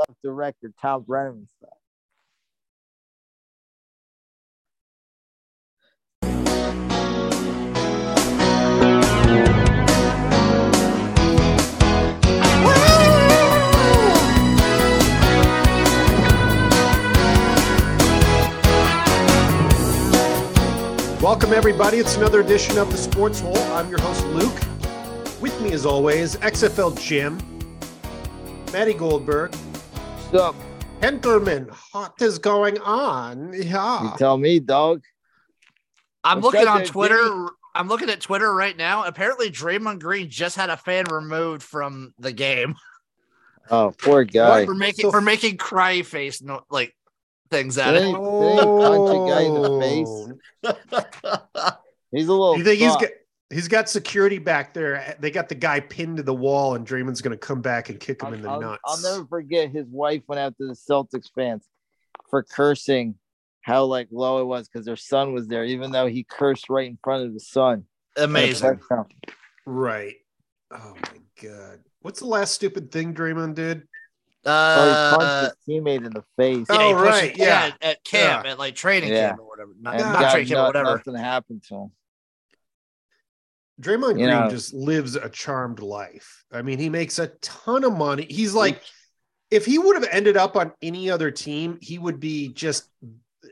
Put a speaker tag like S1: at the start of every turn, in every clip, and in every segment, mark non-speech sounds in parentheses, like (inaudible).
S1: off the record, Tom Brennan stuff.
S2: Welcome, everybody. It's another edition of the Sports Hole. I'm your host, Luke. With me, as always, XFL Jim, Matty Goldberg,
S1: So
S2: Henkelman. What is going on?
S1: you
S2: Yeah.
S1: tell me, dog.
S3: I'm
S1: What's
S3: looking
S1: up,
S3: on
S1: Dave?
S3: Twitter. I'm looking at Twitter right now. Apparently, Draymond Green just had a fan removed from the game
S1: Oh, poor guy.
S2: What
S3: for
S2: the
S3: making
S2: f-
S3: for making cry face no, like things at
S1: Really?
S3: it.
S1: punch a guy in the face? He's a little.
S2: You Oh. think he's
S1: Oh, fuck.
S2: got, he's got security back there? They got the guy pinned to the wall, and Draymond's going to come back and kick him in the
S1: I'll,
S2: nuts.
S1: I'll never forget his wife went after the Celtics fans for cursing how like low it was because their son was there, even though he cursed right in front of the son.
S3: (laughs) Amazing.
S2: Right. Oh, my God. What's the last stupid thing Draymond did?
S1: Oh, he punched
S3: Uh,
S1: his teammate in the face.
S3: yeah, he
S2: Oh,
S3: pushed-
S2: right, yeah.
S3: at- at camp, at like training
S1: Yeah.
S3: camp or whatever. Not,
S1: and
S2: God,
S3: not
S1: got
S3: training camp,
S1: no-
S3: or whatever.
S1: nothing happened to him.
S2: Draymond
S1: You
S2: Green
S1: know.
S2: just lives a charmed life. I mean, he makes a ton of money. He's like, if he would have ended up on any other team, he would be just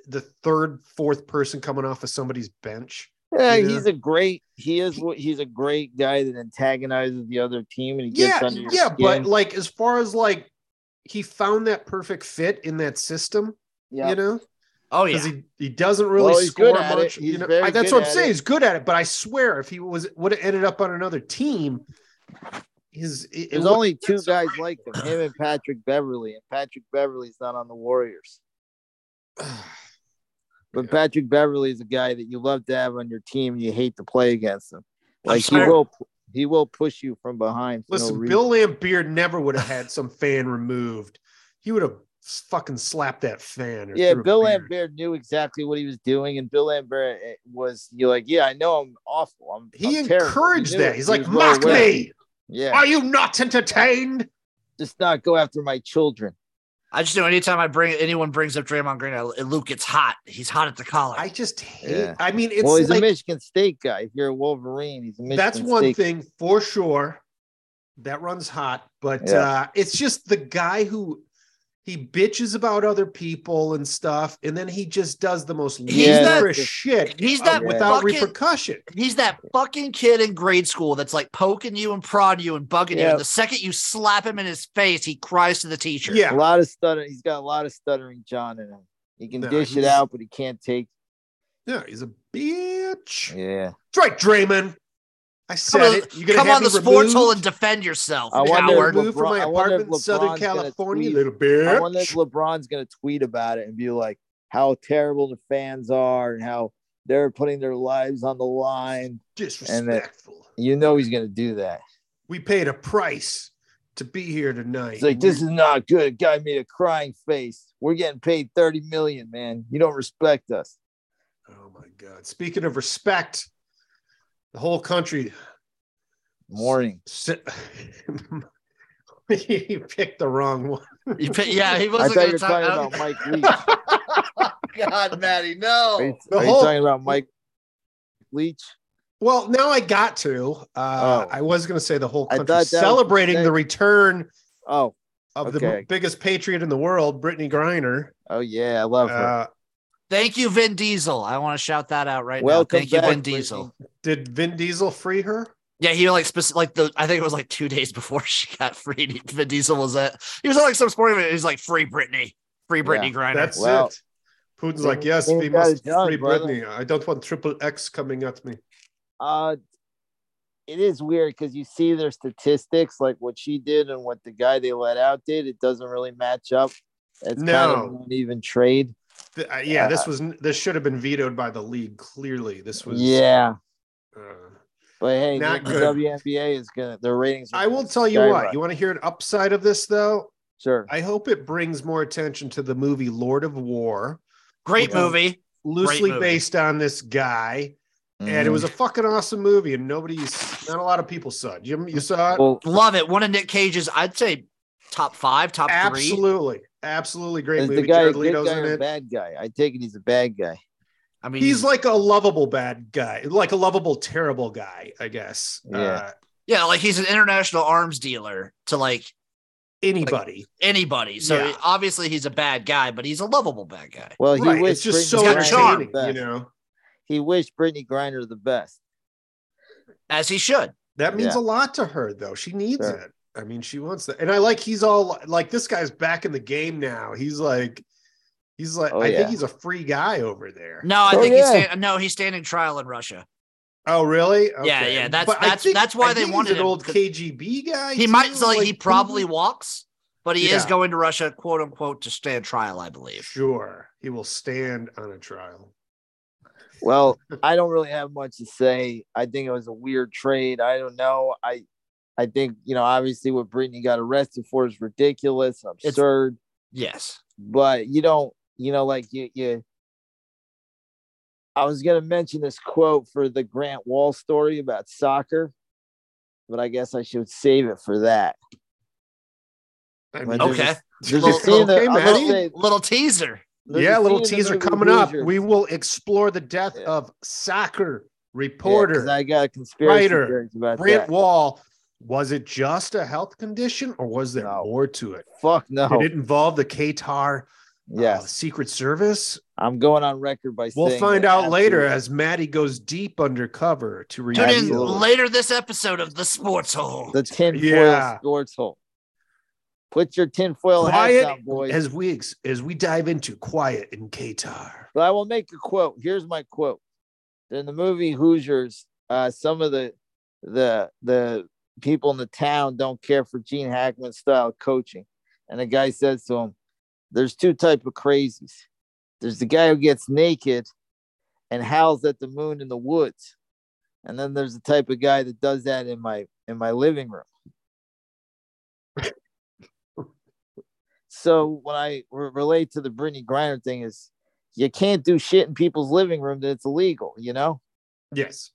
S2: the third, fourth person coming off of somebody's bench.
S1: Yeah,
S2: Yeah.
S1: he's a great. He is. what- He's a great guy that antagonizes the other team and he gets
S2: Yeah,
S1: under your
S2: yeah, but
S1: skin.
S2: like as far as like he found that perfect fit in that system,
S1: yeah.
S2: you know,
S3: Oh yeah.
S2: because he, he doesn't really
S1: Well, he's
S2: score
S1: good at it.
S2: much. You
S1: He's
S2: know,
S1: very
S2: I- that's
S1: good
S2: what I'm
S1: at
S2: saying.
S1: it.
S2: He's good at it, but I swear, if he was would have ended up on another team, his it, it
S1: There's (sighs)
S2: (sighs) would-
S1: only two guys like him, him and Patrick Beverly, and Patrick Beverly's not on the Warriors. But Patrick Beverly is a guy that you love to have on your team. And you hate to play against him.
S3: I'm
S1: Like he
S3: sorry.
S1: will, he will push you from behind. For
S2: Listen,
S1: no reason.
S2: Bill Lambeer never would have had some fan removed. He would have fucking slapped that fan. Or
S1: Yeah,
S2: threw a
S1: Bill
S2: beer.
S1: Lambert knew exactly what he was doing, and Bill Lambert eh, was you like, yeah, I know I'm awful. I'm
S2: He
S1: I'm terrible."
S2: encouraged
S1: knew
S2: that.
S1: it.
S2: He's
S1: He
S2: like,
S1: was well
S2: mock
S1: aware.
S2: me.
S1: Yeah,
S2: Are you not entertained?
S1: just not go after my children.
S3: I just know anytime I bring anyone brings up Draymond Green, I, Luke gets hot. He's hot at the collar.
S2: I just hate.
S1: Yeah.
S2: I mean, it's
S1: well, he's a
S2: like
S1: Michigan State guy. If you're a Wolverine, he's a Michigan
S2: that's one
S1: State.
S2: thing for sure. That runs hot, but
S1: Yeah.
S2: uh, it's just the guy who he bitches about other people and stuff, and then he just does the most
S3: He's that-
S2: ludicrous shit
S3: He's
S2: uh,
S3: that
S2: without
S3: fucking-
S2: repercussion.
S3: He's that fucking kid in grade school that's like poking you and prodding you and bugging you.
S1: Yeah.
S3: And the second you slap him in his face, he cries to the teacher.
S2: Yeah,
S1: A lot of stutter. He's got a lot of stuttering John in him. He can
S2: No,
S1: dish it
S2: he's-
S1: out, but he can't take.
S2: yeah, he's a bitch.
S1: Yeah.
S2: That's right, Draymond. I said
S3: on-
S2: it. You're gonna
S3: Come
S2: have
S3: on
S2: me
S3: the sports
S2: removed?
S3: hole and defend yourself,
S1: I
S2: You're gonna have me
S3: coward.
S1: wonder if
S2: removed from
S1: LeBron-
S2: my
S1: I wonder if
S2: apartment in Southern
S1: LeBron's gonna
S2: California,
S1: tweet-
S2: little
S1: I wonder if
S2: bitch.
S1: LeBron's going to tweet about it and be like, how terrible the fans are and how they're putting their lives on the line.
S2: Disrespectful.
S1: You know he's going to do that.
S2: We paid a price to be here tonight.
S1: It's like, this is not good. A guy made a crying face. We're getting paid 30 million, man. You don't respect us.
S2: oh my god. Speaking of respect, the whole country
S1: Morning.
S2: (laughs) sit- you picked the wrong one.
S3: You pi- yeah, he
S1: I
S3: wasn't
S1: thought you were
S3: going to talk
S1: talking
S3: about.
S1: about Mike Leach. Are
S2: (laughs)
S3: God, Maddie,
S1: you,
S3: no.
S2: The
S1: are you
S2: whole-
S1: talking about Mike Leach?
S2: Well, now I got to. Uh,
S1: Oh.
S2: I was going to say the whole
S1: I
S2: country
S1: thought that was
S2: celebrating the
S1: mistake.
S2: return
S1: Oh,
S2: of the
S1: Okay.
S2: biggest patriot in the world, Brittany Griner.
S1: oh, yeah. I love her.
S2: Uh,
S3: Thank you, Vin Diesel. I want to shout that out right
S1: Welcome
S3: now. Thank you,
S1: back,
S3: Vin Diesel.
S2: did Vin Diesel free her?
S3: Yeah, he like specific, like the I think it was like two days before (laughs) she got freed. Vin Diesel was at he was on like some sporting event. He's like free Britney, free Britney Griner.
S2: That's
S1: Wow.
S2: it. Putin's
S1: They-
S2: like, yes,
S1: they
S2: we
S1: got
S2: must
S1: it done,
S2: free
S1: brother.
S2: Britney. I don't want triple X coming at me.
S1: Uh, it is weird because you see their statistics, like what she did and what the guy they let out did. It doesn't really match up. It's kind of
S2: No.
S1: an uneven trade.
S2: Th- uh, yeah, this was this should have been vetoed by the league. Clearly, this was.
S1: Yeah,
S2: uh,
S1: but hey, the
S2: Not
S1: the
S2: good.
S1: WNBA is gonna their ratings. are
S2: I
S1: gonna
S2: will tell you what.
S1: skyrocket.
S2: You want to hear an upside of this, though?
S1: sure.
S2: I hope it brings more attention to the movie Lord of War,
S3: Great
S2: Yeah.
S3: movie.
S2: loosely
S3: movie.
S2: based on this guy, and it was a
S1: Mm-hmm.
S2: fucking awesome movie, and nobody's not a lot of people saw it. Jim, you saw it?
S1: Mm-hmm. well,
S3: Love it. One of Nick Cage's, I'd say top five, top three.
S2: absolutely, absolutely great
S1: Is
S2: movie.
S1: the guy a
S2: Jared
S1: good
S2: Leto's
S1: guy or
S2: in
S1: a
S2: it.
S1: bad guy? I take it he's a bad guy.
S3: I mean,
S2: He's like a lovable bad guy, like a lovable terrible guy, I guess.
S1: Yeah.
S2: Uh,
S3: yeah, like he's an international arms dealer to like
S2: anybody.
S3: anybody. So
S2: Yeah.
S3: obviously he's a bad guy, but he's a lovable bad guy.
S1: Well, he
S2: right.
S1: wished
S2: It's just so
S1: Brittany
S3: He's got
S1: Griner
S2: entertaining,
S1: the best.
S2: you know.
S1: He wished Brittany Griner the best.
S3: As he should.
S2: That means
S1: Yeah.
S2: a lot to her, though. She needs
S1: Sure.
S2: it. I mean, she wants that. And I like he's all like this guy's back in the game now. He's like, he's like,
S1: Oh,
S2: I
S1: yeah.
S2: think he's a free guy over there.
S3: No, I
S1: Oh,
S3: think he's
S1: yeah.
S3: stand- no, he's standing trial in Russia.
S2: Oh, really?
S3: Yeah, yeah, that's-
S2: I
S3: that's- that's why
S2: I
S3: they
S2: think he's
S3: wanted
S2: an
S3: him,
S2: old
S3: 'cause-
S2: KGB guy.
S3: He might
S2: too,
S3: so like, he probably
S2: who-
S3: walks, but he is
S2: Yeah.
S3: going to Russia, quote unquote, to stand trial, I believe.
S2: (laughs) sure he will stand on a trial.
S1: Well, I don't really have much to say. I think it was a weird trade. I don't know. I I think, you know, obviously what Brittany got arrested for is ridiculous and
S3: It's-
S1: absurd,
S3: Yes.
S1: but you don't, you know, like you you I was gonna mention this quote for the Grant Wall story about soccer, but I guess I should save it for that.
S2: I
S1: Like,
S2: mean,
S1: there's a-
S3: Okay.
S1: There's a
S3: Well,
S1: scene that
S2: okay,
S1: I
S2: Maddie.
S1: will say,
S3: Little teaser.
S1: there's
S2: yeah,
S1: a
S2: little
S1: scene in the
S2: teaser
S1: movie
S2: coming up.
S1: Hoosiers.
S2: We will explore the death
S1: Yeah.
S2: of soccer
S1: Yeah, 'cause
S2: reporter
S1: I got a conspiracy
S2: writer,
S1: theories about
S2: Brent
S1: that.
S2: Wall. Was it just a health condition, or was there
S1: No.
S2: more to it?
S1: Fuck no.
S2: Did it involve the Qatar uh,
S1: Yes.
S2: Secret Service?
S1: I'm going on record by
S2: We'll
S1: saying
S2: find
S1: that
S2: out later
S1: absolutely-
S2: as Maddie goes deep undercover to
S3: Tune in
S2: reveal.
S1: Absolutely.
S3: later this episode of the Sports Hole.
S1: the tinfoil
S2: Yeah.
S1: sports hole. Put your tinfoil hats
S2: Quiet
S1: on, boys.
S2: as we ex- as we dive into quiet in Qatar.
S1: but I will make a quote. Here's my quote. In the movie Hoosiers, uh, some of the the the people in the town don't care for Gene Hackman style coaching, and the guy says to him, "There's two type of crazies. There's the guy who gets naked and howls at the moon in the woods, and then there's the type of guy that does that in my in my living room." (laughs) So when I re- relate to the Brittany Griner thing is you can't do shit in people's living room that's illegal, you know?
S2: Yes,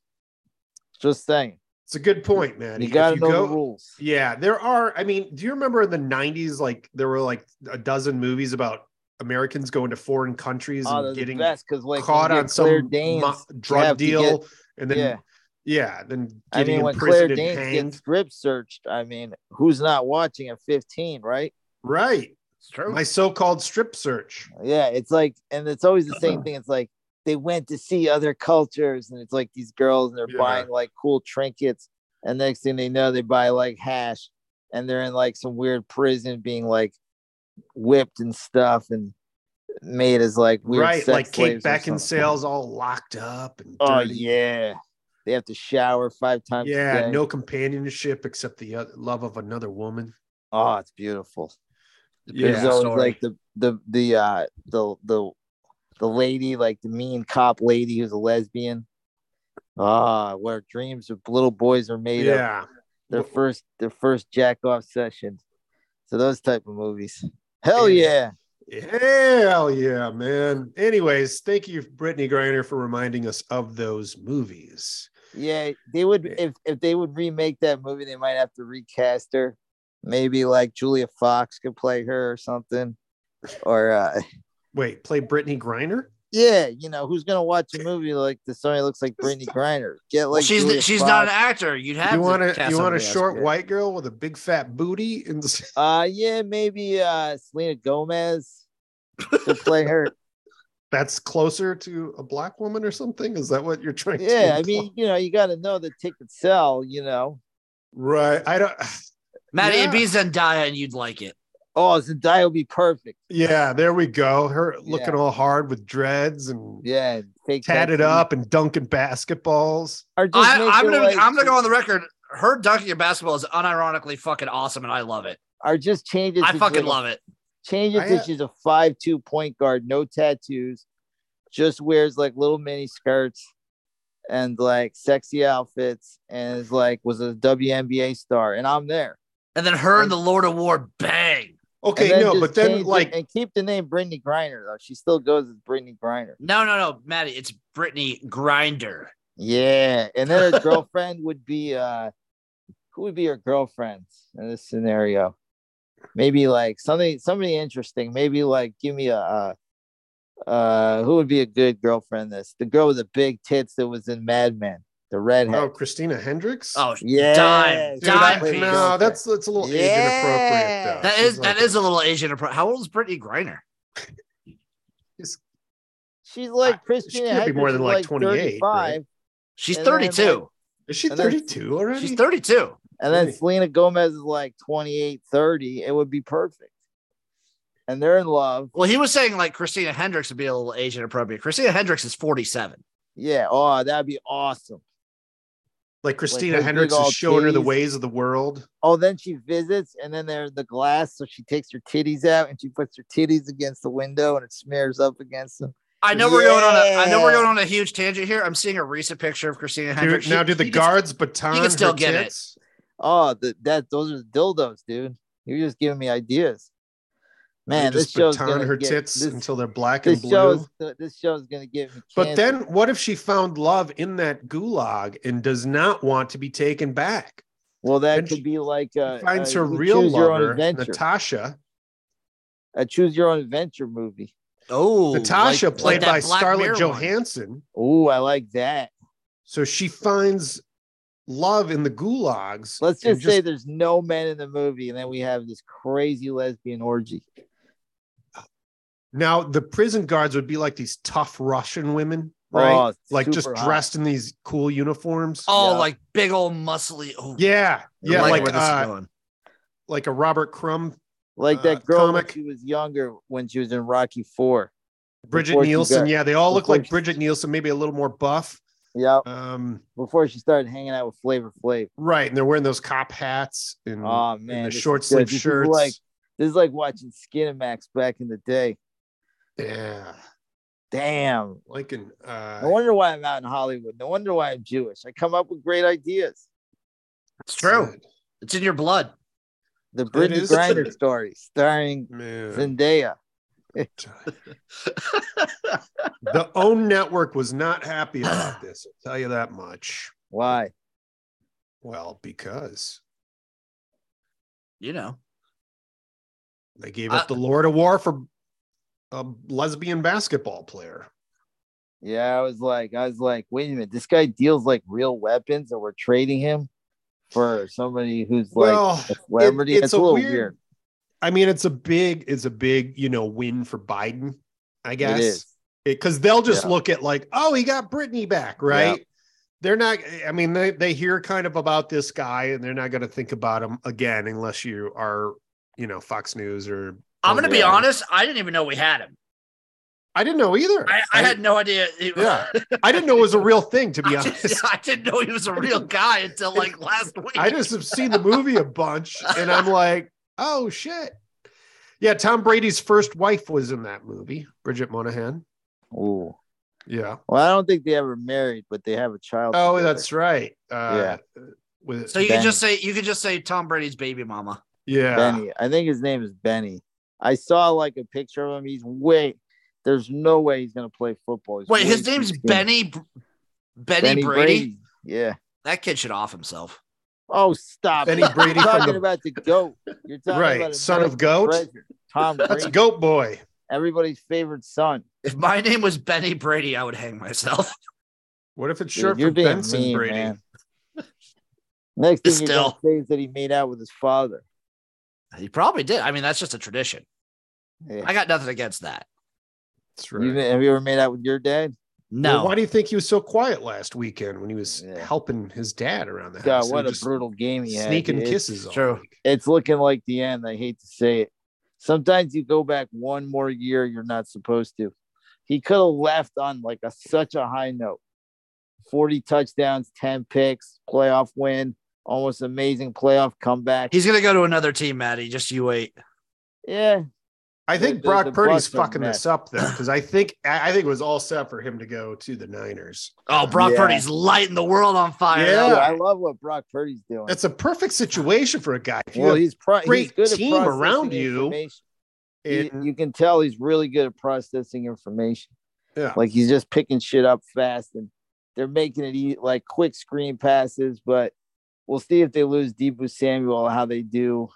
S1: Just saying.
S2: it's a good point, Maddie.
S1: You
S2: If
S1: gotta know
S2: go-
S1: the rules.
S2: Yeah, there are. I mean, do you remember in the '90s? Like there were like a dozen movies about Americans going to foreign countries
S1: Oh, they're
S2: and
S1: the
S2: getting
S1: best because like when
S2: caught
S1: you get
S2: on
S1: Claire
S2: some
S1: Danes,
S2: mo-
S1: have
S2: drug
S1: to
S2: deal, and then
S1: yeah.
S2: yeah. then
S1: I
S2: getting
S1: mean, when Claire
S2: imprisoned
S1: Danes
S2: and hanged.
S1: gets strip searched, I mean, who's not watching at 15, right?
S2: Right,
S3: It's true.
S2: my so-called strip search.
S1: Yeah, it's like, and it's always the
S2: (clears throat)
S1: same thing. It's like they went to see other cultures, and it's like these girls and they're
S2: Yeah.
S1: buying like cool trinkets, and next thing they know, they buy like hash, and they're in like some weird prison, being like whipped and stuff, and made as like weird
S2: right,
S1: sex
S2: like Kate
S1: slaves or something.
S2: Beckinsale's all locked up and
S1: Oh
S2: dirty.
S1: yeah, they have to shower five times. a
S2: Yeah,
S1: day.
S2: no companionship except the oth- love of another woman.
S1: Oh, it's beautiful.
S2: Yeah.
S1: There's always
S3: Story.
S1: like the the the uh the the the lady, like the mean cop lady who's a lesbian. Ah, where dreams of little boys are made of
S2: Yeah,
S1: their
S2: Wh-
S1: first their first jack off session. So those type of movies. Hell
S2: Yeah.
S1: yeah.
S2: hell yeah, man. Anyways, thank you, Brittany Griner, for reminding us of those movies.
S1: Yeah. They would
S2: Yeah.
S1: if if they would remake that movie, they might have to recast her. Maybe like Julia Fox could play her or something. Or uh (laughs)
S2: Wait, play Brittany Griner?
S1: yeah, you know, who's gonna watch a movie like this somebody looks like Brittany Griner? Get like
S3: well, she's
S1: Julia
S3: she's
S1: Fox.
S3: not an actor. You'd have
S2: You
S3: to
S2: want to
S3: cast
S2: you want a
S3: somebody else.
S2: short
S1: yeah.
S2: white girl with a big fat booty and s- (laughs)
S1: Uh yeah, maybe uh Selena Gomez to
S2: (laughs)
S1: play her.
S2: that's closer to a black woman or something? Is that what you're trying to
S1: yeah, I
S2: imply?
S1: mean, you know, you gotta know the ticket sell, you know.
S2: right. I don't (sighs)
S3: Maddie,
S2: Yeah.
S3: it'd be Zendaya, and you'd like it.
S1: Oh, Zendaya would be perfect.
S2: yeah, there we go. Her looking
S1: Yeah.
S2: all hard with dreads and
S1: Yeah, and fake
S2: tatted
S1: tattoos.
S2: up and dunking basketballs.
S1: Or just
S3: I,
S1: make
S3: I'm
S1: her,
S3: gonna
S1: like,
S3: I'm gonna go on the record. Her dunking a basketball is unironically fucking awesome, and I love it.
S1: Or just change it.
S3: I
S1: to
S3: fucking
S1: Julia-
S3: love it.
S1: Change it
S2: I,
S1: to
S2: uh,
S1: she's a five-two point guard, no tattoos, just wears like little mini skirts and like sexy outfits, and is like was a WNBA star, and I'm there.
S3: And then her and the Lord of War bang.
S2: Okay,
S1: And then
S2: no,
S1: just
S2: but then
S1: change it
S2: like
S1: and keep the name Brittany Griner though. She still goes as Brittany Griner.
S3: No, no, no, Maddie, it's Brittany Grinder.
S1: Yeah, and then
S2: (laughs)
S1: her girlfriend would be uh, who would be her girlfriend in this scenario? maybe like something somebody interesting. Maybe like give me a uh, uh who would be a good girlfriend? This the girl with the big tits that was in Mad Men, the redhead.
S2: Oh, Christina Hendricks.
S3: Oh,
S1: yeah,
S3: dime,
S2: Dude, that-
S3: dime
S1: Please.
S3: piece.
S2: no, that's that's a little age
S1: Yeah.
S2: inappropriate. Though.
S3: that
S2: She's
S3: is that
S2: like-
S3: is a little Asian approach. How old is Brittany Griner?
S1: she's like Christina.
S2: can't be
S1: Hendricks
S2: more than,
S1: is,
S2: like, 28, right?
S1: 35,
S3: She's
S1: And then, like,
S3: 32.
S2: Is she
S1: and that's-
S2: 32 already?
S3: She's 32.
S1: and then
S2: Really?
S1: Selena Gomez is like 28, 30. It would be perfect. And they're in love.
S3: Well, he was saying like Christina Hendricks would be a little Asian appropriate. Christina Hendricks is 47.
S1: Yeah. Oh, that'd be awesome.
S2: Like Christina
S1: those big
S2: Hendricks is
S1: old
S2: showing her the
S1: titties.
S2: ways of the world.
S1: Oh, then she visits, and then there's the glass. So she takes her titties out and she puts her titties against the window, and it smears up against them.
S3: I know we're going on a I know we're
S1: Yeah.
S3: going on a huge tangent here. I'm seeing a recent picture of Christina
S2: Dude,
S3: Hendricks. She-
S2: now, do the
S3: she gets-
S2: guards baton?
S3: you can still
S2: her
S3: get it.
S2: tits?
S1: Oh, the, that those are dildos, dude. You're just giving me ideas.
S2: They
S1: Man, this
S2: just
S1: show's
S2: baton
S1: gonna
S2: her
S1: get-
S2: tits
S1: this-
S2: until they're black and
S1: this
S2: blue.
S1: show's this show's gonna give me.
S2: But
S1: cancer.
S2: then what if she found love in that gulag and does not want to be taken back?
S1: well, that
S2: then
S1: could
S2: she
S1: be like a,
S2: Finds
S1: a
S2: her
S1: you
S2: real
S1: choose your own
S2: lover,
S1: adventure,
S2: Natasha.
S1: a choose your own adventure movie.
S3: Oh,
S2: Natasha,
S3: like- like
S2: played
S3: that
S2: by
S3: Black Mirror
S2: Scarlett
S3: one.
S2: Johansson.
S1: Ooh, I like that.
S2: So she finds love in the gulags.
S1: Let's
S2: and
S1: just, say there's no men in the movie, and then we have this crazy lesbian orgy.
S2: now the prison guards would be like these tough Russian women, right?
S1: Oh,
S2: like just
S1: super hot.
S2: dressed in these cool uniforms.
S3: Oh,
S1: Yeah.
S3: like big old muscly. Oh,
S2: yeah, yeah,
S3: I
S2: like
S3: where this is
S2: uh,
S3: going.
S2: like a Robert Crumb,
S1: like
S2: uh,
S1: that girl when
S2: comic.
S1: she was younger when she was in Rocky Four.
S2: Bridget
S1: Before she
S2: Nielsen.
S1: got-
S2: yeah, they all look
S1: before
S2: like
S1: she-
S2: Bridget Nielsen, maybe a little more buff.
S1: Yeah,
S2: Um,
S1: before she started hanging out with Flavor Flav.
S2: Right, and they're wearing those cop hats and,
S1: Oh
S2: and
S1: man,
S2: Mm, the
S1: this is
S2: short
S1: good.
S2: sleeve
S1: This is
S2: shirts.
S1: Like this is like watching Skinamax back in the day.
S2: yeah,
S1: Damn.
S2: like an uh,
S1: No wonder why I'm out in Hollywood. No wonder why I'm Jewish. I come up with great ideas.
S3: It's true. It's in your blood.
S1: The Brittany
S2: is.
S1: Grinder story starring
S2: man.
S1: Zendaya.
S2: the OWN network was not
S1: (clears throat)
S2: happy about this. I'll tell you that much.
S1: Why?
S2: Well, because
S3: You know.
S2: they gave up
S3: I-
S2: the Lord of War for a lesbian basketball player.
S1: Yeah, I was like, I was like, wait a minute, this guy deals like real weapons, and we're trading him for somebody who's like
S2: well,
S1: a celebrity.
S2: it-
S1: it's, a little weird.
S2: I mean, it's a big, it's a big, you know, win for Biden. I guess
S1: It is.
S2: because they'll just
S1: Yeah.
S2: look at like, oh, he got Britney back, right? They're not. I mean, they they hear kind of about this guy, and they're not going to think about him again unless you are, you know, Fox News or.
S3: I'm gonna be
S1: Yeah.
S3: honest. I didn't even know we had him.
S2: I didn't know either.
S3: I, I had no idea. He,
S2: Yeah, I didn't know it was a real thing. To
S3: (laughs)
S2: be
S3: I,
S2: honest,
S3: just- I didn't know he was a real guy until
S2: (laughs)
S3: like last week.
S2: I just have seen the movie a bunch, and I'm like, oh shit. Yeah, Tom Brady's first wife was in that movie, Bridget Monahan.
S1: Ooh.
S2: Yeah.
S1: Well, I don't think they ever married, but they have a child.
S2: Oh,
S1: together.
S2: that's right. Uh, With
S3: so you can
S1: Benny.
S3: just say you can just say Tom Brady's baby mama.
S2: yeah,
S1: Benny. I think his name is Benny. I saw like a picture of him. He's way. There's no way he's gonna play football. He's
S3: Wait,
S1: way
S3: his
S1: too
S3: name's
S1: skinny.
S3: Benny. Br- Benny, Brady?
S1: Yeah.
S3: That kid should off himself.
S1: Oh, stop.
S2: Benny
S1: it.
S2: Brady
S1: You're
S2: from
S1: talking
S2: the-
S1: about the goat. You're talking
S2: Right,
S1: about
S2: son of
S1: American
S2: goat?
S1: treasure, Tom
S2: that's
S1: Brady,
S2: Goat Boy.
S1: everybody's favorite
S2: (laughs)
S1: son.
S3: If my name was Benny Brady, I would hang myself.
S2: What if it's
S1: Dude,
S2: short
S1: you're
S2: for
S1: being
S2: Benson
S1: mean,
S2: Brady?
S1: man. Next thing you're gonna
S3: Still.
S1: say is that he made out with his father.
S3: He probably did. I mean, that's just a tradition.
S1: Yeah.
S3: I got nothing against that.
S2: That's
S1: You- have you ever made out with your
S2: (sighs)
S1: dad?
S3: No.
S2: Well, why do you think he was so quiet last weekend when he was
S1: Yeah.
S2: helping his dad around the house?
S1: God,
S2: He
S1: what a
S2: was
S1: brutal game he had.
S2: sneaking
S1: dude. It's-
S2: kisses. all
S3: True.
S2: week.
S1: it's looking like the end. I hate to say it. Sometimes you go back one more year, you're not supposed to. He could have left on like a such a high note. 40 touchdowns, 10 picks, playoff win, almost amazing playoff comeback.
S3: He's gonna go to another team, Maddie. Just you wait.
S1: yeah.
S2: I
S1: The-
S2: think
S1: the-
S2: Brock
S1: the
S2: Purdy's
S1: Bucs are a
S2: fucking this
S1: mess.
S2: up though, because I think I I think it was all set for him to go to the Niners.
S3: Oh, Brock
S1: Yeah.
S3: Purdy's lighting the world on fire.
S2: Yeah.
S1: Dude, I love what Brock Purdy's doing.
S2: That's a perfect situation for a guy. If you
S1: well,
S2: have-
S1: he's, pro- he's
S2: great
S1: good at
S2: team around
S1: processing
S2: you,
S1: information. He-
S2: and-
S1: you can tell he's really good at processing information.
S2: yeah.
S1: Like he's just picking shit up fast and they're making it eat like quick screen passes, but we'll see if they lose Deepu Samuel how they do.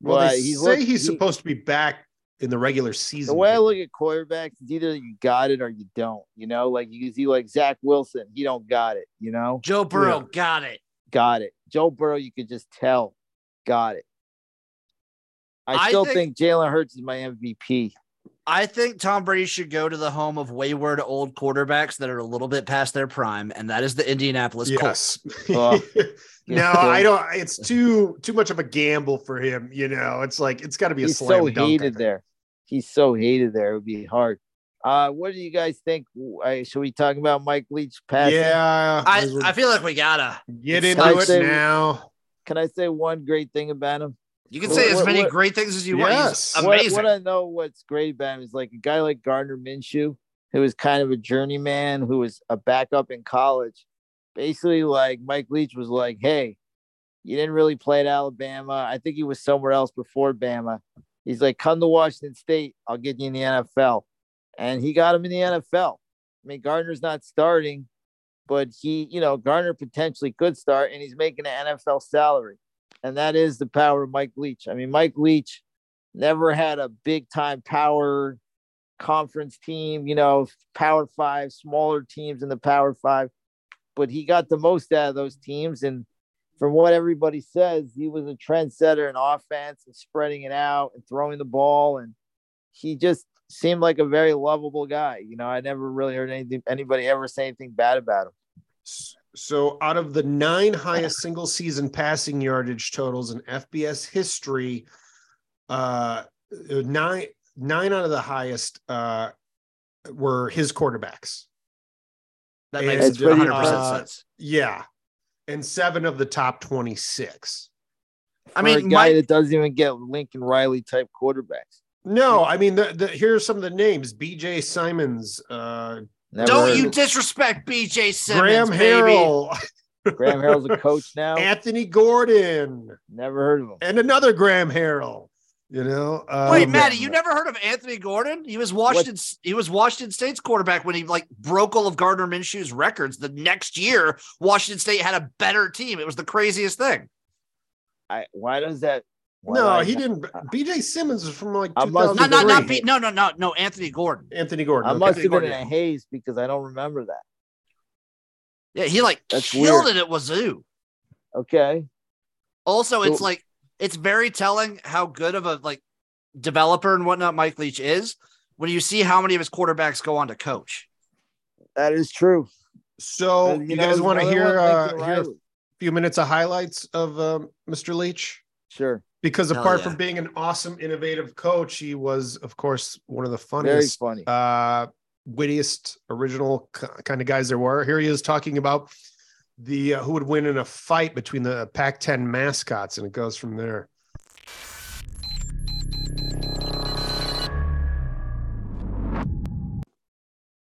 S2: Well,
S1: Well,
S2: they
S1: he's
S2: say
S1: look-
S2: he's
S1: he-
S2: supposed to be back in the regular
S1: The
S2: season.
S1: way I look at quarterbacks, it's either you got it or you don't. You know, like you see, like Zach Wilson, he don't got it. You know,
S3: Joe Burrow got it.
S1: got it. Joe Burrow, you could just tell, got it. I
S3: I
S1: still think,
S3: think-
S1: Jalen Hurts is my MVP.
S3: I think Tom Brady should go to the home of wayward old quarterbacks that are a little bit past their prime, and that is the Indianapolis Colts.
S2: yes.
S1: Oh.
S2: (laughs) no, I don't. It's too too much of a gamble for him. You know, it's like it's got to be a
S1: He's
S2: slam
S1: so
S2: dunk. I
S1: hated
S2: think.
S1: there. He's so hated there. It would be hard. Uh, what do you guys think? I, should we talk about Mike Leach passing?
S2: Yeah,
S3: I,
S2: might as well
S3: I feel like we gotta.
S2: get
S1: it's-
S2: into
S1: I'd
S2: it
S1: say-
S2: now.
S1: Can I say one great thing about him?
S3: You can
S1: What-
S3: say as
S1: what-
S3: many
S1: what-
S3: great things as you
S2: Yes.
S3: want. He's
S1: What-
S3: amazing.
S1: What, I know what's great about him is like a guy like Gardner Minshew, who was kind of a journeyman, who was a backup in college. Basically, like Mike Leach was like, "Hey, you didn't really play at Alabama. I think he was somewhere else before Bama." He's like, "Come to Washington State. I'll get you in the NFL," and he got him in the NFL. I mean, Gardner's not starting, but he, you know, Gardner potentially could start, and he's making an NFL salary, and that is the power of Mike Leach. I mean, Mike Leach never had a big time power conference team, you know, power five, smaller teams in the power five. But he got the most out of those teams. And from what everybody says, he was a trendsetter in offense and spreading it out and throwing the ball. And he just seemed like a very lovable guy. You know, I never really heard anything, anybody ever say anything bad about him.
S2: So, out of the nine highest single season passing yardage totals in FBS history, uh, nine nine out of the highest uh, were his quarterbacks.
S3: that
S2: and
S3: makes
S1: it's pretty-
S3: 100 percent
S2: uh,
S3: sense.
S2: Yeah, and seven of the top twenty six.
S3: I
S1: For
S3: mean,
S1: a guy
S3: Mike-
S1: that doesn't even get Lincoln Riley type quarterbacks.
S2: No, I mean, the, the, here are some of the names: B.J. Simons, uh,
S1: Never
S3: Don't
S1: heard
S3: you
S1: of
S3: disrespect BJ Simmons,
S2: Graham
S3: baby.
S2: Harrell,
S1: him. Graham Harrell's
S2: (laughs)
S1: a coach
S3: (laughs)
S1: now.
S2: Anthony Gordon,
S1: Never heard of him.
S2: and another Graham Harrell. You know, um,
S3: Wait,
S1: Um,
S3: Maddie, you never heard of Anthony Gordon? He was Washington. He was Washington State's quarterback when he like broke all of Gardner Minshew's records. The next year, Washington State had a better team. It was the craziest thing.
S1: I why does that? why do
S2: no,
S1: I
S2: he
S1: not-
S2: didn't. B.J. Simmons was from like
S1: I must-
S3: Not, not, not.
S2: 2003.
S3: Be, no, no, no, no. Anthony Gordon.
S2: Anthony Gordon.
S1: I
S2: okay.
S1: must have been
S2: Gordon.
S1: in a haze because I don't remember that.
S3: Yeah, he like
S1: That's
S3: killed
S1: weird.
S3: it at Wazoo.
S1: Okay,
S3: Also, it's
S1: So-
S3: like it's very telling how good of a like developer and whatnot Mike Leach is when you see how many of his quarterbacks go on to coach.
S1: that is true.
S2: So
S1: And,
S2: you, guys
S1: Uh, know,
S2: want to
S1: another
S2: hear,
S1: one,
S2: uh,
S1: Lincoln
S2: hear a
S1: Riley.
S2: few minutes of highlights of um, Mr. Leach?
S1: Sure,
S2: Because
S3: Hell
S2: apart
S3: yeah.
S2: from being an awesome, innovative coach, he was, of course, one of the
S1: very
S2: funniest,
S1: funny.
S2: uh, wittiest, original k- kind of guys there were. Here he is talking about the uh, who would win in a fight between the Pac-10 mascots, and it goes from there.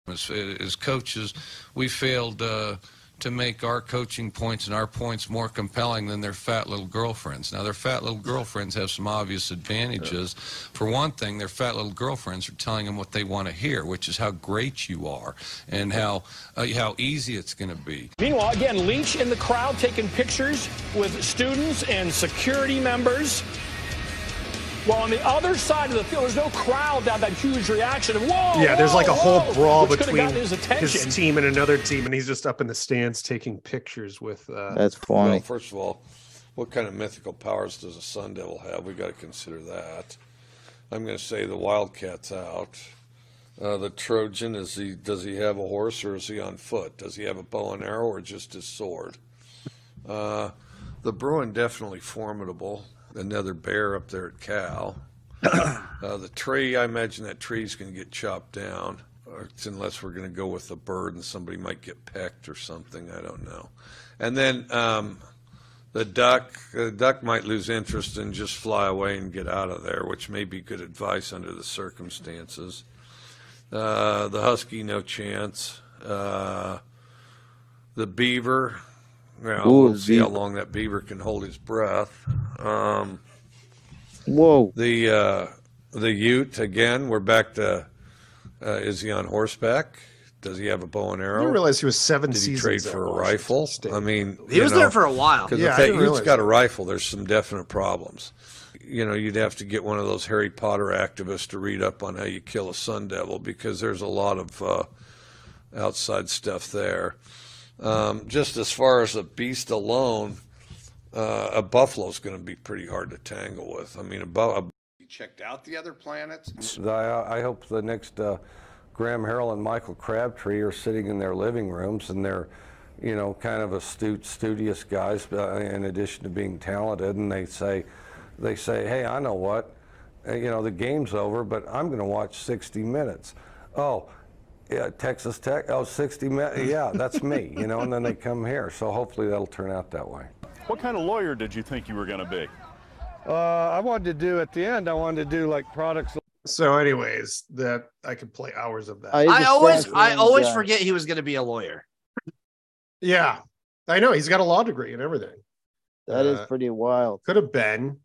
S4: As, as coaches, we failed uh, to make our coaching points and our points more compelling than their fat little girlfriends. Now, their fat little girlfriends have some obvious advantages. For one thing, their fat little girlfriends are telling them what they want to hear, which is how great you are and how uh, how easy it's going to be.
S5: Meanwhile, again, Leach in the crowd taking pictures with students and security members. While on the other side of the field, there's no crowd to have that huge reaction of whoa.
S2: Yeah, there's like a whole
S5: whoa, whoa,"
S2: brawl
S5: Oh, which could have
S2: between
S5: gotten his attention.
S2: his team and another team, and he's just up in the stands taking pictures with. Uh,
S1: That's
S6: Well,
S1: funny.
S6: first of all, what kind of mythical powers does a sun devil have? We got to consider that. I'm going to say the wildcat's out. Uh, the Trojan is he? Does he have a horse or is he on foot? Does he have a bow and arrow or just his sword? Uh, the Bruin definitely formidable. Another bear up there at Cal. Uh, the tree, I imagine that tree's going to get chopped down, or it's unless we're going to go with the bird and somebody might get pecked or something. I don't know. And then um, the duck, the duck might lose interest and just fly away and get out of there, which may be good advice under the circumstances. Uh, the husky, no chance. Uh, the beaver, well,
S1: Ooh,
S6: we'll see how
S1: beaver.
S6: long that beaver can hold his breath. Um,
S1: Whoa,
S6: the uh, the Ute again. We're back to uh, is he on horseback? Does he have a bow and
S2: I
S6: arrow?
S2: didn't realize he was seven
S6: Did he
S2: seasons.
S6: trade
S2: at
S6: for a
S2: Washington
S6: rifle?
S2: State.
S6: I mean,
S3: He was there for a while.
S6: because
S2: Yeah, I
S6: if that
S2: didn't
S6: Ute's
S2: realize
S6: got
S2: that.
S6: a rifle, there's some definite problems. you know, you'd have to get one of those Harry Potter activists to read up on how you kill a sun devil because there's a lot of uh, outside stuff there. Um, just as far as a beast alone, uh, a buffalo's going to be pretty hard to tangle with. I mean, a, bu- a
S7: You checked out the other planets?
S8: I, I hope the next uh, Graham Harrell and Michael Crabtree are sitting in their living rooms and they're, you know, kind of astute, studious guys. Uh, in addition to being talented, and they say, they say, hey, I know what, Uh, you know, the game's over, but I'm going to watch 60 minutes. Oh. Yeah, Texas Tech. Oh, 60 minutes. (laughs) Yeah, that's me, you know, and then they come here. So hopefully that'll turn out that way.
S9: What kind of lawyer did you think you were going to be?
S8: Uh, I wanted to do at the end, I wanted to do like products
S2: So, anyways, that I could play hours of that.
S1: I- He's
S3: I
S1: a
S3: always,
S1: French
S3: I always
S1: guy.
S3: forget he was going to be a lawyer.
S2: yeah, I know he's got a law degree and everything.
S1: That is
S2: Uh,
S1: pretty wild.
S2: could have been.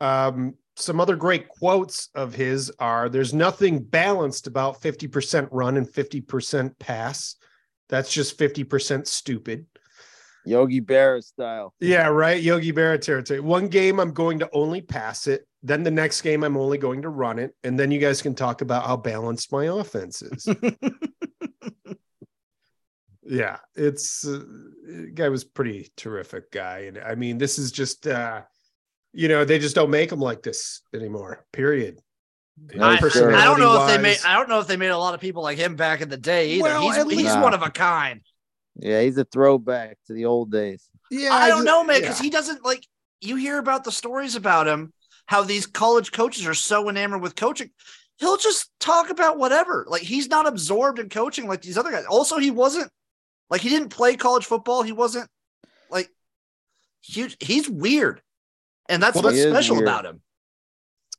S2: Um, some other great quotes of his are there's nothing balanced about 50% run and 50% pass. That's just 50% stupid.
S1: Yogi Berra style.
S2: Yeah, right. Yogi Berra territory. One game I'm going to only pass it. Then the next game I'm only going to run it. And then you guys can talk about how balanced my
S3: (laughs)
S2: offense is. yeah, it's uh, guy was pretty terrific guy. And I mean, this is just uh you know, they just don't make them like this anymore. Period.
S1: No,
S3: I, I
S1: sure.
S3: I don't know if they made.
S2: Personality-wise.
S3: I don't know if they made a lot of people like him back in the day either.
S2: Well, at
S3: he's he's
S1: least-
S3: one of a kind.
S1: Yeah, he's a throwback to the old days.
S2: yeah,
S3: I don't
S2: just-
S3: know, man,
S2: yeah.
S3: because he doesn't like. You hear about the stories about him, how these college coaches are so enamored with coaching. He'll just talk about whatever. Like he's not absorbed in coaching like these other guys. Also, he wasn't like he didn't play college football. He wasn't like huge. He's weird, and that's
S1: Well,
S3: what's
S1: he is
S3: special
S1: weird.
S3: about him.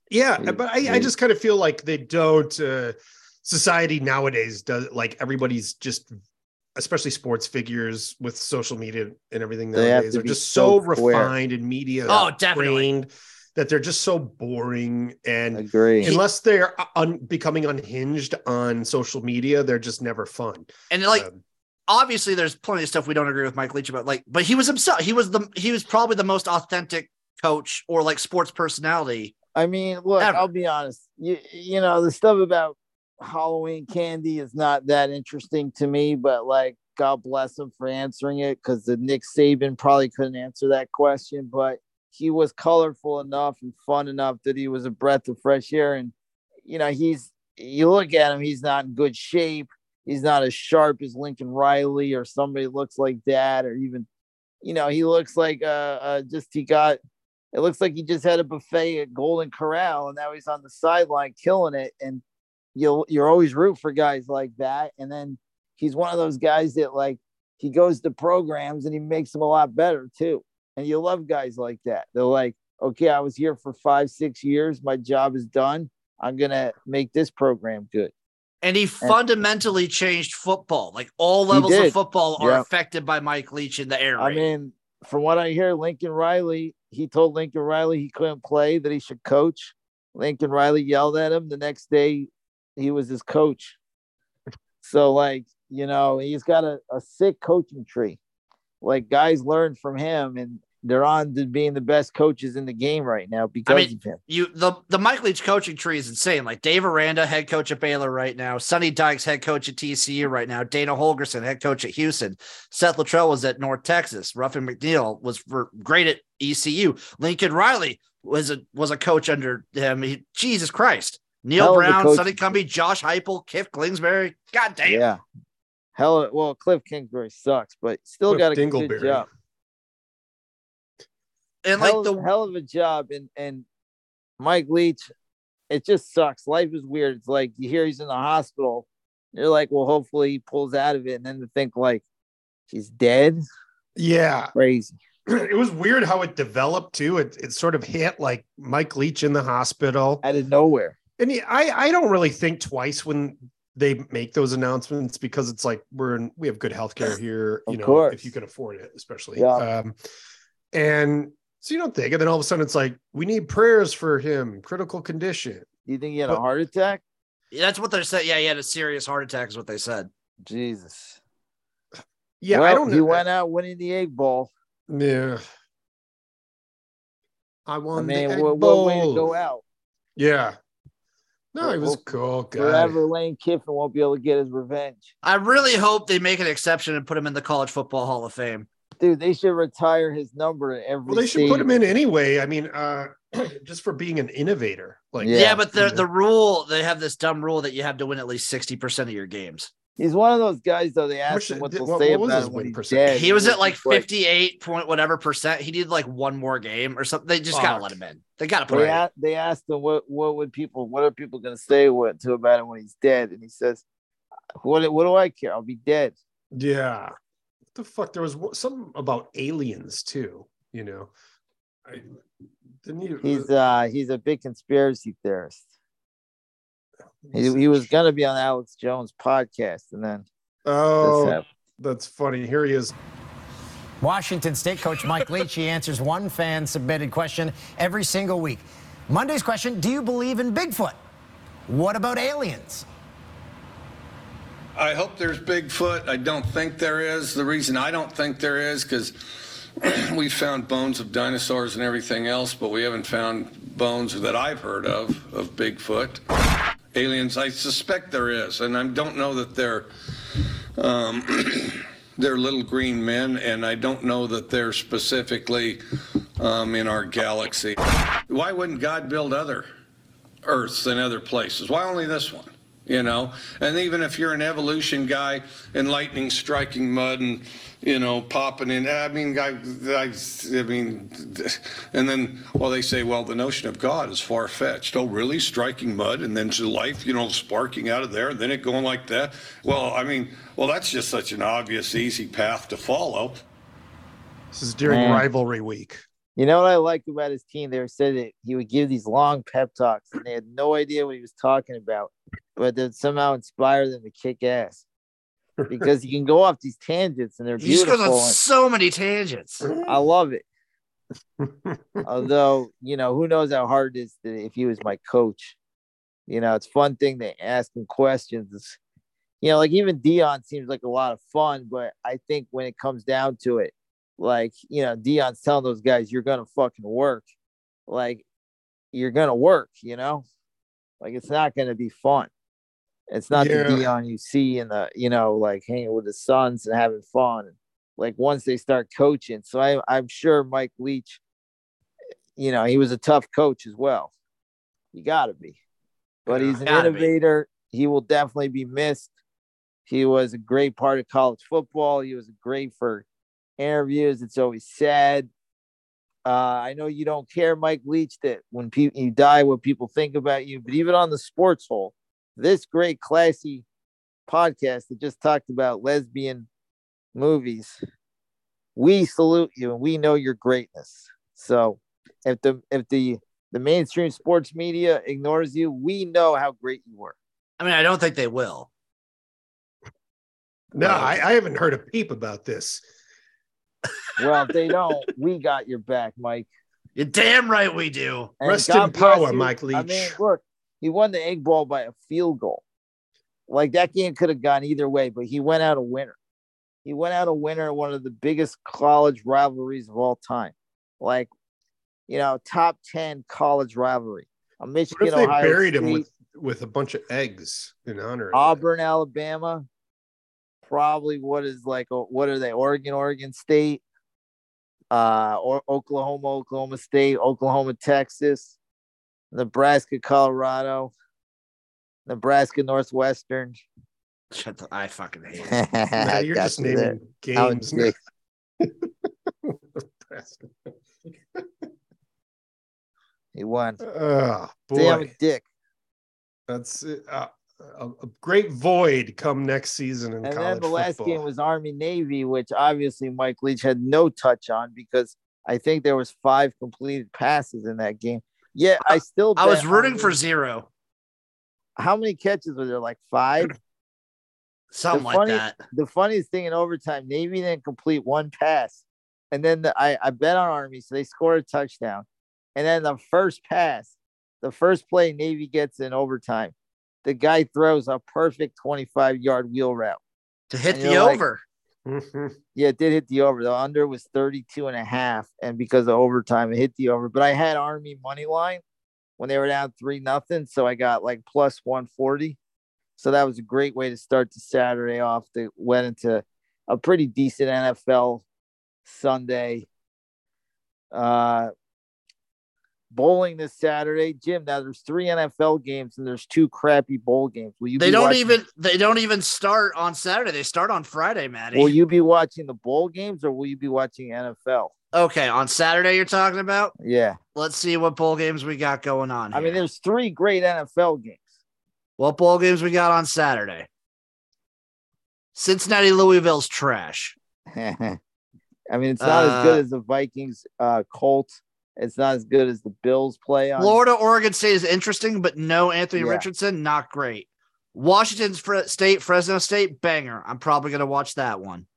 S2: Yeah,
S1: Mm,
S2: but I, I
S1: mm.
S2: just kind of feel like they don't. Uh, society nowadays does like everybody's just, especially sports figures with social media and everything
S1: They have
S2: nowadays
S1: to
S2: are
S1: be
S2: just
S1: so
S2: so
S1: square.
S2: refined and media
S3: Oh, definitely.
S2: trained that they're just so boring and
S1: Agree.
S2: unless they're uh, un- becoming unhinged on social media, they're just never fun.
S3: And like
S2: Um,
S3: obviously there's plenty of stuff we don't agree with Mike Leach about like but he was himself he was the he was probably the most authentic coach or like sports personality
S1: I mean, look,
S3: Ever.
S1: I'll be honest. You you know, the stuff about Halloween candy is not that interesting to me, but like God bless him for answering it because the Nick Saban probably couldn't answer that question, but he was colorful enough and fun enough that he was a breath of fresh air. And you know, he's you look at him, he's not in good shape. He's not as sharp as Lincoln Riley or somebody looks like that, or even, you know, he looks like uh, uh just he got it looks like he just had a buffet at Golden Corral, and now he's on the sideline killing it. And you'll you're always root for guys like that. And then he's one of those guys that like he goes to programs and he makes them a lot better too. And you love guys like that. They're like, okay, I was here for five, six years. My job is done. I'm gonna make this program good.
S3: and he fundamentally changed football like all levels
S1: did.
S3: of football are
S1: Yeah.
S3: affected by Mike Leach in the air
S1: I
S3: raid.
S1: mean, from what I hear, Lincoln Riley, he told Lincoln Riley he couldn't play, that he should coach. Lincoln Riley yelled at him. The next day, he was his coach. So, like, you know, he's got a, a sick coaching tree. Like, guys learn from him, and they're on to being the best coaches in the game right now because
S3: mean,
S1: of him.
S3: you the the Mike Leach coaching tree is insane like Dave Aranda head coach at Baylor right now Sonny Dykes head coach at TCU right now Dana Holgerson head coach at Houston Seth Luttrell was at North Texas Ruffin McNeil was for, great at ECU Lincoln Riley was a was a coach under him. He, Jesus Christ. Neil
S1: Hell of a
S3: Brown,
S1: coach.
S3: Sonny Cumby, Josh Heupel, Kiff Klingsbury. God damn.
S1: Yeah. Hell, well, Cliff Kingsbury sucks, but still
S2: Cliff
S1: got a
S2: Dingleberry.
S1: good job.
S3: and like
S1: hell,
S3: the
S1: hell of a job and and Mike Leach, it just sucks. Life is weird. It's like you hear he's in the hospital. You're like, well, hopefully he pulls out of it, and then to think like he's dead,
S2: yeah, (clears throat)
S1: crazy.
S2: it was weird how it developed too. It it sort of hit like Mike Leach in the hospital.
S1: Out of nowhere,
S2: And yeah, I I don't really think twice when they make those announcements because it's like we're in we have good
S1: (clears throat)
S2: healthcare here, you
S1: Of
S2: know,
S1: course.
S2: if you can afford it, especially.
S1: Yeah.
S2: Um, and so you don't think, and then all of a sudden it's like we need prayers for him, critical condition.
S1: do you think he had a
S2: But-
S1: heart attack?
S3: that's what they're saying. Yeah, he had a serious heart attack, is what they said.
S1: Jesus.
S2: Yeah, I
S1: Well,
S2: don't know.
S1: He went out winning the egg ball.
S2: Yeah. I
S1: I
S2: won
S1: mean,
S2: the egg
S1: what, what
S2: bowl.
S1: way to go out.
S2: Yeah. No,
S1: Well,
S2: he was
S1: well,
S2: cool guy.
S1: Forever, Lane Kiffin won't be able to get his revenge.
S3: I really hope they make an exception and put him in the College Football Hall of Fame.
S1: Dude, they should retire his number at every
S2: Well, they should put
S1: stadium.
S2: him in anyway. I mean, uh, (clears throat) just for being an innovator. Like,
S1: Yeah.
S3: Yeah, but the
S2: Yeah.
S3: the rule they have this dumb rule that you have to win at least sixty percent of your games.
S1: He's one of those guys, though. They
S2: much
S1: asked him what
S2: did-
S1: they'll
S2: what-
S1: say
S2: what was
S1: about
S2: his
S1: him when
S2: win
S1: he's
S2: percentage?
S1: dead.
S3: he was at like
S1: It's like-
S3: fifty eight point whatever percent. He needed like one more game or something. They just gotta
S2: Fuck.
S3: let him in. They gotta
S1: They,
S3: put him. in.
S1: a- they asked him what what would people what are people going to say what to about him when he's dead, and he says, "What what do I care? I'll be dead."
S2: yeah. What the fuck? There was wa- something about aliens too. You know, I didn't you?
S1: He's uh he's a big conspiracy theorist. He, he was going to be on Alex Jones' podcast, and then this
S2: Oh,
S1: happened.
S2: that's funny. Here he is.
S10: Washington State coach Mike Leach. He answers one fan submitted question every single week. Monday's question Do you believe in Bigfoot? What about aliens?
S7: I hope there's Bigfoot. I don't think there is. The reason I don't think there is because (clears throat) we found bones of dinosaurs and everything else, but we haven't found bones that I've heard of of Bigfoot. Aliens, I suspect there is, and I don't know that they're um, (clears throat) they're little green men, and I don't know that they're specifically um, in our galaxy. Why wouldn't God build other Earths and other places? Why only this one? you know and even if you're an evolution guy and lightning striking mud and you know popping in i mean i, I, I mean (laughs) and then well they say well the notion of god is far-fetched oh really striking mud and then to life you know sparking out of there and then it going like that well i mean well that's just such an obvious easy path to follow
S2: This is during
S1: Man.
S2: rivalry week.
S1: You know what I liked about his team there said that he would give these long pep talks and they had no idea what he was talking about, but that somehow inspired them to kick ass because he can go off these tangents and they're
S3: He just goes on
S1: beautiful.
S3: so many tangents.
S1: and I love it. Although, you know, who knows how hard it is to, if he was my coach. You know, it's a fun thing to ask him questions. You know, like even Dion seems like a lot of fun, but I think when it comes down to it, like, you know, Dion's telling those guys, you're going to fucking work. Like, you're going to work, you know? Like, it's not going to be fun. It's not
S2: Yeah.
S1: the Dion you see in the, you know, like hanging with the sons and having fun like once they start coaching. So I, I'm sure Mike Leach, you know, he was a tough coach as well. You got to be, but he's an
S3: Gotta be.
S1: innovator. He will definitely be missed. He was a great part of college football. He was great for interviews. It's always sad. Uh, I know you don't care, Mike Leach, that when pe- you die, what people think about you. But even on the sports hole, this great classy podcast that just talked about lesbian movies, we salute you and we know your greatness. So if the if the the mainstream sports media ignores you, we know how great you were.
S3: I mean, I don't think they will.
S2: (clears throat) No, I, I haven't heard a peep about this.
S1: Well, if
S2: (laughs)
S1: they don't, we got your back, Mike.
S3: You're damn right we do.
S1: And
S2: Rest
S1: God
S2: in power,
S1: bless
S2: Mike
S1: I mean,
S2: Leach.
S1: look, he won the egg ball by a field goal. Like that game could have gone either way, but he went out a winner. He went out a winner in one of the biggest college rivalries of all time. Like, you know, top 10 college rivalry. A
S2: What
S1: Michigan,
S2: if they
S1: Ohio
S2: buried
S1: State,
S2: him with, with a bunch of eggs in honor? of
S1: Auburn, Alabama. Probably what is like o- what are they? Oregon, Oregon State, uh, or Oklahoma, Oklahoma State, Oklahoma, Texas, Nebraska, Colorado, Nebraska, Northwestern. (laughs)
S3: Shut the, I fucking hate it.
S2: it? No, (laughs) you're
S1: Got
S2: just
S1: you
S2: naming
S1: there. Alan
S2: games. (laughs)
S1: Dick. He
S2: (laughs)
S1: won.
S2: oh boy,
S1: Damn it, Dick.
S2: that's uh, a, a great void come next season in
S1: And
S2: college
S1: then the last
S2: football. (laughs)
S1: game was Army Navy, which obviously Mike Leach had no touch on because I think there was five completed passes in that game. Yeah, I still
S3: I was
S1: bet
S3: rooting
S1: Army-
S3: for zero.
S1: how many catches were there? Like five.
S3: Something
S1: The
S3: like
S1: funny-
S3: that.
S1: the funniest thing in overtime, Navy didn't complete one pass. And then the, I, I bet on Army, so they scored a touchdown. And then the first pass, the first play Navy gets in overtime, the guy throws a perfect 25 yard wheel route.
S3: To hit
S1: And
S3: the
S1: you're like-
S3: over.
S2: Mm-hmm.
S1: Yeah, it did hit the over. The under was 32 and a half. And because of overtime, it hit the over. But I had Army money line when they were down three nothing. So I got like plus 140. So that was a great way to start the Saturday off that went into a pretty decent NFL Sunday. Uh bowling this Saturday. Jim, now there's three NFL games and there's two crappy bowl games. Will you
S3: They
S1: be
S3: don't
S1: watching-
S3: even they don't even start on Saturday. They start on Friday, Maddie.
S1: will you be watching the bowl games or will you be watching NFL?
S3: okay, on Saturday you're talking about.
S1: Yeah.
S3: Let's see what bowl games we got going on.
S1: I mean,
S3: here.
S1: there's three great NFL games. (laughs)
S3: What bowl games we got on Saturday? Cincinnati Louisville's trash.
S1: I mean, it's not as
S3: Uh,
S1: good as the Vikings uh Colts. It's not as good as the Bills play on.
S3: Florida Oregon State is interesting, but no Anthony
S1: Yeah.
S3: Richardson, not great. Washington Fre- State, Fresno State, banger. I'm probably gonna watch that one.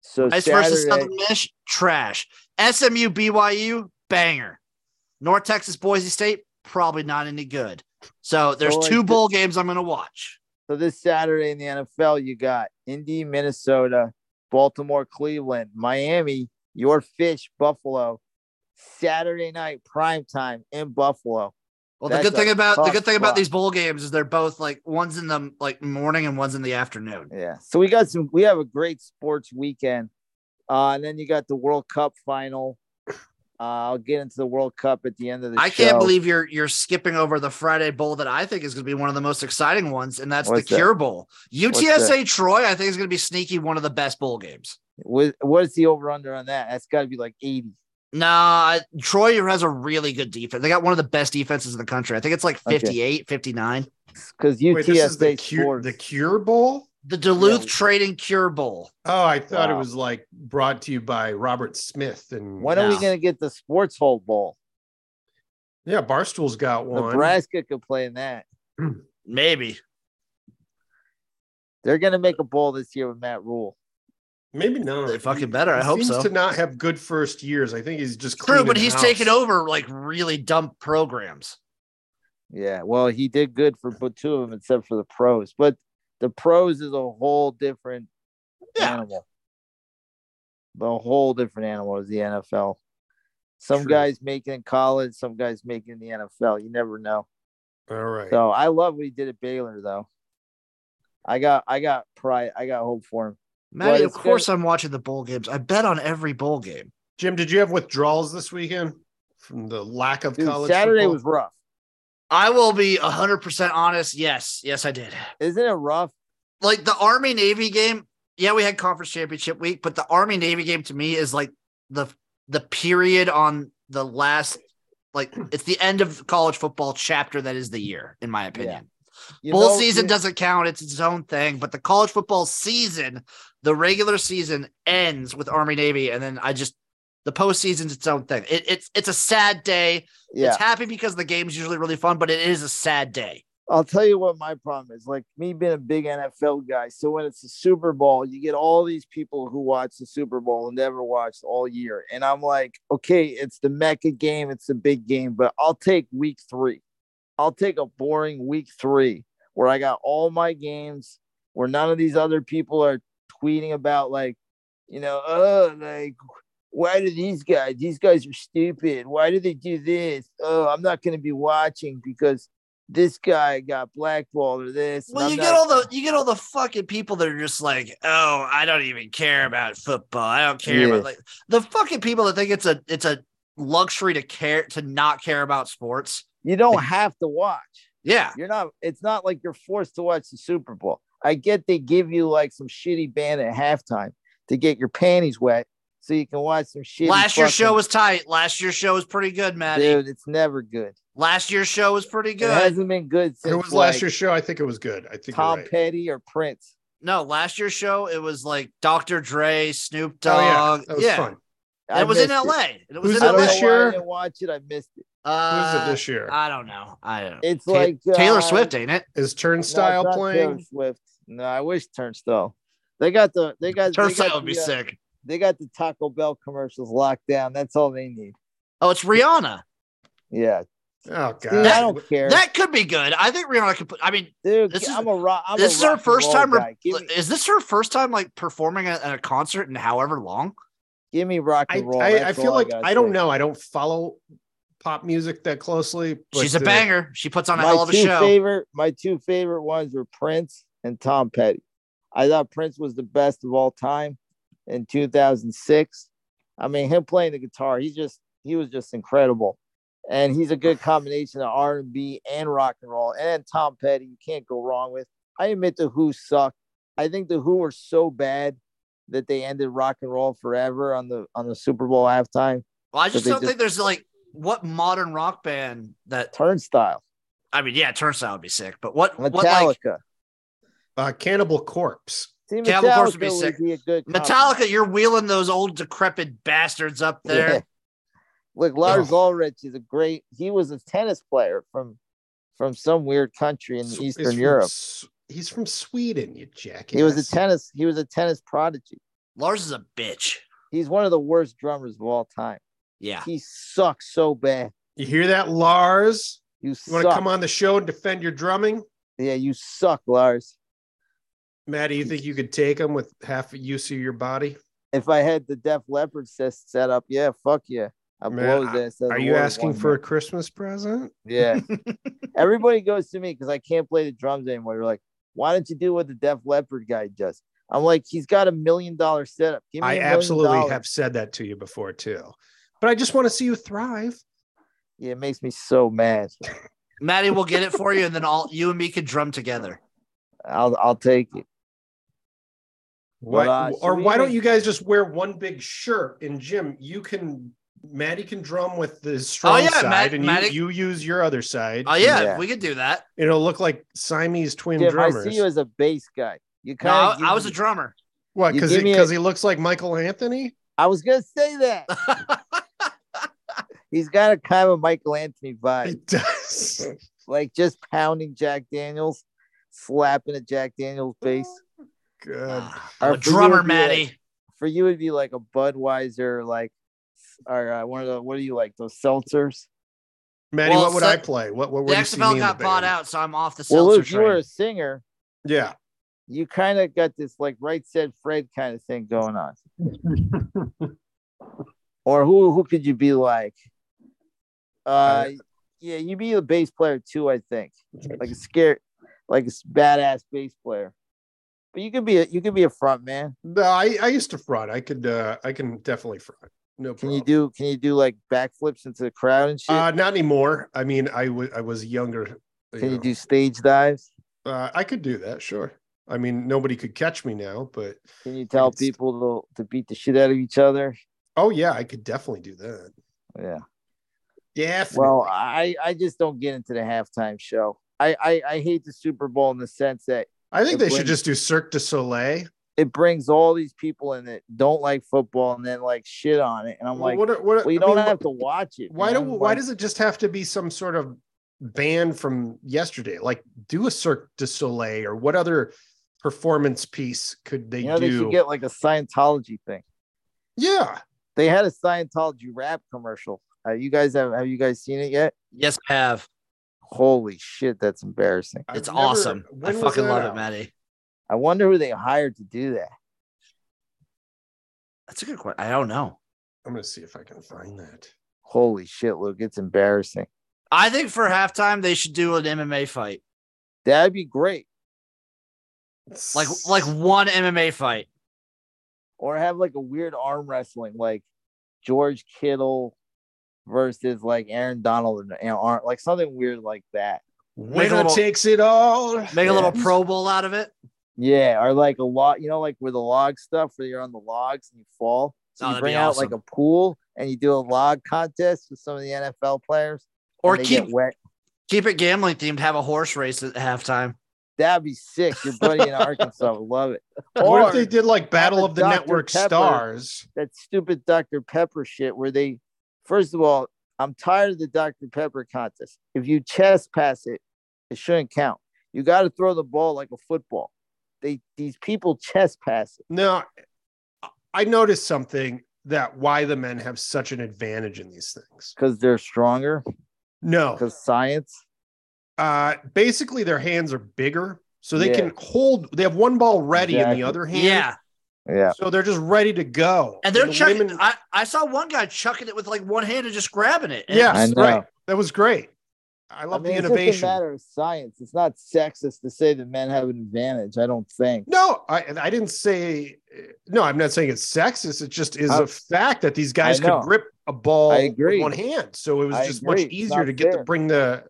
S1: so
S3: Ice
S1: Saturday,
S3: versus Southern Mish, trash. SMU BYU, banger. North Texas Boise State, probably not any good. So there's
S1: So, like,
S3: two
S1: the-
S3: bowl games I'm gonna watch.
S1: So this Saturday in the NFL, you got Indy, Minnesota, Baltimore, Cleveland, Miami, your fish, Buffalo. Saturday night prime time in Buffalo.
S3: Well, the
S1: That's
S3: good thing
S1: a
S3: about the
S1: tough
S3: good thing about
S1: spot.
S3: these bowl games is they're both like one's in the like morning and one's in the afternoon.
S1: Yeah. So we got some. We have a great sports weekend, uh, and then you got the World Cup final. Uh, I'll get into the World Cup at the end of the
S3: I
S1: show.
S3: can't believe you're you're skipping over the Friday Bowl that I think is going to be one of the most exciting ones, and that's
S1: What's
S3: the
S1: that?
S3: Cure Bowl.
S1: that?
S3: UTSA Troy, I think is going to be sneaky one of the best bowl games.
S1: What, what is the over under on that? That's got to be like 80.
S3: No, I- Troy has a really good defense. They got one of the best defenses in the country. I think it's like
S1: Okay.
S3: 58, 59.
S1: Because
S2: Wait, this is
S1: UTSA
S2: the cure,
S1: scores.
S2: the Cure Bowl.
S3: The Duluth
S1: Yeah.
S3: Trading Cure Bowl.
S2: Oh, I thought it
S1: Wow.
S2: was like brought to you by Robert Smith and
S1: when are we
S3: No.
S1: going to get the Sports Hole Bowl?
S2: yeah, Barstool's got one.
S1: Nebraska could play in that.
S3: Maybe.
S1: They're going to make a bowl this year with Matt Rule.
S2: Maybe not.
S3: They fucking better. I
S2: He
S3: hope
S2: seems
S3: so.
S2: to not have good first years. I think he's just
S3: True, but
S2: cleaning
S3: he's
S2: house.
S3: taken over like really dumb programs.
S1: Yeah, well, he did good for but two of them, except for the pros. But the pros is a whole different
S3: Yeah.
S1: animal. The whole different animal is the NFL. Some
S2: True.
S1: guys make it in college, some guys make it in the NFL. You never know.
S2: All right.
S1: So I love what he did at Baylor, though. I got, I got pride, I got hope for him.
S3: Maddie, of
S1: it's good.
S3: course I'm watching the bowl games. I bet on every bowl game.
S2: Jim, did you have withdrawals this weekend from the lack of
S1: Dude,
S2: college?
S1: Saturday
S2: football?
S1: was rough.
S3: I will be 100% honest. Yes. Yes, I did.
S1: Isn't it rough?
S3: like the Army Navy game. Yeah, we had conference championship week, but the Army Navy game to me is like the the period on the last like (clears throat) it's the end of college football chapter that is the year, in my opinion.
S1: You
S3: Bowl
S1: know-
S3: season
S1: you-
S3: doesn't count, it's its own thing, but the college football season, the regular season ends with Army Navy, and then I just the postseason's its own thing. It, it's it's a sad day.
S1: Yeah,
S3: It's happy because the game's usually really fun, but it is a sad day.
S1: I'll tell you what my problem is. Like me being a big NFL guy, so when it's the Super Bowl, you get all these people who watch the Super Bowl and never watched all year, and I'm like, okay, it's the mecca game, it's the big game, but I'll take week three. I'll take a boring week three where I got all my games, where none of these other people are tweeting about like, you know, oh, like why do these guys? These guys are stupid. Why do they do this? Oh, I'm not going to be watching because this guy got blackballed or this. and
S3: Well,
S1: I'm
S3: you
S1: not-
S3: get all the you get all the fucking people that are just like, oh, I don't even care about football. I don't care
S1: Yeah.
S3: about like the fucking people that think it's a it's a luxury to care to not care about sports.
S1: You don't have to watch.
S3: Yeah,
S1: You're not. It's not like you're forced to watch the Super Bowl. I get they give you like some shitty band at halftime to get your panties wet so you can watch some shitty.
S3: last year's show
S1: fucking-
S3: was tight. Last year's show was pretty good, Maddie.
S1: dude. It's never good.
S3: Last year's show was pretty
S1: It
S3: good.
S1: hasn't been good since
S2: It was
S1: like,
S2: last year's show. I think it was good. I think
S1: Tom
S2: you're right. Oh,
S1: Petty or Prince.
S3: No, last year's show it was like Dr. Dre, Snoop
S2: Oh, yeah.
S3: Dogg.
S2: That was
S3: yeah,
S2: fun.
S1: I
S3: that was in
S1: missed it.
S3: LA. It, was
S2: Who's
S3: in
S1: I
S2: it
S1: don't
S3: LA.
S1: know
S2: this
S1: why
S2: year?
S1: I didn't watch it. I missed it.
S2: What is
S3: Uh,
S2: it this year?
S3: I don't know. I don't.
S1: It's
S3: Ta-
S1: like
S3: Taylor
S1: uh,
S3: Swift, ain't it?
S2: Is
S1: no, it's
S2: Turnstile
S1: not Taylor
S2: playing?
S1: Swift. No, I wish Turnstile. They got the they got they
S3: Turnstile
S1: got
S3: would be
S1: the, uh,
S3: sick.
S1: They got the Taco Bell commercials locked down. That's all they need.
S3: Oh, it's Rihanna.
S1: Yeah,
S2: Oh god.
S1: Dude, I don't care.
S3: That could be good. I think Rihanna could put. I mean,
S1: Dude,
S3: this is-
S1: I'm a rock. I'm
S3: this
S1: a
S3: is her
S1: rock and
S3: first
S1: roll
S3: time. re-
S1: guy. give, me,
S3: is this her first time like performing at, at a concert in however long?
S1: give me rock
S2: I,
S1: and roll.
S2: I, I
S1: That's
S2: feel
S1: all
S2: like
S1: gotta
S2: I, don't
S1: say.
S2: know. I don't follow pop music that closely. but
S3: She's a
S2: the-
S3: banger. She puts on a
S1: my
S3: hell of a
S1: two
S3: show.
S1: favorite my two favorite ones were Prince and Tom Petty. I thought Prince was the best of all time in 2006. I mean, him playing the guitar, he just he was just incredible, and he's a good combination of R and B and rock and roll. And Tom Petty, you can't go wrong with. I admit the Who sucked. I think the Who were so bad that they ended rock and roll forever on the on the Super Bowl halftime.
S3: Well, I just
S1: they
S3: don't
S1: just-
S3: think there's like what modern rock band that.
S1: Turnstile,
S3: I mean, yeah, Turnstile would be sick, but what what like
S1: Metallica.
S2: uh, Cannibal Corpse.
S1: See,
S3: Cannibal Corpse would be
S1: Metallica would
S3: sick.
S1: be a good compliment.
S3: Metallica? You're wheeling those old decrepit bastards up there.
S1: Yeah. Look, Lars Ulrich is a great. He was a tennis player from from some weird country in
S2: Sw- is
S1: Eastern
S2: from
S1: Europe.
S2: S- He's from Sweden, you jackass.
S1: He was a tennis. He was a tennis prodigy.
S3: Lars is a bitch.
S1: He's one of the worst drummers of all time.
S3: Yeah,
S1: He sucks so bad.
S2: You hear that, Lars?
S1: You,
S2: You want to
S1: suck.
S2: come on the show and defend your drumming?
S1: Yeah, you suck, Lars.
S2: Matt, do you think you could take him with half a use of your body?
S1: If I had the Def Leppard ses- set up, yeah, fuck yeah, I
S2: Man,
S1: blow this. out of
S2: Are
S1: the
S2: you
S1: water
S2: asking
S1: one
S2: for a
S1: night.
S2: Christmas present? (laughs)
S1: Yeah. Everybody goes to me because I can't play the drums anymore. They're like, why don't you do what the Def Leppard guy does? I'm like, he's got a million dollar setup. Give me a
S2: I
S1: million
S2: absolutely
S1: dollars."
S2: have said that to you before too. But I just want to see you thrive.
S1: Yeah, it makes me so mad.
S3: Maddie will get it for you, and then all you and me could drum together.
S1: I'll I'll take it.
S2: Why,
S1: Well, uh,
S2: or
S1: should we
S2: why don't
S1: even-
S2: you guys just wear one big shirt and Jim, you can Maddie can drum with the strong
S3: Oh, yeah,
S2: side
S3: Matt-
S2: and
S3: Maddie-
S2: you, you use your other side.
S3: Oh yeah,
S1: Yeah.
S3: we could do that.
S2: It'll look like Siamese twin
S1: Jim, I
S2: drummers.
S1: see you as a bass guy. You
S3: No,
S1: kind
S3: I,
S1: of
S3: I was a drummer.
S2: what?
S1: you
S2: Because
S1: give me a-
S2: because he looks like Michael Anthony.
S1: I was gonna say that.
S3: (laughs)
S1: He's got a kind of Michael Anthony vibe, (laughs)
S2: It does.
S1: like just pounding Jack Daniels, slapping a Jack Daniels bass.
S2: Good.
S3: Ah,
S1: Or
S3: I'm a
S1: for you,
S3: drummer,
S1: it'd be like-
S3: Maddie.
S1: For you, it'd be like a Budweiser, like or uh, one of the what do you like those seltzers?
S2: Maddie,
S3: Well,
S2: what would
S3: so-
S2: I play? What what
S3: The
S2: would you see me
S3: XFL
S2: in the
S3: got bought
S2: band?
S3: out, so I'm off the
S1: Well,
S3: seltzer
S1: Luke, you were
S3: train.
S1: a singer.
S2: Yeah.
S1: You kind of got this like right said Fred kind of thing going
S3: (laughs)
S1: on. or who who could you be like? Uh, yeah, you'd be a bass player too, I think. Like a scare, like a s- badass bass player. But you could be a you could be a front man.
S2: No, I, I used to front. I could uh I can definitely front. No
S1: Can
S2: problem.
S1: you do can you do like backflips into the crowd and shit?
S2: Uh, not anymore. I mean, I wa- I was younger. you
S1: can you
S2: know.
S1: do stage dives?
S2: Uh, I could do that, sure. I mean, nobody could catch me now, but
S1: Can you tell
S2: it's-
S1: people to, to beat the shit out of each other?
S2: oh yeah, I could definitely do that.
S1: Yeah.
S2: (laughs) Yeah.
S1: Well, I I just don't get into the halftime show. I I, I hate the Super Bowl in the sense that
S2: I think they
S1: Blink.
S2: should just do Cirque du Soleil.
S1: it brings all these people in that don't like football and then like shit on it. And I'm
S2: Well,
S1: like,
S2: what, are- what, are-
S1: well, you
S2: I
S1: don't
S2: mean,
S1: have to watch it.
S2: Why
S1: man.
S2: do why
S1: Like,
S2: does it just have to be some sort of band from yesterday? Like, do a Cirque du Soleil or what other performance piece could they
S1: you know they
S2: do?
S1: should get like a Scientology thing?
S2: yeah,
S1: They had a Scientology rap commercial. Uh, you guys have have you guys seen it yet?
S3: Yes, I have.
S1: Holy shit, that's embarrassing.
S2: I've
S3: It's
S2: never-
S3: awesome. I
S2: when was
S3: fucking
S2: that
S3: love
S2: out?
S3: it, Maddie.
S1: I wonder who they hired to do that.
S3: That's a good question. I don't know.
S2: I'm gonna see if I can find that.
S1: Holy shit, Luke, it's embarrassing.
S3: I think for halftime they should do an MMA fight,
S1: That'd be great.
S3: like like one MMA fight.
S1: Or have like a weird arm wrestling, like George Kittle versus like Aaron Donald and and Ar- like something weird like that.
S3: Make a
S2: winner
S3: little-
S2: takes it all.
S3: Make
S1: Yeah.
S3: a little Pro Bowl out of it.
S1: Yeah, or like a lot, you know, like with the log stuff where you're on the logs and you fall. So
S3: Oh,
S1: you
S3: that'd
S1: bring
S3: be
S1: out like a
S3: awesome.
S1: pool and you do a log contest with some of the NFL players.
S3: Or
S1: and they
S3: keep
S1: get wet.
S3: keep it gambling themed. Have a horse race at halftime.
S1: That'd be sick. Your buddy
S3: (laughs)
S1: in Arkansas would love it.
S2: What
S1: Or
S2: if they did like Battle
S1: a
S2: of the
S1: Dr.
S2: Network
S1: Pepper.
S2: Stars?
S1: that stupid Dr. Pepper shit where they, first of all, I'm tired of the Dr. Pepper contest. If you chest pass it, it shouldn't count. You got to throw the ball like a football. They these people chest pass it.
S2: No, I noticed something that why the men have such an advantage in these things.
S1: because they're stronger.
S2: No.
S1: because science.
S2: Uh, basically, their hands are bigger, so they
S1: Yeah.
S2: can hold. They have one ball ready in
S1: Exactly.
S2: the other hand.
S3: Yeah.
S1: Yeah,
S2: So they're just ready to go.
S3: And they're
S2: the
S3: chucking.
S2: women-
S3: I, I saw one guy chucking it with like one hand and just grabbing it. And
S1: I
S2: yes,
S1: know.
S2: right. That was great. I
S1: I
S2: love
S1: mean,
S2: the
S1: it's just a
S2: innovation.
S1: matter of science. It's not sexist to say that men have an advantage. I don't think.
S2: No, I, I didn't say. uh, No, I'm not saying it's sexist. It just is
S1: I-
S2: a fact that these guys
S1: Uh, I
S2: could
S1: know.
S2: grip a ball
S1: I agree.
S2: with one hand, so it was
S1: I
S2: just
S1: agree.
S2: much
S1: It's
S2: easier
S1: not
S2: to get to
S1: fair.
S2: bring the.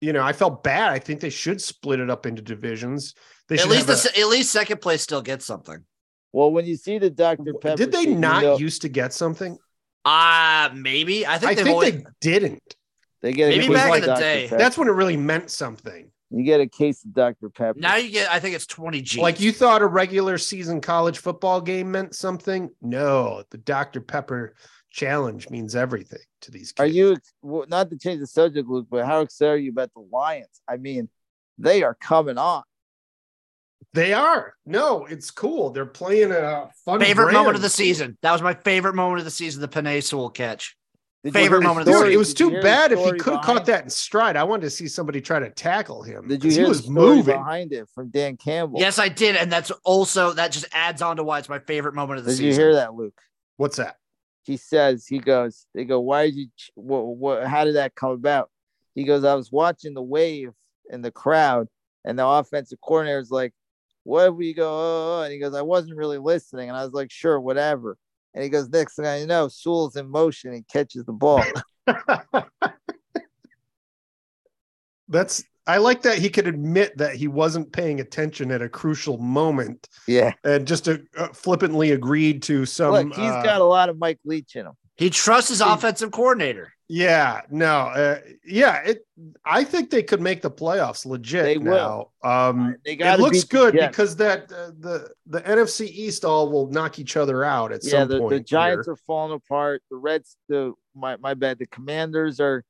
S2: You know, I felt bad. I think they should split it up into divisions. They
S3: At
S2: should
S3: least the,
S2: have
S3: se- at least second place still gets something.
S1: Well, when you see the
S2: a-
S1: Dr. Pepper,
S2: did they
S1: sheet, you
S2: not
S1: know-
S2: used to get something?
S3: Ah, maybe. I think
S2: I
S3: they've
S2: think
S3: always,
S2: they didn't.
S1: They get a
S3: Maybe
S1: case
S2: back
S1: of
S2: in the
S1: Dr.
S3: day.
S1: Pepper.
S2: That's when it really meant something.
S1: you get a case of Dr. Pepper.
S3: now you get. I think it's twenty G.
S2: Like you thought a regular season college football game meant something. No, the Dr. Pepper challenge means everything to these kids.
S1: Are you ex- well, not to change the subject, Luke? But how excited are you about the Lions? I mean, they are coming on.
S2: They are. No, it's cool. They're playing a fun
S3: favorite
S2: brand.
S3: moment of the season. That was my favorite moment of the season. The Panay Sewell catch.
S1: Did you
S3: Favorite
S1: hear the
S3: moment of the
S2: Dude,
S1: story?
S2: it was
S1: Did you
S2: too
S1: hear the
S2: bad if he
S1: story
S2: could have
S1: behind-
S2: caught that in stride. I wanted to see somebody try to tackle him.
S1: Did you
S2: 'cause
S1: hear
S2: he
S1: the
S2: was
S1: story
S2: moving.
S1: behind it from Dan Campbell?
S3: Yes, I did, and that's also that just adds on to why it's my favorite moment of the
S1: Did
S3: season.
S1: you hear that, Luke?
S2: What's that? (laughs)
S1: He says he goes. They go. Why did you? ch- What? What? How did that come about? He goes. I was watching the wave in the crowd, and the offensive coordinator is like, "What?" We go. Oh, oh," and he goes. I wasn't really listening, and I was like, "Sure, whatever." And he goes. Next thing I know, Sewell's in motion and catches the ball. (laughs)
S2: That's I like that he could admit that he wasn't paying attention at a crucial moment
S1: yeah.
S2: and just uh, uh, flippantly agreed to some
S1: Look, he's
S2: uh,
S1: got a lot of Mike Leach in him.
S3: He trusts his offensive coordinator.
S2: Yeah, no, uh, yeah, it. I think they could make the playoffs legit
S1: They
S2: now.
S1: will.
S2: Um,
S1: They got
S2: it looks good because that uh, the the NFC East all will knock each other out at
S1: yeah,
S2: some
S1: the,
S2: point.
S1: the Giants
S2: here.
S1: are falling apart. The Reds, the my my bad, the Commanders are,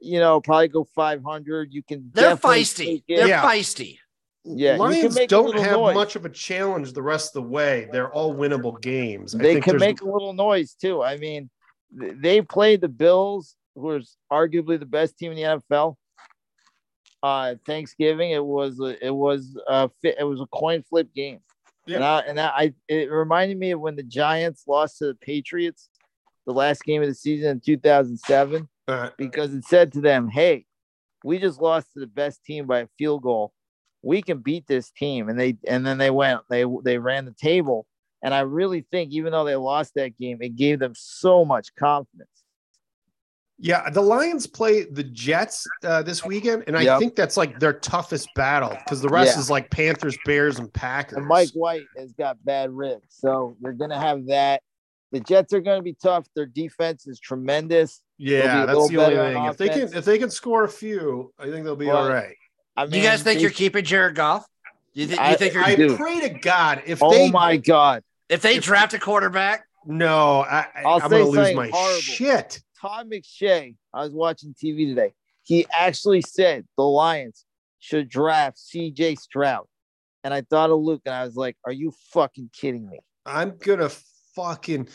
S1: you know, probably go five hundred. You can
S3: They're
S1: definitely
S3: feisty.
S1: take it.
S3: They're
S2: Yeah.
S3: feisty.
S1: Yeah, you can
S2: Lions
S1: make a
S2: don't
S1: little
S2: have
S1: noise.
S2: much of a challenge the rest of the way. They're all winnable games. I
S1: They
S2: think
S1: can
S2: there's-
S1: make a little noise too. I mean, th- they played the Bills, who is arguably the best team in the NFL. Uh, Thanksgiving, it was a, it was a fi- it was a coin flip game,
S2: Yeah.
S1: and I, and I it reminded me of when the Giants lost to the Patriots, the last game of the season in two thousand seven.
S2: uh,
S1: because it said to them, "Hey, we just lost to the best team by a field goal. We can beat this team." And they and then they went they they ran the table. And I really think even though they lost that game, it gave them so much confidence.
S2: Yeah, the Lions play the Jets uh, this weekend, and I
S1: Yep.
S2: think that's like their toughest battle because the rest
S1: Yeah.
S2: is like Panthers, Bears, and Packers.
S1: And Mike White has got bad ribs, so you're going to have that. The Jets are going to be tough. Their defense is tremendous. They'll be
S2: yeah,
S1: a
S2: that's
S1: little
S2: the only
S1: better on
S2: thing. If they can,
S1: offense.
S2: if they can score a few, I think they'll be
S1: Well,
S2: all right.
S1: I
S3: You
S1: mean,
S3: guys think
S1: they-
S3: you're keeping Jared Goff? You, thi-
S1: I-
S3: you think you're,
S2: I
S1: do.
S2: pray to God if
S1: Oh
S2: they
S1: my God,
S3: if they draft a quarterback,
S2: no, I, I,
S1: I'll
S2: am
S1: say
S2: gonna lose
S1: something
S2: my
S1: horrible.
S2: shit.
S1: Todd McShay. I was watching TV today. He actually said the Lions should draft C.J. Stroud, and I thought of Luke, and I was like, "Are you fucking kidding me?"
S2: I'm gonna fucking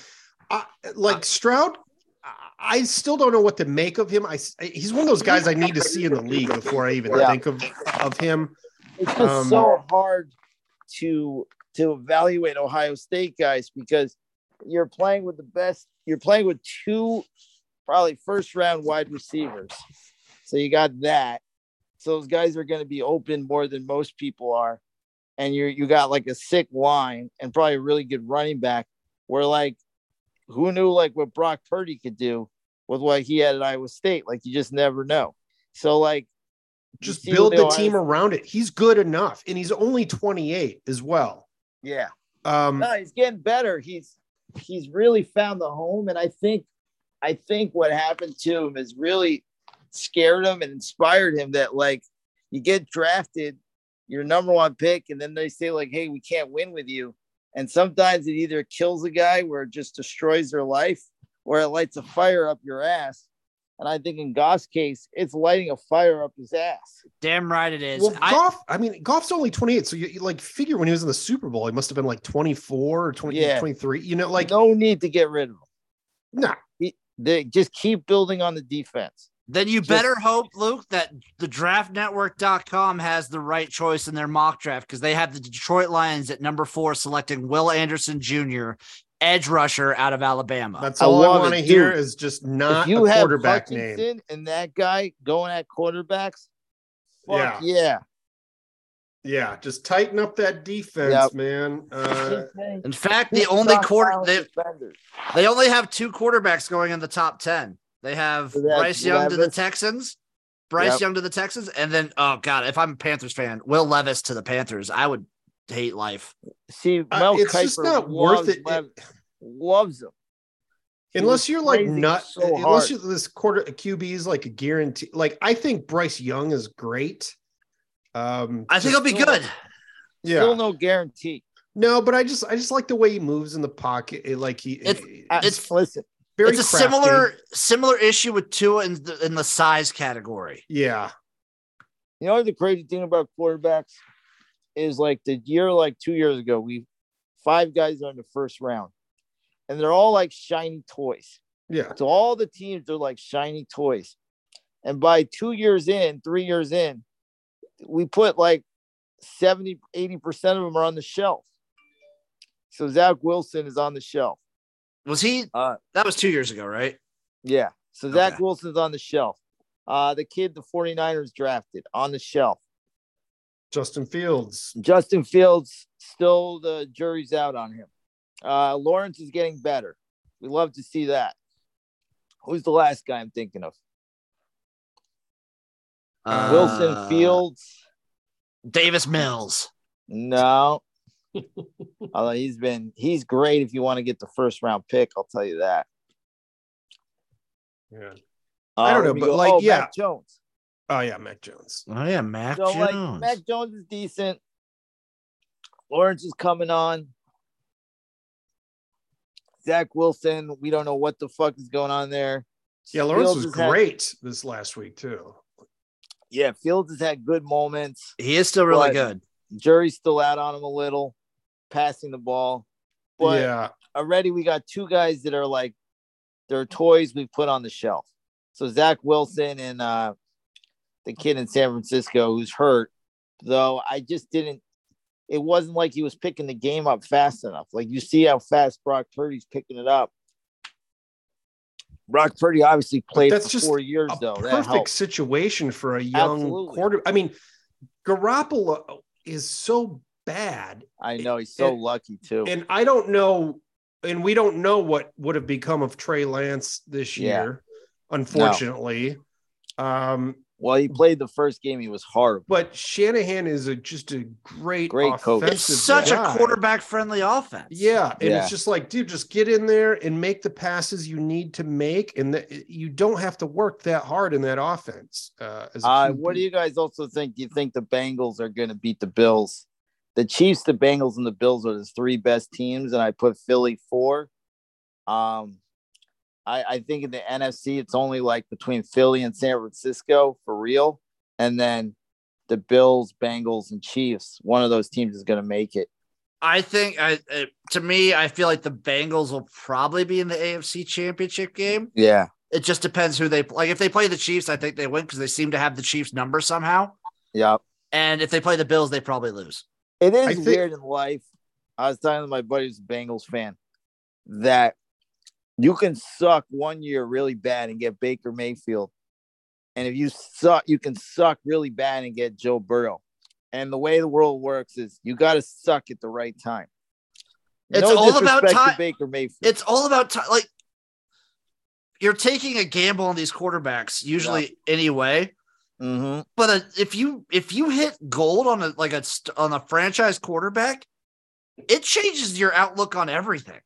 S2: I, like Stroud. I- I still don't know what to make of him. I s- he's one of those guys I need to see in the league before I even
S1: Yeah.
S2: think of of him.
S1: it's just
S2: Um,
S1: so hard to to evaluate Ohio State guys because you're playing with the best. You're playing with two probably first round wide receivers, so you got that. So those guys are going to be open more than most people are, and you you got like a sick line and probably a really good running back. Where like, who knew like what Brock Purdy could do with what he had at Iowa State? Like you just never know. So like, you
S2: just
S1: see
S2: build
S1: with
S2: the
S1: Ohio-
S2: team around it. He's good enough, and he's only 28 as well.
S1: Yeah.
S2: Um,
S1: no, he's getting better. He's he's really found the home, and I think I think what happened to him is really scared him and inspired him that like you get drafted, your number one pick, and then they say like, hey, we can't win with you, and sometimes it either kills a guy where it just destroys their life, or it lights a fire up your ass. And I think in Goff's case, it's lighting a fire up his ass.
S3: damn right it is.
S2: well,
S3: I,
S2: Goff. I mean, Goff's only 28, so you, you, like figure when he was in the Super Bowl, he must have been like 24 or 20,
S1: Yeah.
S2: 23. You know, like
S1: no need to get rid of him.
S2: Nah.
S1: He, They just keep building on the defense.
S3: Then you
S1: Just-
S3: better hope, Luke, that the draftnetwork.com has the right choice in their mock draft because they have the Detroit Lions at number four selecting Will Anderson Jr., edge rusher out of Alabama.
S2: That's
S1: I
S2: all I,
S1: love
S2: want to
S1: it,
S2: hear
S1: dude.
S2: is just not
S1: if
S2: a
S1: you have
S2: quarterback
S1: Hutchinson
S2: name.
S1: and that guy going at quarterbacks,
S2: Yeah.
S1: fuck yeah.
S2: Yeah, just tighten up that defense,
S1: Yep.
S2: man.
S1: (laughs)
S2: Uh,
S3: in fact, the only quarter they, they only have two quarterbacks going in the top ten. They have
S1: So that's
S3: Bryce Young to the
S1: Levis.
S3: Texans, Bryce
S1: Yep.
S3: Young to the Texans, and then oh god, if I'm a Panthers fan, Will Levis to the Panthers. I would hate life.
S1: See,
S2: Uh,
S1: Mel
S2: it's
S1: Kiper
S2: just not
S1: loves
S2: worth it.
S1: Lev- loves him. He
S2: unless
S1: was
S2: you're like
S1: praising
S2: not,
S1: so
S2: unless
S1: hard.
S2: you this quarter QB is like a guarantee. Like I think Bryce Young is great. Um,
S3: I think
S2: just
S3: it'll be
S2: still-
S3: good.
S2: Yeah,
S1: Still no guarantee.
S2: no, but I just I just like the way he moves in the pocket. It, like he,
S3: It's-
S1: I-
S3: It's-
S1: listen,
S2: very
S3: it's a
S2: crafty.
S3: similar similar issue with Tua in the, in the size category.
S2: Yeah,
S1: you know the crazy thing about quarterbacks is like the year like two years ago, we five guys are in the first round, and they're all like shiny toys.
S2: yeah,
S1: So all the teams are like shiny toys. And by two years in, three years in, we put like 70, 80% of them are on the shelf. So Zach Wilson is on the shelf.
S3: Was he?
S1: Uh,
S3: that was two years ago, right?
S1: Yeah. So Zach
S3: Okay.
S1: Wilson's on the shelf. Uh, the kid the 49ers drafted on the shelf.
S2: Justin Fields.
S1: Justin Fields, still the jury's out on him. Uh, Lawrence is getting better. We love to see that. Who's the last guy I'm thinking of? Wilson
S3: Uh,
S1: Fields.
S3: Davis Mills.
S1: No. Although he's been he's great if you want to get the first round pick, I'll tell you that.
S2: Yeah.
S1: Uh,
S2: I don't know,
S1: let me
S2: but like,
S1: oh,
S2: yeah.
S1: Mac Jones.
S2: Oh yeah, Mac Jones.
S3: Oh yeah, Mac
S1: So like
S3: Jones.
S1: Mac Jones is decent. Lawrence is coming on. Zach Wilson, we don't know what the fuck is going on there.
S2: Yeah, Lawrence
S1: Fields
S2: was
S1: has had-
S2: great this last week too.
S1: yeah, Fields has had good moments.
S3: he is still really
S1: But-
S3: good.
S1: Jury's still out on him a little, passing the ball. But
S2: yeah,
S1: already we got two guys that are like they're toys we put on the shelf. So Zach Wilson and uh the kid in San Francisco who's hurt, though I just didn't it wasn't like he was picking the game up fast enough. Like you see how fast Brock Purdy's picking it up. Brock Purdy obviously played
S2: that's
S1: for
S2: just
S1: four years
S2: a
S1: though. That
S2: perfect
S1: helps.
S2: situation for a young
S1: Absolutely.
S2: quarter. I mean, Garoppolo is so bad,
S1: I know he's so
S2: and-
S1: lucky too.
S2: and I don't know, and we don't know what would have become of Trey Lance this
S1: Yeah.
S2: year, unfortunately. Um,
S1: well, he played the first game, he was horrible.
S2: but Shanahan is a, just a great,
S1: Great coach.
S2: offensive
S3: It's such
S2: guy.
S3: a quarterback friendly offense.
S2: Yeah, and
S1: Yeah.
S2: it's just like, dude, just get in there and make the passes you need to make, and that you don't have to work that hard in that offense. Uh, as a
S1: Uh,
S2: QB.
S1: what do you guys also think? Do you think the Bengals are going to beat the Bills? The Chiefs, the Bengals, and the Bills are the three best teams, and I put Philly four. Um, I, I think in the NFC, it's only like between Philly and San Francisco for real, and then the Bills, Bengals, and Chiefs. One of those teams is going to make it.
S3: I think I it, to me, I feel like the Bengals will probably be in the AFC Championship game.
S1: Yeah,
S3: It just depends who they like. If they play the Chiefs, I think they win because they seem to have the Chiefs number somehow.
S1: yeah.
S3: And if they play the Bills, they probably lose.
S1: It is
S2: I thi-
S1: weird in life. I was talking to my buddy who's a Bengals fan that you can suck one year really bad and get Baker Mayfield. And if you suck, you can suck really bad and get Joe Burrow. And the way the world works is you got to suck at the right time.
S3: It's
S1: no
S3: all about
S1: disrespect to
S3: ti-
S1: Baker Mayfield.
S3: It's all about ti- like you're taking a gamble on these quarterbacks usually anyway.
S1: Mhm.
S3: But uh, if you if you hit gold on a like a st- on a franchise quarterback, it changes your outlook on everything.
S2: But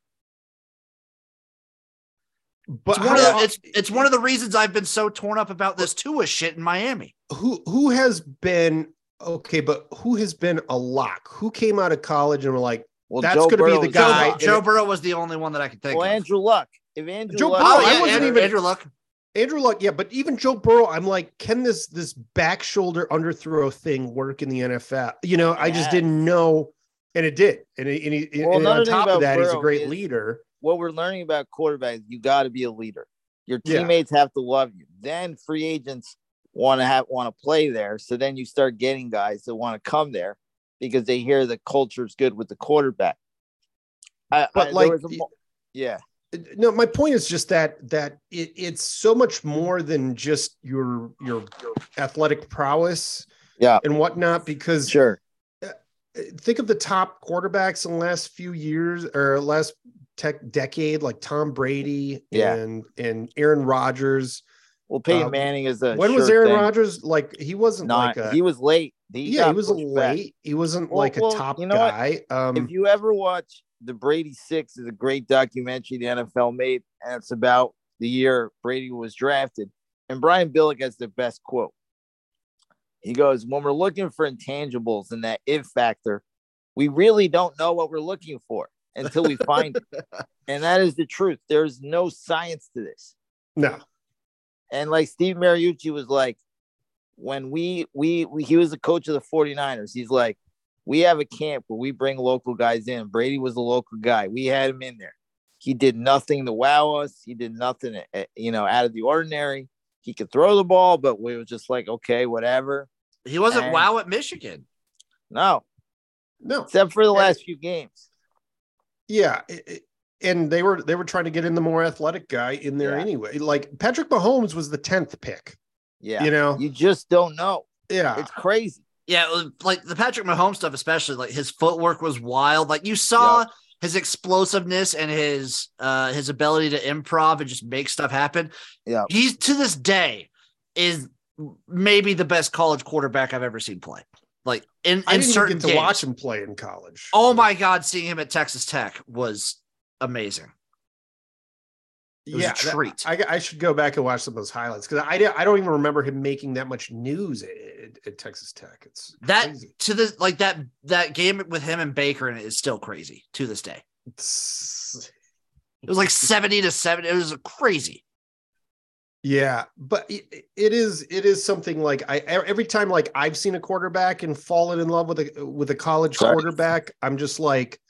S3: It's one, of
S2: how-
S3: the, it's, it's one of the reasons I've been so torn up about this Tua shit in Miami.
S2: who who has been okay, but who has been a lock? Who came out of college and were like
S1: Well,
S2: That's
S1: Joe
S2: gonna be
S1: Burrow
S2: the
S1: is-
S2: guy-
S3: Joe, Joe Burrow was the only one that I could think
S1: Well,
S3: of.
S1: Andrew Luck. If Andrew
S2: Joe
S1: Luck,
S2: Burrow,
S3: oh,
S2: I
S3: yeah,
S2: wasn't
S3: Andrew,
S2: even-
S3: Andrew Luck.
S2: Andrew Luck? Yeah, but even Joe Burrow, I'm like, can this this back shoulder underthrow thing work in the NFL? You know, I just
S1: Yes.
S2: didn't know, and it did. And, he- and, he,
S1: Well,
S2: and on
S1: another thing
S2: top of
S1: about
S2: that, he's a
S1: Burrow
S2: great
S1: is-
S2: leader.
S1: what we're learning about quarterbacks, you got to be a leader. Your
S2: Yeah.
S1: teammates have to love you. Then free agents want to have want to play there. So then you start getting guys that want to come there because they hear the culture's good with the quarterback. I,
S2: But
S1: I- there
S2: like,
S1: was a mo- yeah,
S2: no my point is just that that it, it's so much more than just your your athletic prowess
S1: Yeah.
S2: and whatnot because
S1: sure.
S2: think of the top quarterbacks in the last few years or last tech decade like tom brady
S1: Yeah.
S2: and and aaron rodgers
S1: Well, Peyton
S2: Um,
S1: Manning is a
S2: when was
S1: sure
S2: aaron
S1: thing.
S2: rodgers like he wasn't
S1: Not
S2: like a
S1: he was late. He
S2: yeah he
S1: got
S2: was
S1: pushed back.
S2: late he wasn't
S1: Well-
S2: like a
S1: well,
S2: top
S1: you know what?
S2: guy um
S1: if you ever watch the Brady Six is a great documentary the NFL made, and it's about the year Brady was drafted. And Brian Billick has the best quote. He goes, When we're looking for intangibles and that if factor, we really don't know what we're looking for until we find it. And that is the truth. There's no science to this.
S2: no
S1: And like Steve Mariucci was like, when we, we we he was the coach of the 49ers. He's like, we have a camp where we bring local guys in. Brady was a local guy. We had him in there. He did nothing to wow us. He did nothing, eh, you know, out of the ordinary. He could throw the ball, but we were just like, okay, whatever.
S3: He wasn't
S1: And-
S3: wow at Michigan.
S1: No,
S2: no
S1: except for the
S2: And-
S1: last few games.
S2: Yeah, it- it- and they were they were trying to get in the more athletic guy in there
S1: Yeah.
S2: anyway. Like Patrick Mahomes was the tenth pick,
S1: Yeah.
S2: you
S1: You,
S2: know.
S1: just don't know.
S2: yeah,
S1: It's crazy.
S3: Yeah, it was- like the Patrick Mahomes stuff, especially like his footwork was wild. Like you saw his explosiveness and his uh his ability to improv and just make stuff happen.
S1: Yeah.
S3: he's to this day is maybe the best college quarterback I've ever seen play. Like in
S2: I
S3: in
S2: didn't even
S3: certain
S2: get to
S3: games.
S2: watch him play in college.
S3: Oh my god, seeing him at Texas Tech was amazing. It was
S2: yeah,
S3: a
S2: that-
S3: treat.
S2: I, I should go back and watch some of those highlights because I di- I don't even remember him making that much news at, at- at Texas Tech. It's
S3: That-
S2: crazy.
S3: to this like that that game with him and Baker and it is still crazy to this day.
S2: It's-
S3: It was like 70 to 7. It was crazy.
S2: Yeah, but it, it is it is something like I e- every time like I've seen a quarterback and fallen in love with a with a college
S1: Sorry.
S2: quarterback, I'm just like,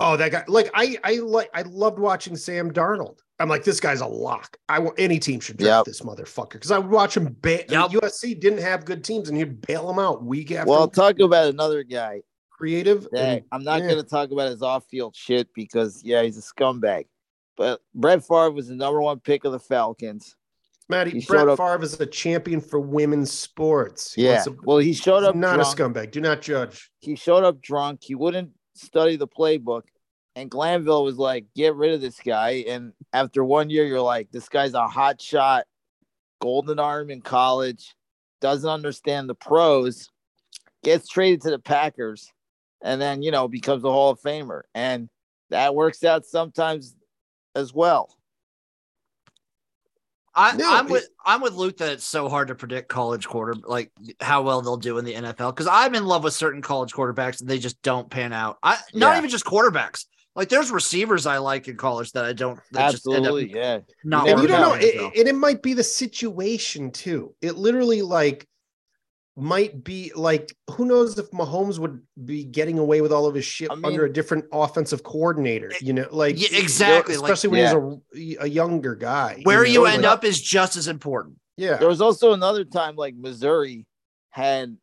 S2: oh that guy. Like I I like I loved watching Sam Darnold. I'm like this guy's a lock. I want any team should draft
S1: Yep.
S2: this motherfucker because I would watch him. Ba-
S3: Yep.
S2: USC didn't have good teams and he'd bail them out week after.
S1: Well,
S2: week.
S1: talk about another guy
S2: creative.
S1: that
S2: and-
S1: I'm not
S2: yeah.
S1: going to talk about his off-field shit because yeah, he's a scumbag. But Brett Favre was the number one pick of the Falcons. he
S2: Matty
S1: showed
S2: Brett
S1: up-
S2: Favre is a champion for women's sports. He
S1: Yeah.
S2: wants to-
S1: well, he showed up
S2: not
S1: drunk.
S2: a scumbag. Do not judge.
S1: He showed up drunk. He wouldn't study the playbook. And Glanville was like, "Get rid of this guy." And after one year, you're like, "This guy's a hot shot, golden arm in college, doesn't understand the pros, gets traded to the Packers, and then you know becomes a Hall of Famer." And that works out sometimes as well.
S3: I,
S2: No,
S3: I'm with I'm with Luke that it's so hard to predict college quarter like how well they'll do in the NFL because I'm in love with certain college quarterbacks and they just don't pan out. I not
S1: Yeah.
S3: even just quarterbacks. Like there's receivers I like in college that I don't that
S1: Absolutely,
S3: just end up
S1: yeah.
S3: not
S2: and you
S1: working
S2: don't
S3: working
S2: know,
S3: out.
S1: out.
S2: it, it- and it might be the situation too. It literally like might be like who knows if Mahomes would be getting away with all of his shit
S1: I mean-
S2: under a different offensive coordinator. You know, like
S3: Eh, Yeah, exactly, like-
S2: especially when he's a, a younger guy.
S3: Where you,
S2: know,
S3: end
S2: like-
S3: up is just as important.
S2: yeah.
S1: There was also another time like Missouri had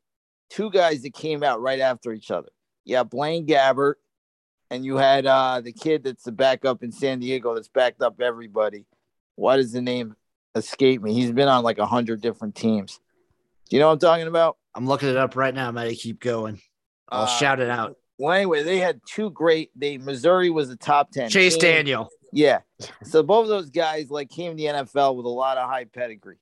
S1: two guys that came out right after each other. Yeah, Blaine Gabbert, and you had uh the kid that's the backup in San Diego that's backed up everybody. Why does the name escape me? He's been on like a hundred different teams. Do you know what I'm talking about?
S3: I'm looking it up right now, Matty. Keep going. I'll
S1: Uh,
S3: shout it out.
S1: Well, anyway, they had two great. They Missouri was a top ten.
S3: Chase
S1: team.
S3: Daniel.
S2: (laughs)
S1: Yeah. So both of those guys like came to the NFL with a lot of high pedigree.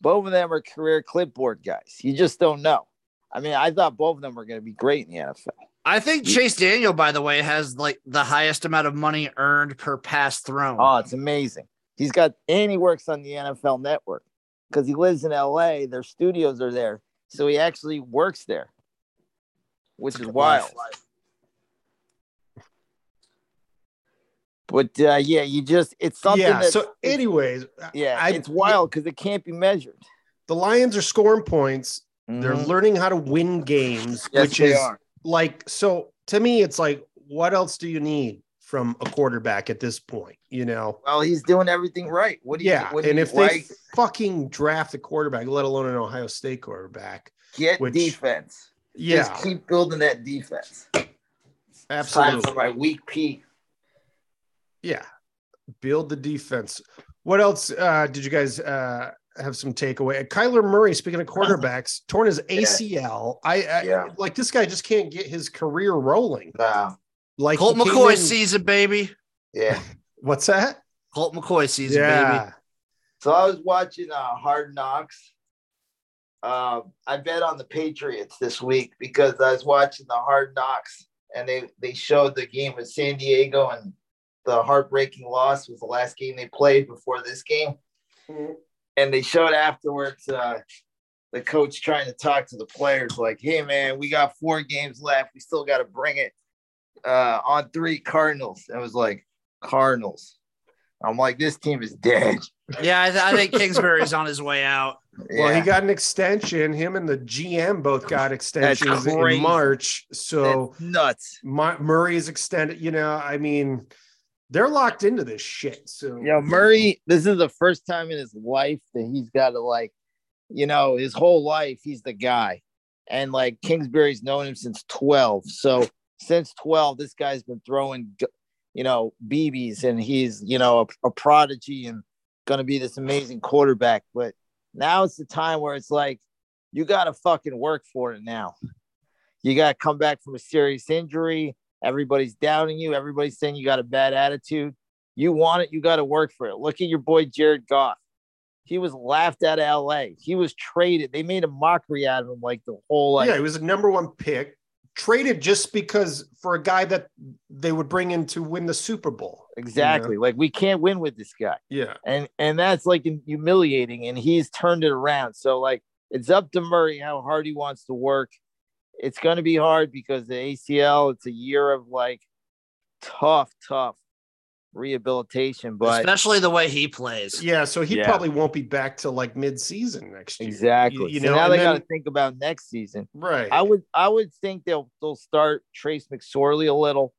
S1: Both of them are career clipboard guys. You just don't know. I mean, I thought both of them were going to be great in the NFL.
S3: I think
S1: Yeah.
S3: Chase Daniel, by the way, has like the highest amount of money earned per pass thrown.
S1: Oh, it's amazing. He's got and he works on the NFL network because he lives in LA. Their studios are there. So he actually works there, which is wild. But uh, yeah, you just, it's something
S2: yeah.
S1: that's,
S2: So,
S1: it's-
S2: anyways,
S1: yeah,
S2: I-
S1: it's wild because it can't be measured.
S2: the Lions are scoring points. They're
S1: Mhm.
S2: learning how to win games,
S1: Yes,
S2: which
S1: they
S2: is
S1: are.
S2: like so. To me, it's like, what else do you need from a quarterback at this point, you know?
S1: Well, he's doing everything right. What do you?
S2: yeah.
S1: what do
S2: and
S1: you-
S2: if they
S1: why
S2: fucking draft a quarterback, let alone an Ohio State quarterback,
S1: get
S2: which-
S1: defense,
S2: yeah,
S1: just keep building that defense. It's time
S2: absolutely.
S1: for my weak P.
S2: Yeah. Build the defense. What else uh, did you guys uh, have some takeaway? Uh, Kyler Murray, speaking of quarterbacks, torn his ACL. I, I
S1: Uh-huh. Yeah.
S2: like this guy just can't get his career rolling.
S1: Wow.
S2: Like
S3: Colt
S2: he came
S3: McCoy
S2: in-
S3: season, baby.
S1: Yeah.
S2: What's that?
S3: Colt McCoy season, baby.
S1: So I was watching uh, Hard Knocks. Um, I bet on the Patriots this week because I was watching the Hard Knocks, and they they showed the game with San Diego, and the heartbreaking loss was the last game they played before this game, and they showed afterwards uh, the coach trying to talk to the players like, "Hey man, we got four games left. We still got to bring it uh, on three Cardinals." I was like, "Cardinals." I'm like, this team is dead.
S3: Yeah, I, th- I (laughs) think Kingsbury's on his way out.
S2: Well,
S1: Yeah.
S2: he got an extension. Him and the GM both got extensions
S1: crazy.
S2: in March. So
S1: That's nuts.
S2: my, Murray is extended. You know, I mean, they're locked into this shit. So
S1: You know, Murray, this is the first time in his life that he's got to like, you know, his whole life he's the guy. And like Kingsbury's known him since 12. So since 12, this guy's been throwing, g- you know, BBs and he's, you know, a, a prodigy and going to be this amazing quarterback. But now it's the time where it's like, you got to fucking work for it now. You got to come back from a serious injury. Everybody's doubting you. Everybody's saying you got a bad attitude. You want it, you got to work for it. Look at your boy Jared Goff. He was laughed at of LA. He was traded. They made a mockery out of him like the whole like
S2: yeah, he was a number one pick, traded just because for a guy that they would bring in to win the Super Bowl.
S1: exactly. Like we can't win with this guy.
S2: Yeah.
S1: And and that's like humiliating and he's turned it around. So like it's up to Murray how hard he wants to work. It's going to be hard because the ACL, it's a year of like tough tough rehabilitation, but
S3: Especially the way he plays.
S2: Yeah. So he
S9: Yeah.
S2: probably won't be back till like mid season next year.
S1: exactly.
S2: You, you
S1: so
S2: know,
S1: now
S2: and
S1: they got
S2: then-
S1: to think about next season.
S2: right.
S1: I would I would think they'll they'll start Trace McSorley a little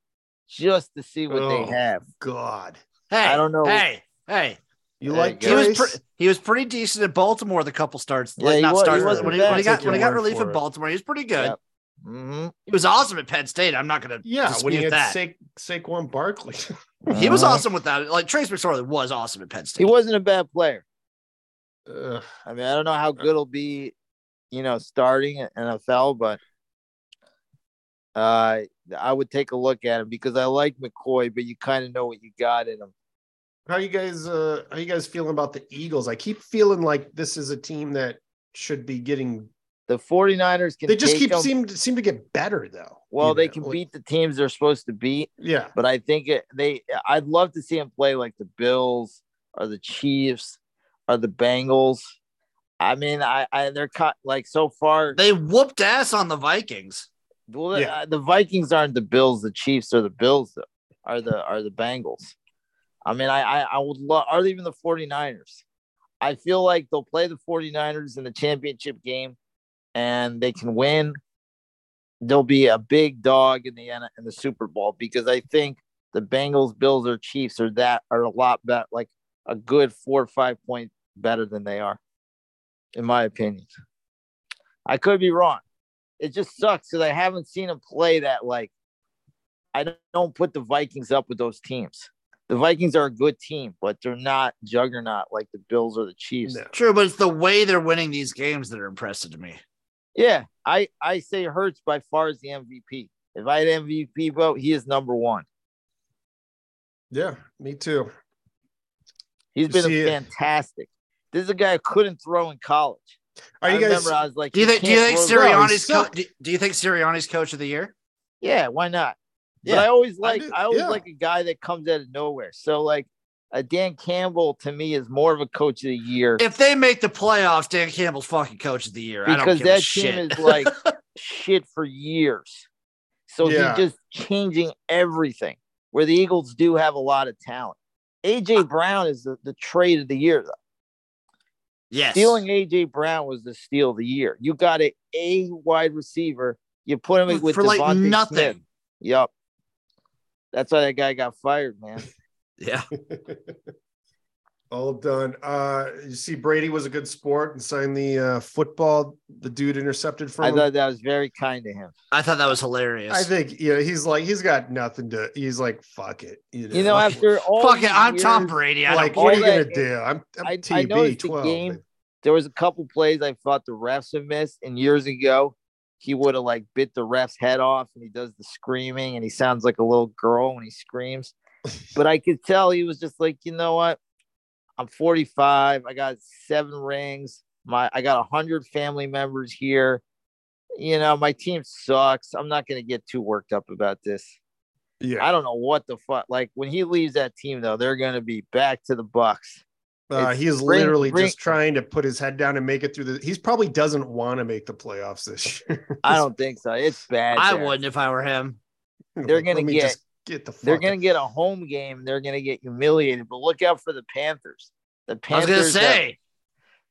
S1: just to see what
S2: Oh.
S1: they have.
S2: God.
S3: Hey,
S1: I don't know.
S3: Hey, hey.
S2: You
S1: There
S2: like
S1: you
S3: He
S1: go.
S2: Trace?
S3: was, pre- he was pretty decent at Baltimore the couple starts.
S1: Yeah,
S3: like,
S1: he
S3: not
S1: was. He
S3: starts.
S1: wasn't
S3: when, he,
S1: bad.
S3: when he got,
S2: Take
S3: when he
S2: your
S3: got
S2: word
S3: relief
S2: for
S3: in
S2: it.
S3: Baltimore, he was pretty good.
S1: Yep. hmm
S3: He was awesome at Penn State. I'm not going to
S2: yeah. When he
S3: dispute
S2: had
S3: that.
S2: Sa- Saquon Barkley. (laughs)
S3: He was awesome without it. Like Trace McSorley was awesome at Penn State.
S1: Mm-hmm. He wasn't a bad player.
S2: Uh,
S1: I mean, I don't know how good he'll be, you know, starting at NFL, but uh, I would take a look at him because I like McCoy, but you kind of know what you got in him.
S2: how you guys? Uh, how you guys feeling about the Eagles? I keep feeling like this is a team that should be getting.
S1: The 49ers can
S2: They just
S1: take
S2: keep
S1: him.
S2: seem to seem to get better though.
S1: well,
S2: you
S1: they
S2: know,
S1: can
S2: like-
S1: beat the teams they're supposed to beat.
S2: Yeah.
S1: but I think it, they I'd love to see him play like the Bills or the Chiefs or the Bengals. I mean, I, I they're cut like so far.
S3: They whooped ass on the Vikings.
S1: well,
S2: Yeah.
S1: uh, the Vikings aren't the Bills, the Chiefs are the Bills though, are the are the Bengals. I mean, I I, I would love are even the 49ers. I feel like they'll play the 49ers in the championship game and they can win. They'll be a big dog in the N- in the Super Bowl because I think the Bengals, Bills, or Chiefs are that are a lot better, like a good four or five point better than they are, in my opinion. I could be wrong. It just sucks because I haven't seen them play that. Like, I don't- don't put the Vikings up with those teams. The Vikings are a good team, but they're not juggernaut like the Bills or the Chiefs.
S2: No.
S3: True, but it's the way they're winning these games that are impressive to me.
S1: Yeah, I I say Hurts by far is the MVP. If I had MVP vote, he is number one.
S2: Yeah. Me too.
S1: He's been
S2: See,
S1: a fantastic. This is a guy who couldn't throw in college.
S2: Are you
S1: I
S2: guys?
S1: remember I was like,
S3: Do you
S1: he
S3: think? Do you
S1: can't
S3: think
S1: throw-
S2: Siri- No, he
S3: Sirianni's? Co-
S2: sucked.
S3: do, do you think Sirianni's coach of the year?
S1: Yeah, why not?
S3: Yeah,
S1: but I always
S2: I
S1: like
S2: do-
S1: I, always
S2: yeah.
S1: like a guy that comes out of nowhere. So like a Dan Campbell to me is more of a coach of the year
S3: If they make the playoffs, Dan Campbell's fucking coach of the year. I don't
S1: because
S3: give a
S1: that
S3: shit.
S1: team is like shit for years. So
S2: Yeah.
S1: he's just changing everything. Where the Eagles do have a lot of talent. AJ Brown is the, the trade of the year, though.
S3: (laughs) yes.
S1: Stealing AJ Brown was the steal of the year. You got a a wide receiver. You put him with
S3: for like
S1: Devontae
S3: nothing.
S1: Smith. Yep. That's why that guy got fired, man.
S3: Yeah.
S1: uh,
S2: (laughs) All done. Uh, you see, Brady was a good sport and signed the uh, football the dude intercepted from.
S1: I
S2: him.
S1: thought that was very kind of him.
S3: I thought that was hilarious.
S2: I think you know he's like he's got nothing to. He's like fuck it.
S1: You know,
S2: (laughs)
S1: after all,
S3: Fuck
S1: these
S3: it, I'm
S1: years-
S3: Tom Brady. I
S2: like
S3: don't
S1: all
S2: what are you
S1: that-
S2: gonna do? I'm, I'm
S1: I- I
S2: TB
S1: noticed the
S2: twelve.
S1: game There was a couple plays I thought the refs had missed, and years ago, he would have like bit the ref's head off, and he does the screaming, and he sounds like a little girl when he (laughs) screams. but I could tell he was just like, you know what? I'm 45. I got seven rings. My I got hundred family members here. You know, my team sucks. I'm not gonna get too worked up about this.
S2: Yeah,
S1: I don't know what the fuck. Like when he leaves that team, though, they're gonna be back to the Bucks.
S2: uh,
S1: it's
S2: he is
S1: bring-
S2: literally
S1: bring-
S2: just trying to put his head down and make it through the. He's probably doesn't want to make the playoffs this (laughs) year.
S1: I don't think so. It's bad.
S3: I
S1: there.
S3: wouldn't if I were him.
S1: They're
S2: Like,
S1: gonna
S2: let me
S1: get-
S2: just get the. Fuck
S1: They're going to get a home game. They're going to get humiliated. But look out for the Panthers. The
S3: I was
S1: Panthers.
S3: gonna
S1: have-
S3: say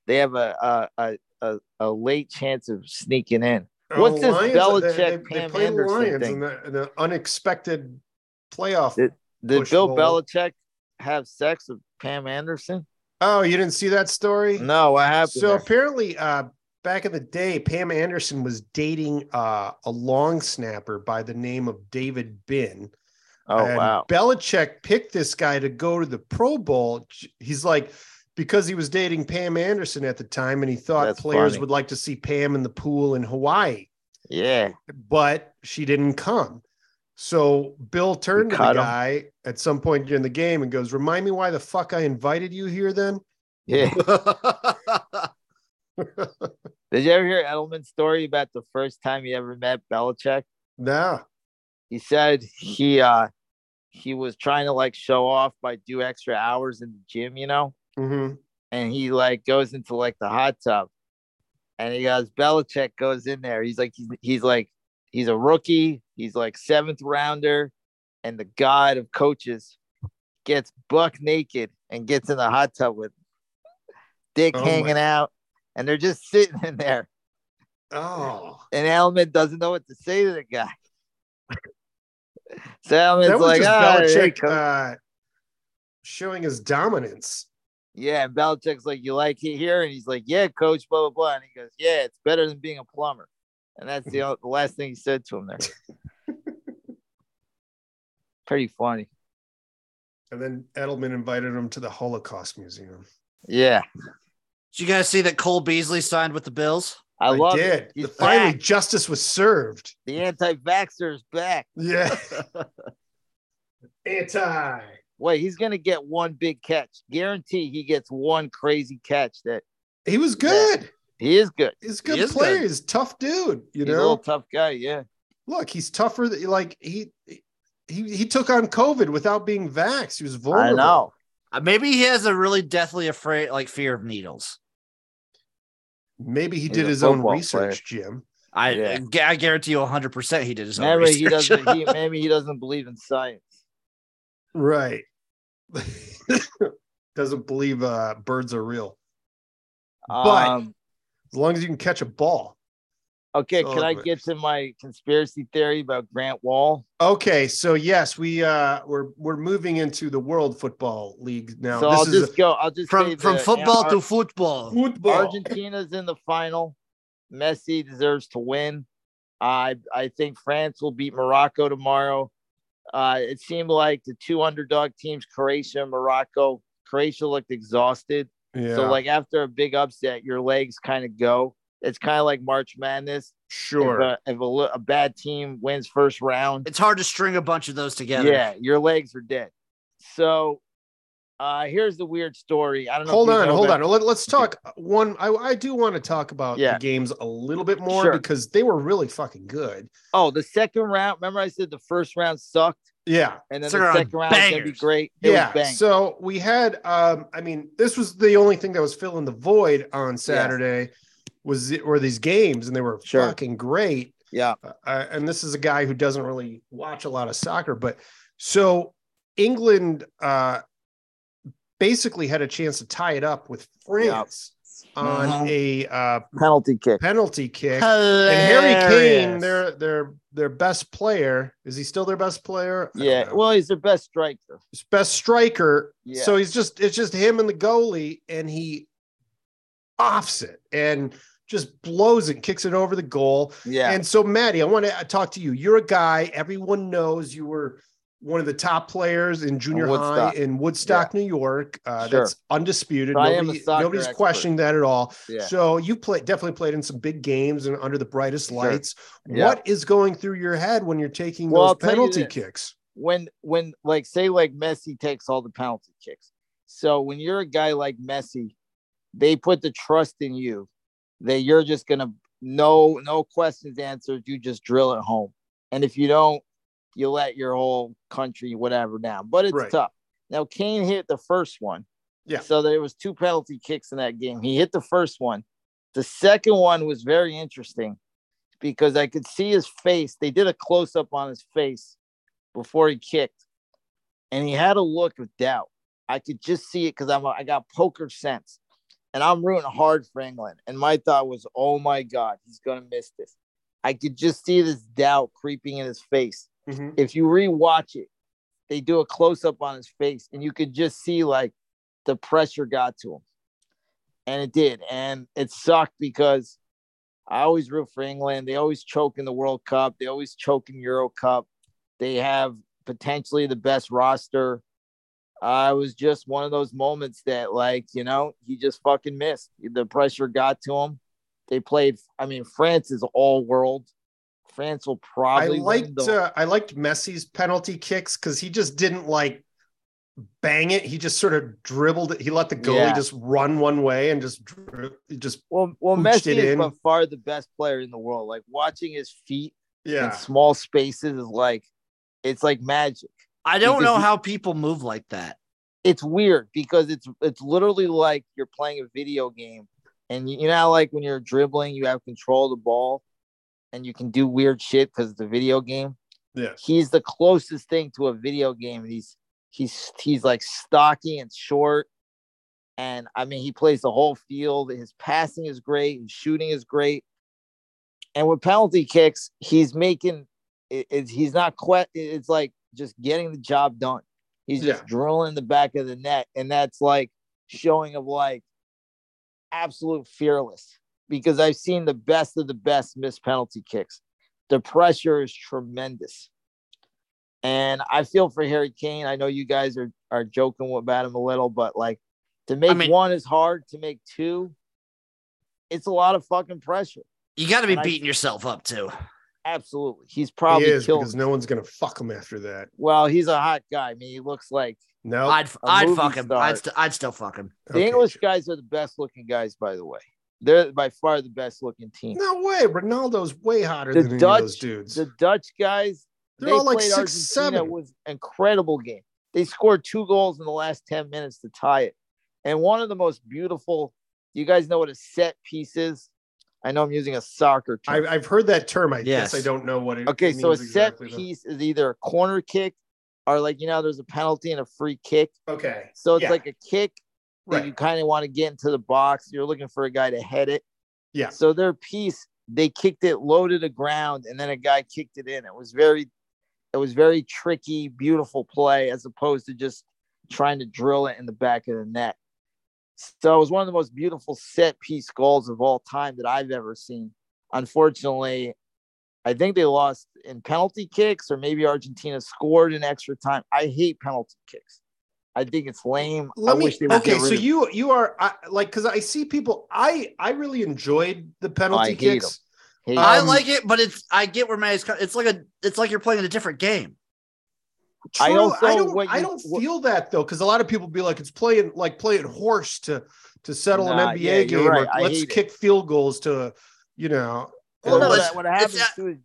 S1: they have a a, a a a late chance of sneaking in.
S2: Oh,
S1: what's this
S2: they- they-
S1: Belichick,
S2: they,
S1: Pam
S2: play the
S1: Anderson
S2: Lions
S1: thing?
S2: in the, in the unexpected playoff.
S1: It- Did
S2: Push
S1: Bill
S2: ball.
S1: Belichick have sex with Pam Anderson?
S2: oh, you didn't see that story?
S1: No, what happened?
S2: So
S1: there?
S2: apparently, uh, back in the day, Pam Anderson was dating uh, a long snapper by the name of David Bin.
S1: oh
S2: and
S1: wow.
S2: Belichick picked this guy to go to the Pro Bowl. He's like, because he was dating Pam Anderson at the time, and he thought
S1: That's
S2: players
S1: funny.
S2: would like to see Pam in the pool in Hawaii,
S1: Yeah. (laughs)
S2: but she didn't come. So Bill turned to the
S1: cut him.
S2: guy at some point during the game and goes, "Remind me why the fuck I invited you here then." (laughs)
S1: Yeah. Did you ever hear Edelman's story about the first time he ever met Belichick?
S2: Nah.
S1: he said
S2: Mm-hmm.
S1: he uh he was trying to like show off by do extra hours in the gym, you know,
S2: Mhm.
S1: and he like goes into like the hot tub, and he goes Belichick goes in there. He's like he's, he's like he's a rookie. He's like seventh rounder, and the god of coaches gets buck naked and gets in the hot tub with him. dick
S2: Oh my-
S1: hanging out, and they're just sitting in there.
S2: Oh.
S1: And Element doesn't know what to say to the guy. (laughs) So Elman's
S2: that was
S1: like,
S2: just
S1: "Ah, there you
S2: Belichick
S1: go."
S2: uh, showing his dominance.
S1: Yeah, and Belichick's like, you like it here? And he's like, yeah, coach, blah, blah, blah. And he goes, yeah, it's better than being a plumber. And that's the, o- the last thing he said to him there.
S2: (laughs)
S1: Pretty funny.
S2: And then Edelman invited him to the Holocaust Museum.
S1: Yeah,
S3: Did you guys see that Cole Beasley signed with the Bills?
S1: I, love it.
S2: did.
S1: He's (laughs)
S2: Finally,
S1: back.
S2: justice was served.
S1: The anti vaxxer is back. (laughs)
S2: Yeah. Anti.
S1: Wait, he's going to get one big catch. Guarantee he gets one crazy catch that
S2: He was good.
S1: he is good.
S2: He's a good
S3: He is
S2: player.
S3: good.
S2: He's a tough dude.
S1: he's
S2: You
S1: a little
S2: know,
S1: tough guy. Yeah.
S2: look, he's tougher than like he he he took on COVID without being vaxxed. He was
S1: I
S2: vulnerable.
S1: know.
S3: Uh, Maybe he has a really deathly afraid, like fear of needles.
S2: Maybe he
S1: He's
S2: did
S1: a
S2: his own
S1: football
S2: research, Jim.
S3: I
S1: Yeah.
S3: gu- I guarantee you 100 percent he did his own
S1: Maybe he,
S3: research.
S1: doesn't,
S3: (laughs)
S2: (laughs)
S1: he, maybe he doesn't believe in science.
S2: Right. (laughs) Doesn't believe uh birds are real. But-
S1: Um,
S2: As long as you can catch a ball.
S1: okay,
S2: Oh,
S1: can I
S2: but-
S1: get to my conspiracy theory about Grant Wall?
S2: Okay, so yes, we uh we're we're moving into the World Football League now.
S1: so
S2: this
S1: I'll
S2: is
S1: just go. I'll just say
S3: (laughs) from from
S1: the-
S3: football
S1: Ar-
S3: to football.
S2: football.
S1: Argentina's in the final. Messi deserves to win. I I think France will beat Morocco tomorrow. Uh, it seemed like the two underdog teams, Croatia and Morocco. Croatia looked exhausted.
S2: yeah,
S1: So like after a big upset, your legs kind of go. It's kind of like March Madness.
S2: sure.
S1: If, uh, a, if a, li- a bad team wins first round,
S3: It's hard to string a bunch of those together.
S1: yeah, your legs are dead. So uh here's the weird story. I don't know.
S2: hold on, hold
S1: on.
S2: on. Let, us talk one. I, I do want to talk about
S1: Yeah.
S2: the games a little bit more
S1: Sure.
S2: because they were really fucking good.
S1: Oh, the second round. Remember, I said the first round sucked,
S2: Yeah,
S1: and then
S3: Second
S1: the
S3: round,
S1: second round is gonna be
S3: bangers.
S1: great. It was
S2: yeah.
S1: bang.
S2: So we had, um, I mean, this was the only thing that was filling the void on Saturday was the, were these games, and they were
S1: Sure.
S2: fucking great.
S1: yeah,
S2: uh, and this is a guy who doesn't really watch a lot of soccer, but so England uh, basically had a chance to tie it up with France on a uh,
S1: Mm-hmm. penalty kick.
S2: penalty kick.
S3: Hilarious.
S2: And Harry Kane, there their their their best player. Is he still their best player? I don't
S1: Yeah.
S2: know.
S1: Well, he's their best striker.
S2: His best striker.
S1: Yeah.
S2: Uh, So he's just it's just him and the goalie, and he offs it and just blows it, kicks it over the goal.
S1: Yeah.
S2: And so, Maddie, I want to talk to you. You're a guy everyone knows. You were one of the top players in junior high
S1: Woodstock.
S2: in Woodstock, New York. Uh,
S1: Sure.
S2: That's undisputed.
S1: I am a soccer
S2: nobody's
S1: expert.
S2: questioning that at all.
S1: yeah.
S2: So you play, definitely played in some big games and under the brightest
S1: Sure.
S2: lights.
S1: Yeah.
S2: What is going through your head when you're taking
S1: Well, I'll
S2: those
S1: tell you
S2: penalty
S1: this.
S2: kicks?
S1: when when like say like Messi takes all the penalty kicks. So when you're a guy like Messi, they put the trust in you that you're just gonna no no questions answered. You just drill it home, and if you don't, you let your whole country whatever down. But it's
S2: Right.
S1: tough. Now Kane hit the first one.
S2: Yeah.
S1: So there was two penalty kicks in that game. He hit the first one. The second one was very interesting because I could see his face. They did a close up on his face before he kicked, and he had a look of doubt. I could just see it because I'm a, I got poker sense, and I'm rooting hard for England. And my thought was, oh my god, he's gonna miss this. I could just see this doubt creeping in his face.
S2: Mhm.
S1: If you rewatch it, they do a close up on his face, and you could just see like the pressure got to him, and it did, and it sucked because. I always root for England. They always choke in the World Cup. They always choke in Euro Cup. They have potentially the best roster. Uh, it was just one of those moments that, like, you know, he just fucking missed. The pressure got to him. They played. I mean, France is all world. France will
S2: I
S1: probably. win
S2: liked
S1: the-
S2: uh, I liked Messi's penalty kicks because he just didn't like bang it. He just sort of dribbled it. He let the goalie
S1: Yeah.
S2: just run one way and just dri- just
S1: well, well,
S2: pooched
S1: Messi
S2: it
S1: is
S2: in.
S1: by far the best player in the world. Like watching his feet
S2: yeah.
S1: in small spaces is like, it's like magic.
S3: I don't
S1: Because
S3: know
S1: he-
S3: how people move like that.
S1: it's weird because it's it's literally like you're playing a video game and you, you know how, like when you're dribbling you have control of the ball and you can do weird shit because it's a video game
S2: Yeah.
S1: he's the closest thing to a video game he's he's he's like stocky and short and i mean he plays the whole field his passing is great his shooting is great and with penalty kicks he's making it, it's- he's not quite it's like just getting the job done he's just
S2: Yeah.
S1: drilling the back of the net and that's like showing of like absolute fearless because i've seen the best of the best miss penalty kicks the pressure is tremendous and i feel for harry kane i know you guys are are joking about him a little but like to make
S3: mean-
S1: one is hard to make two it's a lot of fucking pressure
S3: You got to be
S1: And I-
S3: beating yourself up too.
S1: Absolutely. He's
S2: He
S1: probably
S2: is
S1: killed.
S2: because no one's gonna fuck him after that.
S1: well, he's a hot guy. I mean, he looks like
S2: No,
S3: I'd I'd
S1: movie
S3: fuck him.
S1: star.
S3: I'd, st- I'd still fuck him.
S1: the
S2: Okay,
S1: English
S2: Jim.
S1: guys are the best looking guys, by the way. They're by far the best looking team.
S2: No way. Ronaldo's way hotter
S1: The
S2: than any
S1: Dutch-
S2: of those dudes.
S1: The Dutch guys,
S2: They're all like
S1: played
S2: six,
S1: Argentina.
S2: seven.
S1: It was an incredible game. They scored two goals in the last 10 minutes to tie it. And one of the most beautiful, you guys know what a set piece is? I know I'm using a soccer term.
S2: I, I've heard that term. I
S3: Yes.
S2: guess I don't know what it.
S1: Okay,
S2: it
S1: so a
S2: means
S1: set
S2: exactly, though.
S1: piece is either a corner kick or like you know, there's a penalty and a free kick.
S2: Okay,
S1: So it's
S2: Yeah.
S1: like a kick that you
S2: right?
S1: kind of want to get into the box. You're looking for a guy to head it.
S2: Yeah.
S1: So their piece, they kicked it low to the ground, and then a guy kicked it in. It was very, it was very tricky, beautiful play as opposed to just trying to drill it in the back of the net. So it was one of the most beautiful set piece goals of all time that I've ever seen. Unfortunately, I think they lost in penalty kicks, or maybe Argentina scored in extra time. I hate penalty kicks. I think it's lame.
S2: Let
S1: I
S2: me.
S1: wish they would
S2: Okay,
S1: get rid
S2: so
S1: of it.
S2: you you are I, like because I see people. I I really enjoyed the penalty
S1: hate
S2: kicks.
S1: 'em. Hate
S3: I
S1: it.
S3: like it, but it's I get where Maddie's. co- It's like a it's like you're playing a different game.
S2: True.
S1: I
S2: I,
S1: also-
S2: don't.
S1: what
S2: I
S1: you-
S2: don't
S1: what-
S2: feel that though, because a lot of people be like, "It's playing like playing horse to to settle
S1: Nah,
S2: an NBA
S1: yeah, you're
S2: game.
S1: right.
S2: Or
S1: I
S2: let's
S1: hate it.
S2: kick field goals to, you know."
S1: Well, no,
S2: or
S1: what,
S2: let's-
S1: what happens
S3: it's-
S1: too is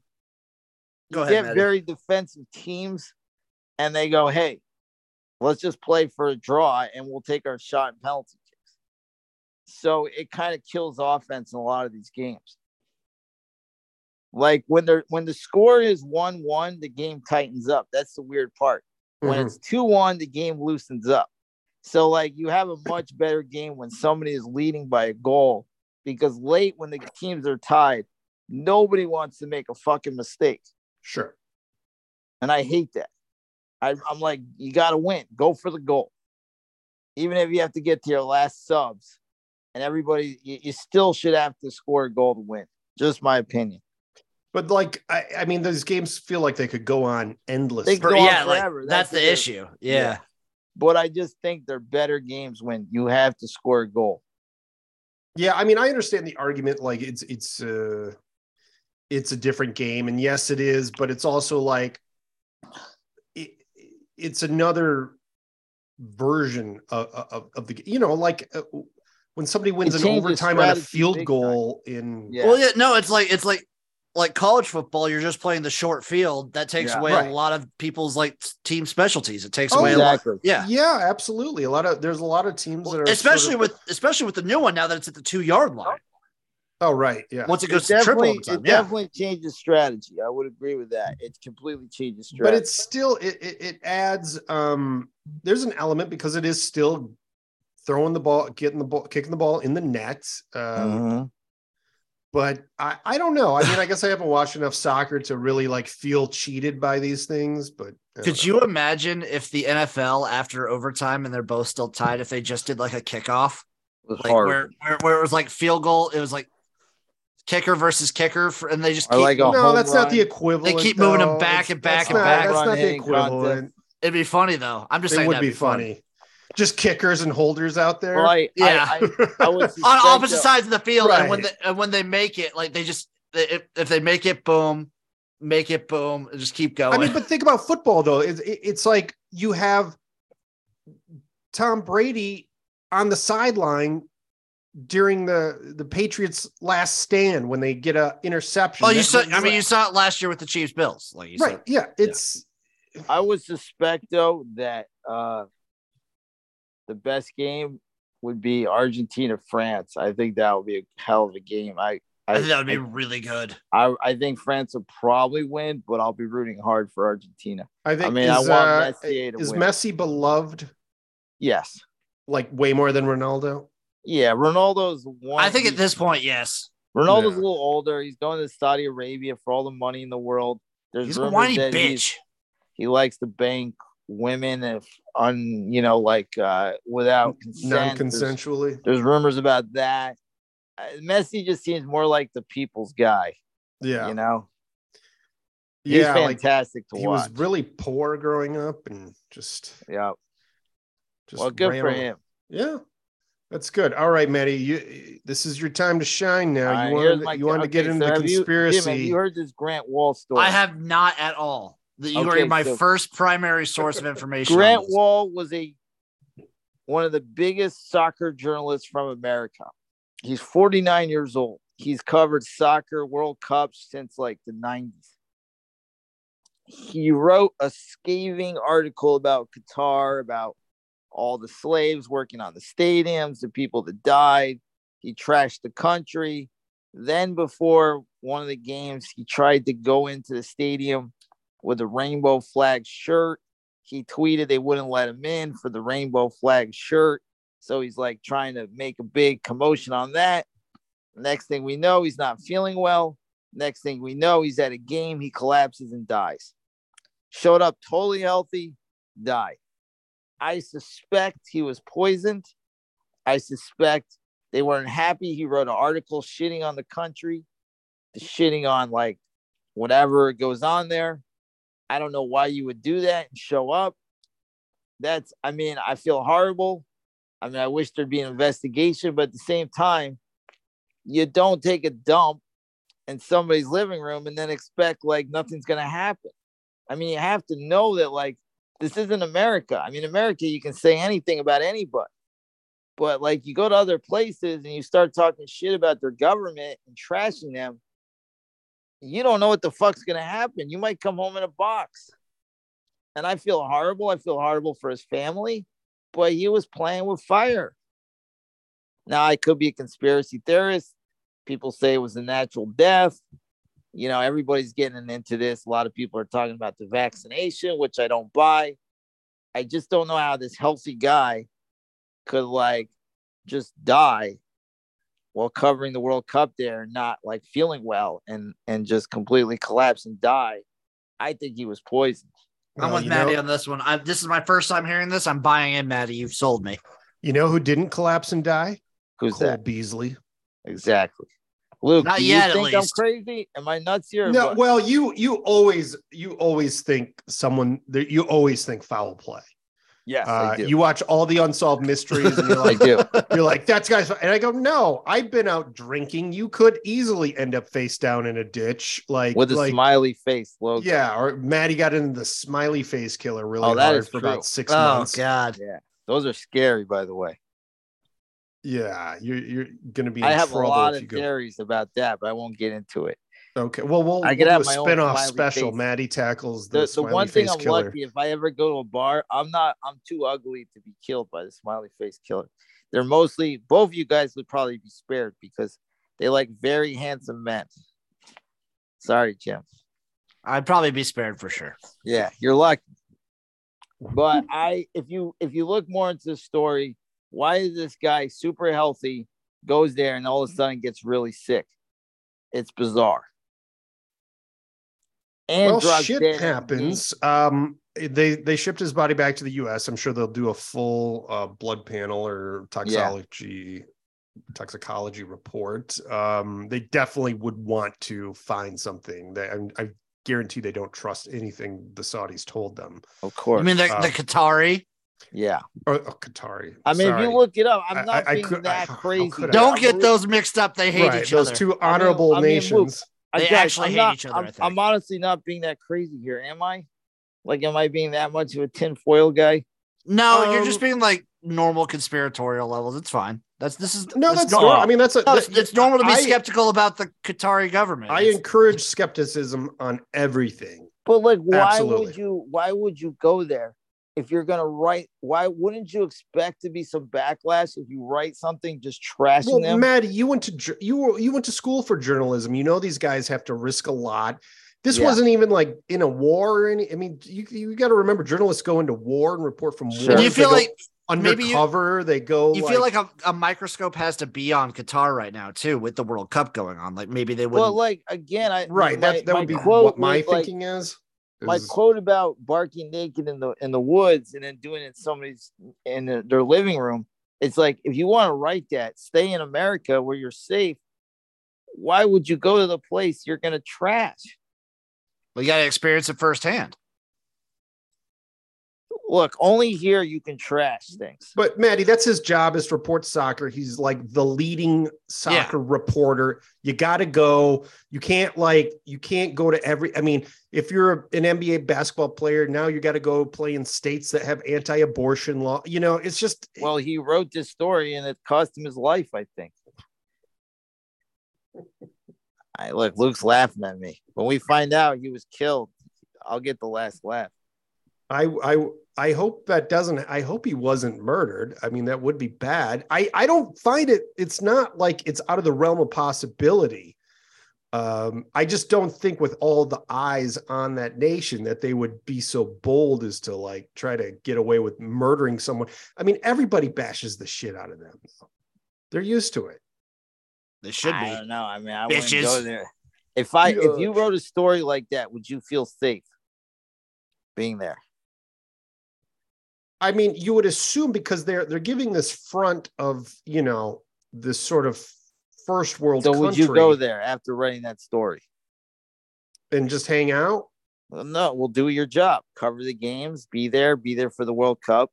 S3: Go
S1: you
S3: ahead,
S1: get
S3: Maddie.
S1: very defensive teams, and they go, "Hey, let's just play for a draw, and we'll take our shot and penalty kicks." So it kind of kills offense in a lot of these games. Like when they're when the score is one one, the game tightens up. That's the weird part. When
S3: Mm-hmm.
S2: Mhm.
S1: it's two one, the game loosens up. So like you have a much better game when somebody is leading by a goal because late when the teams are tied, Nobody wants to make a fucking mistake.
S2: Sure.
S1: And I hate that. I, I'm like, you got to win. Go for the goal. Even if you have to get to your last subs and everybody, you, you still should have to score a goal to win. Just my opinion.
S2: But like, I, I mean, those games feel like they could go on endlessly.
S1: They could go on
S3: yeah, like,
S1: forever. That's
S3: that's, the
S1: the-
S3: issue. Yeah.
S1: But I just think they're better games when you have to score a goal.
S2: Yeah, I mean, I understand the argument. Like, it's it's uh, it's a different game, and yes, it is. But it's also like, it, it's another version of, of of the g- you know, like uh, when somebody wins
S1: It
S2: an
S1: changes
S2: overtime on a
S1: strategy
S2: field
S1: big
S2: goal in
S1: Yeah.
S3: Well, yeah, no, it's like it's like like college football. You're just playing the short field. That takes
S1: Yeah.
S3: away
S2: Right.
S3: a lot of people's like s- team specialties. It takes
S2: Oh,
S3: away a lot.
S1: exactly.
S3: Yeah.
S2: yeah, absolutely. A lot of there's a lot of teams that are
S3: especially
S2: sort of-
S3: with especially with the new one now that it's at the two yard line.
S2: oh right, yeah.
S3: Once it
S1: It
S3: goes to triple
S1: definitely,
S3: overtime,
S1: it
S3: yeah.
S1: definitely changes strategy. I would agree with that. It completely changes strategy.
S2: but it's still it, it it adds um there's an element because it is still throwing the ball getting the ball kicking the ball in the net um
S3: Uh-huh.
S1: Mhm.
S2: but i i don't know i mean i guess i haven't watched enough soccer to really like feel cheated by these things but uh, I don't
S3: Could
S2: know.
S3: you imagine if the NFL after overtime and they're both still tied, if they just did like a kickoff,
S1: It was
S3: like
S1: hard.
S3: where, where where it was like field goal, it was like kicker versus kicker, for, and they just
S1: I
S3: keep,
S1: like a
S2: no
S1: home
S2: that's not the
S1: run.
S2: equivalent
S3: They keep moving 'em
S2: though.
S3: back
S2: It's-
S3: and back
S2: that's
S3: and
S2: not-
S3: back.
S2: that's not the
S1: Running contest.
S2: equivalent
S3: it'd be funny though. I'm just
S2: it
S3: saying
S2: would
S3: that'd
S2: be funny just kickers and holders out there
S1: Well, I,
S3: Yeah.
S1: I,
S2: (laughs)
S1: I, I would
S3: (laughs) on
S1: suspect
S3: opposite
S1: that-
S3: sides of the field, and when they,
S2: Right.
S3: and when they make it, like they just they, if, if they make it, boom, make it, boom, and just keep going.
S2: I mean, but think about football though. It's, it- it's like you have Tom Brady on the sideline during the the Patriots' last stand when they get a interception.
S3: oh, you
S2: That-
S3: saw.
S2: that's
S3: I mean,
S2: like-
S3: you saw it last year with the Chiefs Bills. Like you
S2: right?
S3: said,
S2: Yeah, it's
S1: I would suspect though that uh, the best game would be Argentina France. I think that would be a hell of a game. I
S3: I
S1: I
S3: think that would be really good.
S1: I, I think France will probably win, but I'll be rooting hard for Argentina.
S2: I think.
S1: I mean, I
S2: is,
S1: want
S2: uh,
S1: Messier to
S2: is
S1: win.
S2: Messi beloved
S1: Yes.
S2: like way more than Ronaldo?
S1: Yeah, Ronaldo's one.
S3: I think at this point, yes,
S1: Ronaldo's
S2: Yeah.
S1: a little older. He's going to Saudi Arabia for all the money in the world. There's
S3: he's a
S1: rumors
S3: whiny
S1: that he's-
S3: bitch.
S1: He likes to bank women if on you know like uh without consent. There's-
S2: Non-consensually.
S1: There's rumors about that. Uh, Messi just seems more like the people's guy.
S2: Yeah,
S1: You know, he's
S2: yeah. Like
S1: fantastic to
S2: he was
S1: watch.
S2: really poor growing up and just
S1: yeah.
S2: just
S1: Well, good
S2: ran
S1: for
S2: away.
S1: him.
S2: Yeah, that's good. All right, Matty, you this is your time to shine now.
S1: All right,
S2: you
S1: here's
S2: wanted
S1: my-
S2: you wanted to get
S1: okay,
S2: into
S1: so
S2: the
S1: have you- Jim,
S2: conspiracy.
S1: have you heard this Grant Wall story?
S3: I have not at all. That you
S1: Okay,
S3: are my
S1: so-
S3: first primary source of information. on
S1: Grant
S3: this.
S1: Wall was a one of the biggest soccer journalists from America. He's 49 years old. He's covered soccer World Cups since like the 90s. He wrote a scathing article about Qatar, about all the slaves working on the stadiums, the people that died. He trashed the country. Then, before one of the games, he tried to go into the stadium with a rainbow flag shirt he tweeted they wouldn't let him in for the rainbow flag shirt. So he's like trying to make a big commotion on that. Next thing we know, he's not feeling well. Next thing we know, he's at a game, he collapses and dies. Showed up totally healthy, died. I suspect he was poisoned. I suspect they weren't happy. He wrote an article shitting on the country, shitting on like whatever goes on there. I don't know why you would do that and show up. That's, I mean, I feel horrible. I mean, I wish there'd be an investigation, but at the same time, you don't take a dump in somebody's living room and then expect like nothing's going to happen. I mean, you have to know that like this isn't America. I mean, America, you can say anything about anybody, but like you go to other places and you start talking shit about their government and trashing them you don't know what the fuck's gonna happen. You might come home in a box. And I feel horrible. I feel horrible for his family, but he was playing with fire. Now I could be a conspiracy theorist. People say it was a natural death. You know, everybody's getting into this. A lot of people are talking about the vaccination, which I don't buy. I just don't know how this healthy guy could like just die while covering the World Cup there, not like feeling well and and just completely collapse and die, I think he was poisoned.
S3: I'm
S2: Well,
S3: with
S2: Uh, you
S3: Maddie
S2: know-
S3: on this one. I, this is my first time hearing this. I'm buying in, Maddie. You've sold
S2: (laughs)
S3: me.
S2: You know who didn't collapse and die?
S1: Who's
S2: Cole
S1: that?
S2: Beasley.
S1: Exactly. Luke,
S3: Not
S1: do
S3: yet, at
S1: you think I'm
S3: least.
S1: crazy? Am I nuts here? or
S2: No,
S1: what?
S2: well, you you always you always think someone that you always think foul play.
S1: yes,
S2: Uh,
S1: I do.
S2: you watch all the
S1: (laughs)
S2: unsolved mysteries and you're
S1: I
S2: like
S1: do.
S2: you're like that's guys and I go no, I've been out drinking. You could easily end up face down in a ditch like
S1: With a
S2: like
S1: smiley face logo.
S2: yeah, or Maddie got into the smiley face killer really
S1: Oh, that
S2: hard
S1: is
S2: for
S1: true.
S2: about 6
S3: Oh
S2: months.
S3: God.
S1: Those are scary, by the way.
S2: Yeah, you're you're going to be in
S1: I have a
S2: trouble
S1: lot
S2: if
S1: of
S2: you go
S1: theories about that, but I won't get into it.
S2: Okay. Well, we'll,
S1: I
S2: I
S1: could
S2: we'll
S1: have
S2: do a
S1: my own
S2: spin-off
S1: smiley
S2: special.
S1: face.
S2: Maddie tackles the,
S1: The, the
S2: smiley
S1: one thing
S2: face
S1: I'm
S2: killer.
S1: lucky if I ever go to a bar, I'm not I'm too ugly to be killed by the smiley face killer. They're mostly both of you guys would probably be spared because they like very handsome men. Sorry, Jim.
S3: I'd probably be spared for sure.
S1: Yeah, you're lucky.
S2: (laughs)
S1: But I, if you if you look more into the story, why is this guy super healthy, goes there and all of a sudden gets really sick? It's bizarre. And
S2: well,
S1: drugs did
S2: shit
S1: it.
S2: happens.
S1: mm-hmm.
S2: Um, they they shipped his body back to the U.S. I'm sure they'll do a full uh, blood panel or toxicology toxicology report. Um, they definitely would want to find something. They, I, I guarantee they don't trust anything the Saudis told them.
S1: Of
S3: I
S1: course.
S3: mean, the,
S2: Uh,
S3: the Qatari.
S1: yeah.
S2: Or oh, Qatari.
S1: I mean,
S2: Sorry.
S1: if you look it up,
S2: I-
S1: I'm not
S2: I- I
S1: being
S2: could- I-
S1: that
S2: how- how
S1: crazy.
S2: could I-
S3: Don't
S1: I'm
S3: get
S1: re-
S3: those mixed up. They hate
S2: Oh. right,
S3: each
S2: those
S3: other.
S2: two honorable
S1: I mean, Luke,
S2: nations.
S1: I-
S3: They
S1: guys,
S3: actually
S1: I'm
S3: hate
S1: not-
S3: each other, I
S1: I'm,
S3: think.
S1: I'm honestly not being that crazy here, am I? Like, am I being that much of a tinfoil guy?
S3: no, you're
S2: Um,
S3: just being like normal conspiratorial levels. It's fine. That's this is
S2: No, that's,
S3: normal.
S2: I mean, that's a,
S3: No, it's,
S2: that-
S3: it's normal to be
S2: I-
S3: skeptical about the Qatari government.
S2: I
S3: It's-
S2: encourage skepticism on everything.
S1: But like, why
S2: Absolutely.
S1: would you? Why would you go there if you're gonna write? Why wouldn't you expect to be some backlash if you write something just trashing
S2: Well,
S1: them?
S2: Maddie, you went to jour- you were, you went to school for journalism. You know these guys have to risk a lot. This
S1: Yeah.
S2: wasn't even like in a war or any. I mean, you you got to remember journalists go into war and report from
S1: Sure.
S2: war.
S3: Do
S1: They
S3: you feel like maybe you-
S2: undercover? they go.
S3: you feel like a, a microscope has to be on Qatar right now too, with the World Cup going on? Like maybe they would.
S1: Well,
S3: not
S1: like again, I
S2: right.
S1: My,
S2: that that
S1: my
S2: would be
S1: quote
S2: what my
S1: was, like,
S2: thinking is.
S1: my
S2: is-
S1: quote about barking naked in the in the woods and then doing it in somebody's in their- their living room it's like if you want to write that stay in america where you're safe why would you go to the place you're going to trash
S3: well, you got to experience it firsthand.
S1: look only here you can trash things
S2: But Maddie, that's his job is to report soccer. He's like the leading soccer reporter. You got to go. You can't like you can't go to every. I mean, if you're an NBA basketball player now, you got to go play in states that have anti-abortion law. You know, it's just
S1: well he wrote this story and it cost him his life i think I look luke's laughing at me when we find out he was killed i'll get the last laugh
S2: I I I hope that doesn't. I hope he wasn't murdered. I mean, that would be bad. I I don't find it. It's not like it's out of the realm of possibility. Um, I just don't think with all the eyes on that nation that they would be so bold as to like try to get away with murdering someone. I mean, everybody bashes the shit out of them. They're used to it.
S3: They should
S1: I
S3: be.
S1: don't know. I mean, I wouldn't go
S3: Bitches.
S1: there. If I if you
S2: Ugh.
S1: wrote a story like that, would you feel safe being there?
S2: I mean, you would assume because they're they're giving this front of you know this sort of first world.
S1: So
S2: country
S1: would you go there after writing that story?
S2: and just hang out?
S1: Well, no, we'll do your job, cover the games, be there, be there for the World Cup.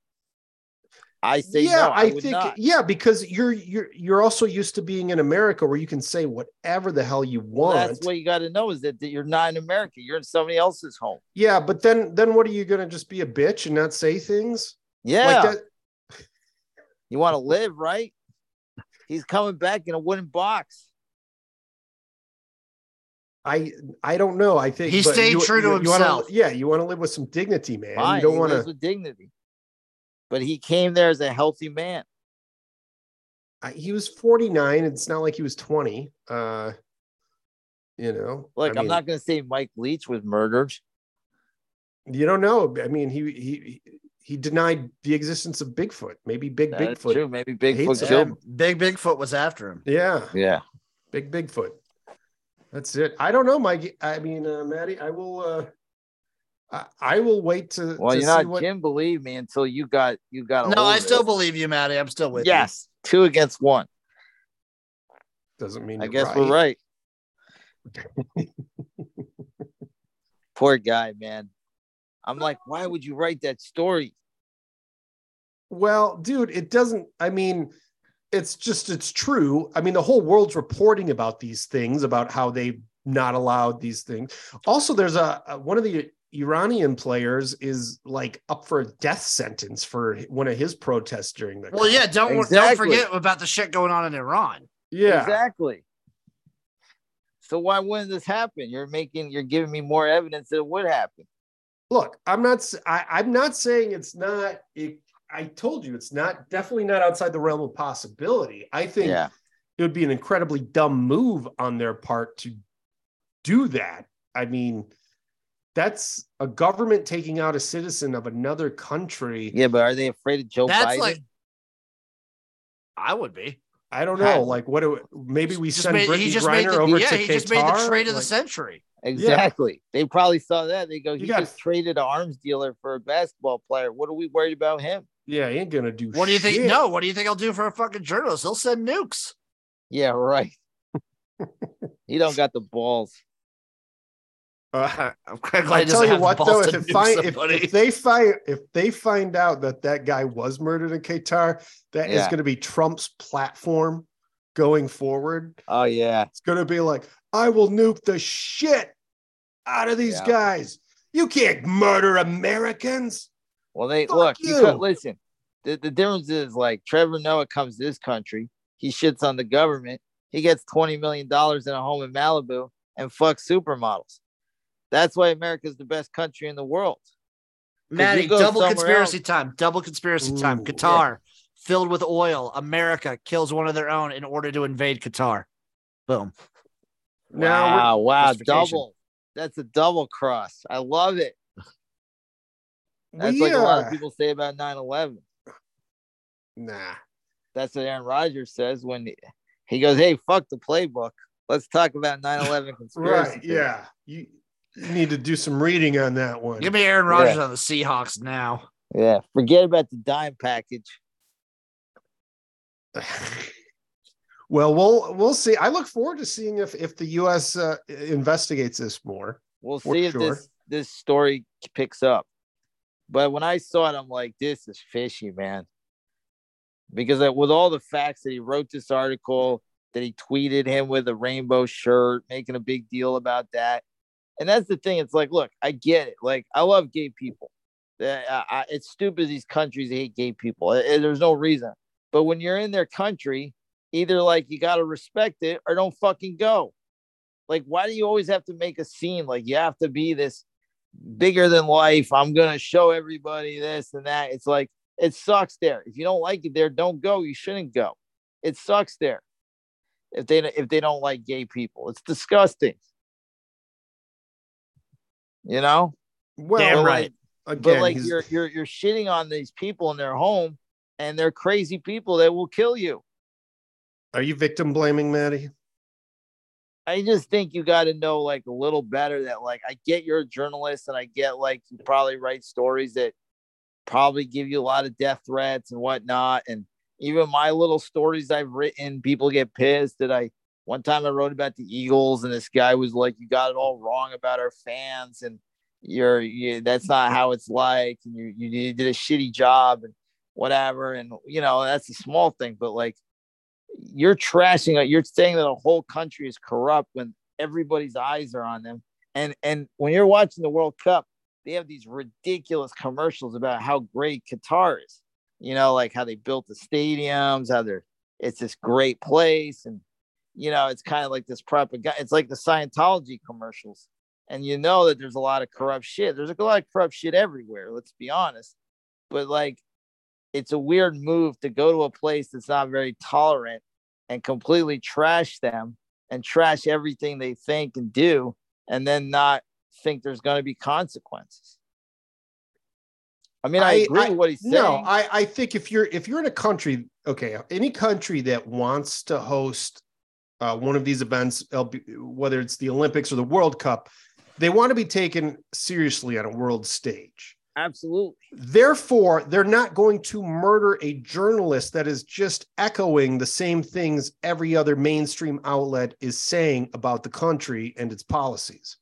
S1: I say
S2: yeah,
S1: no, I,
S2: I,
S1: would
S2: think
S1: not.
S2: yeah, because you're you're you're also used to being in America where you can say whatever the hell you
S1: Well,
S2: want.
S1: that's what you got to know is that, that you're not in America. You're in somebody else's home.
S2: yeah, but then then what are you gonna just be a bitch and not say things
S1: Yeah,
S2: like that?
S1: you want to live, right? He's coming back in a wooden box.
S2: I I don't know. I think
S3: He
S2: but
S3: stayed true to
S2: wanna-
S3: himself.
S2: yeah, you want to live with some dignity, man.
S1: Fine,
S2: you don't
S1: he
S2: want
S1: lives
S2: to.
S1: with dignity. But he came there as a healthy man.
S2: He was forty nine. It's not like he was twenty. Uh, you know,
S1: Look,
S2: I
S1: I'm
S2: mean,
S1: not going to say Mike Leach was murdered.
S2: You don't know. I mean, he he he denied the existence of Bigfoot. Maybe Big
S1: That's
S2: Bigfoot.
S1: true. Maybe
S2: Hates
S1: Bigfoot
S2: it.
S1: killed him.
S3: Big Bigfoot was after him.
S2: Yeah, (laughs)
S1: Yeah.
S2: Big Bigfoot. That's it. I don't know, Mike. I mean, uh, Maddie, I will. Uh, I, I will wait to.
S1: Well,
S2: to
S1: you
S2: see
S1: know,
S2: what-
S1: Jim believed me until you got you got. a
S3: No,
S1: hold
S3: I
S1: of
S3: still
S1: it.
S3: believe you, Maddie. I'm still with you.
S1: Yes, two against one.
S2: doesn't mean.
S1: I
S2: you're
S1: guess we're right.
S2: (laughs)
S1: Poor guy, man. I'm like, why would you write that story?
S2: Well, dude, it doesn't. I mean, it's just it's true. I mean, the whole world's reporting about these things about how they've not allowed these things. Also, there's a, a- one of the Iranian players is like up for a death sentence for one of his protests during the.
S3: Well, yeah. Don't don't
S1: Exactly.
S3: forget about the shit going on in Iran.
S2: yeah.
S1: Exactly. So why wouldn't this happen? You're making you're giving me more evidence that it would happen.
S2: Look, I'm not. s- I, am not saying it's not. It, I told you it's not. Definitely not outside the realm of possibility. I think.
S1: Yeah.
S2: it would be an incredibly dumb move on their part to do that. I mean, that's a government taking out a citizen of another country.
S1: Yeah, but are they afraid of Joe
S3: That's
S1: Biden?
S3: like, I would be.
S2: I don't know.
S1: How-
S2: Like, what do maybe we
S3: Just
S2: send
S3: made-
S2: Brittany
S3: he just made
S2: Griner
S3: the,
S2: over
S3: yeah,
S2: to
S3: he
S2: Qatar?
S3: just made the trade of the
S2: Like,
S3: century.
S1: exactly. They probably saw that. They go,
S2: You
S1: he
S2: got-
S1: just traded an arms dealer for a basketball player. What are we worried about him?
S2: yeah, he ain't gonna do.
S3: What do you think?
S2: shit.
S3: No, what do you think I'll do for a fucking journalist? He'll send nukes.
S1: Yeah,
S2: (laughs)
S1: right. he don't got the balls.
S2: Uh, (laughs)
S3: I'm glad
S2: I
S3: he doesn't
S2: tell you
S3: have the
S2: what,
S3: balls
S2: though,
S3: to
S2: if,
S1: (laughs)
S3: (laughs) nuke
S2: it find, if,
S3: somebody.
S2: if they find if they find out that that guy was murdered in Qatar, that is
S1: Yeah.
S2: going to be Trump's platform going forward.
S1: Oh yeah.
S2: It's going to be like, I will nuke the shit out of these
S1: Yeah.
S2: guys. You can't murder Americans.
S1: Well, they
S2: Fuck
S1: look. You.
S2: you.
S1: could listen. The, the difference is like Trevor Noah comes to this country, he shits on the government, he gets twenty million dollars in a home in Malibu, and fucks supermodels. That's why America's the best country in the world.
S3: Maddie,
S1: you go
S3: double
S1: somewhere
S3: conspiracy
S1: else-
S3: time, double conspiracy
S2: Ooh,
S3: time. Qatar filled with oil. America kills one of their own in order to invade Qatar. Boom.
S2: Now
S1: wow, wow,
S3: justification.
S1: double. That's a double cross. I love it.
S2: we-
S1: That's
S2: we,
S1: like a lot
S2: uh,
S1: of people say about 9-11.
S2: Nah.
S1: That's what Aaron Rodgers says when he, he goes, "Hey, fuck the playbook. Let's talk about 9-11 conspiracy."
S2: (laughs) Right.
S1: theory."
S2: Yeah. You, you need to do some reading on that one.
S3: Give me Aaron Rodgers on the Seahawks now.
S1: yeah. Forget about the dime package.
S2: well, we'll we'll see. I look forward to seeing if if the U.S. Uh, investigates this more.
S1: We'll
S2: For
S1: see if
S2: sure.
S1: this this story picks up. But when I saw it, I'm like, this is fishy, man. Because I, with all the facts that he wrote this article, that he tweeted him with a rainbow shirt, making a big deal about that, and that's the thing. It's like, look, I get it. Like, I love gay people. Uh, I, I- it's stupid these countries hate gay people. Uh, uh, There's no reason. But when you're in their country, either like you got to respect it or don't fucking go. Like, why do you always have to make a scene? Like, you have to be this bigger than life. I'm going to show everybody this and that. It's like, it sucks there. If you don't like it there, don't go. You shouldn't go. It sucks there. If they if they don't like gay people, it's disgusting. You know?
S2: Well,
S3: Damn
S1: But,
S2: like,
S3: right.
S2: Again,
S1: but like
S2: he's-
S1: you're you're you're shitting on these people in their home and they're crazy people that will kill you.
S2: are you victim blaming, Maddie?
S1: I just think you got to know like a little better that like I get you're a journalist and I get like you probably write stories that probably give you a lot of death threats and whatnot. And even my little stories I've written, people get pissed that I one time I wrote about the Eagles and this guy was like, "You got it all wrong about our fans and you're you, that's not how it's like and you you did a shitty job and whatever." And you know that's a small thing, but like you're trashing it. You're saying that a whole country is corrupt when everybody's eyes are on them. And and when you're watching the World Cup, they have these ridiculous commercials about how great Qatar is. You know, like how they built the stadiums, how they're it's this great place, and you know, it's kind of like this propaganda. It's like the Scientology commercials. And you know that there's a lot of corrupt shit. There's a lot of corrupt shit everywhere. Let's be honest. But like, it's a weird move to go to a place that's not very tolerant and completely trash them and trash everything they think and do and then not think there's going to be consequences I mean, I, agree with what he's saying.
S2: No, I, I think if you're if you're in a country, okay, any country that wants to host uh, one of these events, LB whether it's the Olympics or the World Cup, they want to be taken seriously on a world stage.
S1: Absolutely.
S2: Therefore, they're not going to murder a journalist that is just echoing the same things every other mainstream outlet is saying about the country and its policies.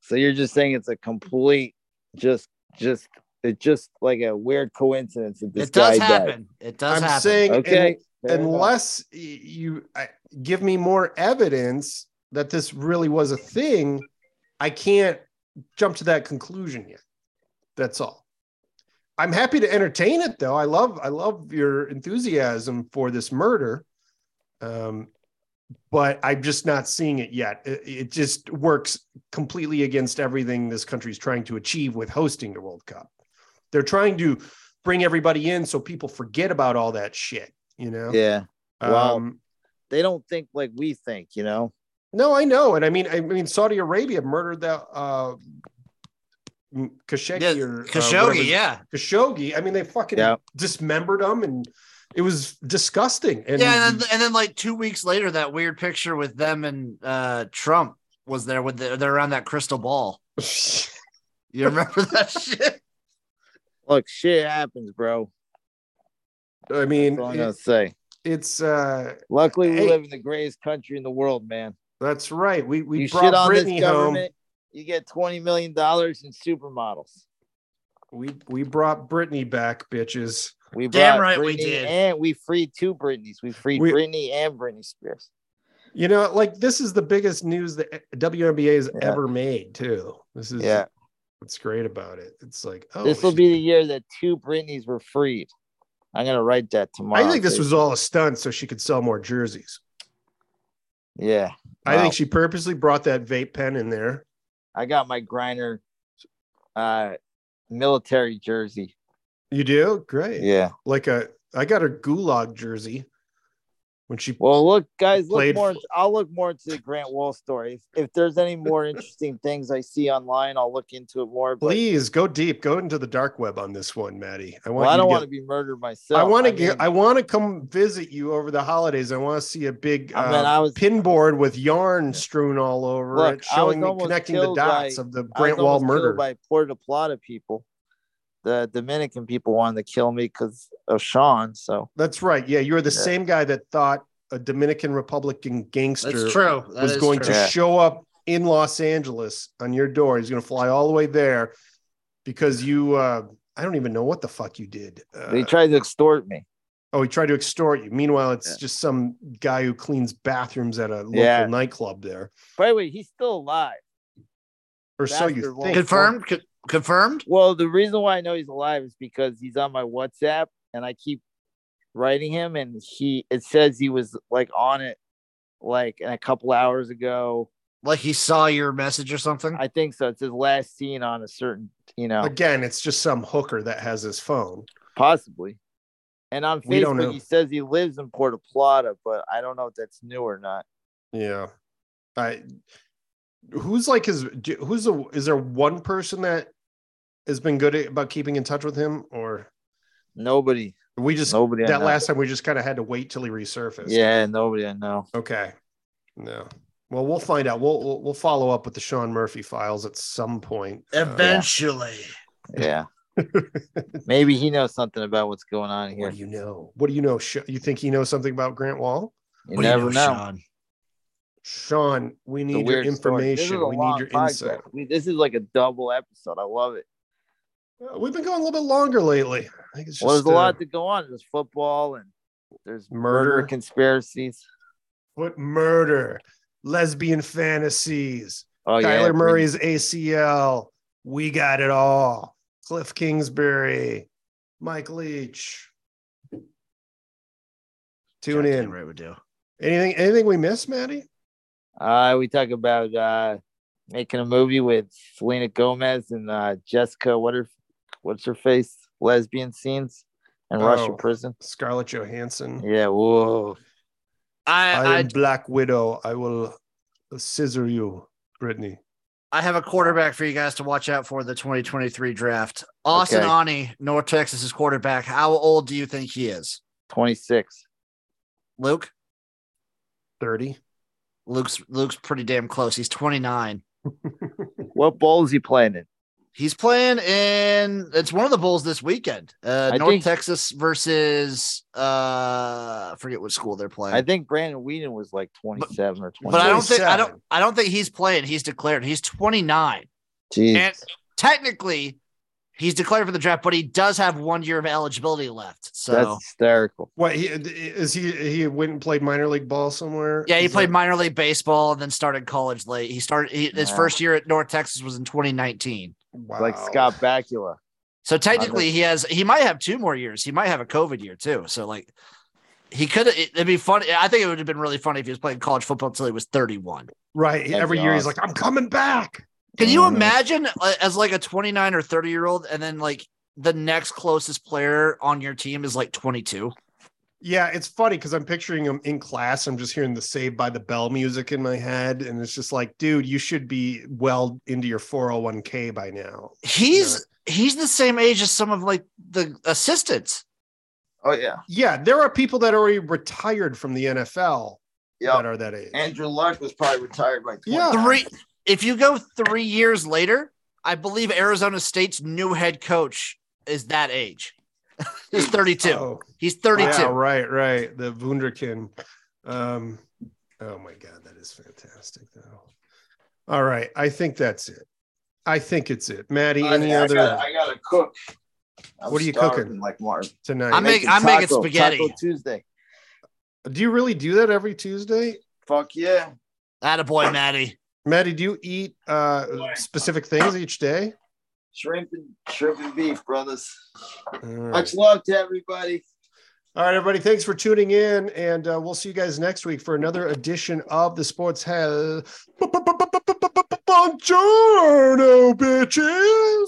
S1: So you're just saying it's a complete, just, just, it's just like a weird coincidence that this
S3: it does
S1: guy
S3: happen. It does
S2: I'm
S3: happen.
S2: saying,
S1: Died. Okay. fair enough.
S2: unless y- you I, give me more evidence that this really was a thing, I can't jump to that conclusion yet. That's all. I'm happy to entertain it though. I love I love your enthusiasm for this murder. Um but I'm just not seeing it yet. It, it just works completely against everything this country's trying to achieve with hosting the World Cup. They're trying to bring everybody in so people forget about all that shit, you know?
S1: Yeah. Wow.
S2: Um,
S1: They don't think like we think, you know?
S2: No, I know, and I mean, I mean, Saudi Arabia murdered that uh, m- Khashoggi
S3: Yeah,
S2: or uh,
S3: Khashoggi,
S2: whatever-
S3: yeah.
S2: Khashoggi. I mean, they fucking
S1: Yeah.
S2: dismembered him, and it was disgusting. And
S3: yeah, and then, and then like two weeks later, that weird picture with them and uh, Trump was there with the, they're around that crystal ball. You remember that (laughs) shit?
S1: Look, shit happens, bro.
S2: I mean,
S1: That's all I'm
S2: it-
S1: gonna say.
S2: it's uh,
S1: Luckily, we
S2: Hey.
S1: live in the greatest country in the world, man.
S2: that's right. We we
S1: you shit
S2: brought
S1: on this
S2: Brittany home.
S1: government, you get twenty million dollars in supermodels.
S2: We we brought Brittany back, bitches.
S1: We
S3: Damn
S1: brought
S3: right we
S1: Britney
S3: did.
S1: and we freed two Britneys. We freed
S2: We-
S1: Britney and Britney Spears.
S2: You know, like this is the biggest news that WNBA has
S1: Yeah.
S2: ever made, too. This is
S1: Yeah.
S2: what's great about it. It's like, oh,
S1: this will
S2: shit.
S1: be the year that two Britneys were freed. I'm gonna write that tomorrow.
S2: I think this
S1: dude.
S2: was all a stunt so she could sell more jerseys.
S1: yeah.
S2: I
S1: Wow.
S2: think she purposely brought that vape pen in there.
S1: I got my grinder uh military jersey.
S2: You do? Great.
S1: Yeah.
S2: Like a I got her gulag jersey when she
S1: Well, look, guys, look
S2: Played
S1: more.
S2: f-
S1: into- I'll look more into the Grant Wall story. If, if there's any
S2: (laughs)
S1: more interesting things I see online, I'll look into it more. But
S2: please go deep, go into the dark web on this one, Maddie. I want
S1: well, I
S2: you
S1: don't
S2: to
S1: want to
S2: get-
S1: be murdered myself.
S2: I want to get
S1: mean,
S2: I want to come visit you over the holidays. I want to see a big
S1: I mean,
S2: uh,
S1: I was-
S2: pin board with yarn strewn all over
S1: Look,
S2: it,
S1: I was
S2: showing me
S1: almost
S2: connecting the
S1: killed
S2: dots
S1: by-
S2: of the
S1: I was
S2: Grant Wall
S1: almost killed
S2: murder.
S1: by Puerto Plata people. The Dominican people wanted to kill me because of Sean. So
S2: That's right. Yeah, you're the
S1: Yeah.
S2: same guy that thought a Dominican Republican gangster
S3: That's true. That
S2: was
S3: is
S2: going
S3: true.
S2: to
S1: Yeah.
S2: show up in Los Angeles on your door. He's going to fly all the way there because you, uh, I don't even know what the fuck you did.
S1: they
S2: Uh,
S1: tried to extort me.
S2: oh, he tried to extort you. Meanwhile, it's
S1: Yeah.
S2: just some guy who cleans bathrooms at a local
S1: Yeah.
S2: nightclub there,
S1: By the way, he's still alive.
S2: or so
S1: Bastard
S2: you
S1: won't-
S2: think.
S3: confirmed. Co- confirmed.
S1: Well, the reason why I know he's alive is because he's on my WhatsApp and I keep writing him and he it says he was like on it like a couple hours ago.
S3: Like he saw your message or something.
S1: I think so. It's his last scene on a certain, you know,
S2: Again, it's just some hooker that has his phone.
S1: possibly. And on
S2: We don't know.
S1: Facebook he says he lives in Puerto Plata, but I don't know if that's new or not.
S2: Yeah. I who's like his do- who's the is there one person that has been good at, about keeping in touch with him or
S1: Nobody
S2: we just
S1: nobody I
S2: that
S1: know.
S2: last time we just kind of had to wait till he resurfaced.
S1: Yeah, nobody I know.
S2: Okay. No. Well, we'll find out. We'll we'll, we'll follow up with the Sean Murphy files at some point. Uh,
S3: Eventually,
S2: (laughs)
S1: Yeah. Maybe he knows something about what's going on
S2: what
S1: here.
S2: do you know? What do you know? Sh- You think he knows something about Grant Wall?
S1: You
S3: What do
S1: never know.
S3: Sean?
S2: Sean, we
S1: the
S2: need your
S1: weird story. This is
S2: information.
S1: a
S2: We need
S1: long
S2: your
S1: podcast.
S2: insight.
S1: We- this is like a double episode. I love it.
S2: Uh, We've been going a little bit longer lately. I think it's just
S1: well, there's a
S2: uh,
S1: lot to go on. There's football and there's murder,
S2: Murder.
S1: conspiracies.
S2: What murder, lesbian fantasies,
S1: Oh yeah,
S2: Kyler
S1: Britney-
S2: Murray's ACL. We got it all. Cliff Kingsbury, Mike Leach. Tune
S3: Goddamn
S2: in.
S3: Right, we do.
S2: Anything anything we missed, Maddie?
S1: Uh, we talk about uh, making a movie with Selena Gomez and uh, Jessica. What her, what's her face? Lesbian scenes and Russian
S2: Oh.
S1: prison.
S2: Scarlett Johansson.
S1: Yeah. Whoa.
S3: I,
S2: I
S3: I
S2: am Black Widow. I will scissor you, Brittany.
S3: I have a quarterback for you guys to watch out for the 2023 draft. Austin
S1: Okay.
S3: Ani, North Texas's quarterback. How old do you think he is?
S1: 26.
S3: Luke?
S2: 30.
S3: Luke's Luke's pretty damn close. He's 29.
S1: What bowl is he playing in?
S3: He's playing in it's one of the bowls this weekend. Uh
S1: I
S3: North
S1: think-
S3: Texas versus uh I forget what school they're playing.
S1: I think Brandon Whedon was like 27 or 28.
S3: but I don't think I
S2: 27.
S3: don't I don't think he's playing. He's declared. He's 29.
S1: Jeez.
S3: And technically, he's declared for the draft, but he does have one year of eligibility left. So
S1: That's hysterical.
S2: What he is he he went and played minor league ball somewhere?
S3: yeah, he
S2: He's
S3: played
S2: like-
S3: minor league baseball and then started college late. He started he, his
S1: Wow.
S3: first year at North Texas was in 2019.
S2: wow.
S1: Like Scott Bakula.
S3: So technically, he has he might have two more years. He might have a COVID year too. So like, he could. It, it'd be funny. I think it would have been really funny if he was playing college football until he was 31.
S2: Right.
S1: That'd
S2: Every
S1: be
S2: year he's
S1: awesome.
S2: like, I'm coming back.
S3: Can you
S2: Mm-hmm.
S1: Mhm.
S3: imagine uh, as like a 29 or 30 year old, and then like the next closest player on your team is like 22?
S2: Yeah, it's funny because I'm picturing him in class. I'm just hearing the Save by the Bell music in my head, and it's just like, dude, you should be well into your 401k by now.
S3: He's he's the same age as some of like the assistants.
S1: Oh, yeah.
S2: Yeah, there are people that already retired from the NFL that
S1: Yeah.
S2: are that age.
S1: Andrew Luck was probably retired by 20.
S2: Yeah.
S3: Three. If you go three years later, I believe Arizona State's new head coach is that age. He's 32.
S2: Oh,
S3: He's 32.
S2: Yeah, right, right. The Wunderkind. Um, oh my God, that is fantastic, though. All right, I think that's it. I think it's it, Maddie.
S1: I,
S2: Any
S1: I
S2: other
S1: gotta, Uh, I gotta cook. I'm
S2: What are you
S1: starving
S2: cooking?
S1: Like Marv.
S2: tonight?
S3: I'm making- I'm making
S1: taco-
S3: spaghetti.
S1: Taco Tuesday.
S2: do you really do that every Tuesday?
S1: Fuck yeah.
S3: Attaboy, Maddie.
S2: Maddie, do you eat uh, specific things each day?
S1: Shrimp and shrimp and beef, brothers.
S2: All right.
S1: Much love to everybody.
S2: All right, everybody. Thanks for tuning in, and uh, we'll see you guys next week for another edition of the Sports Hell. Buongiorno, bitches.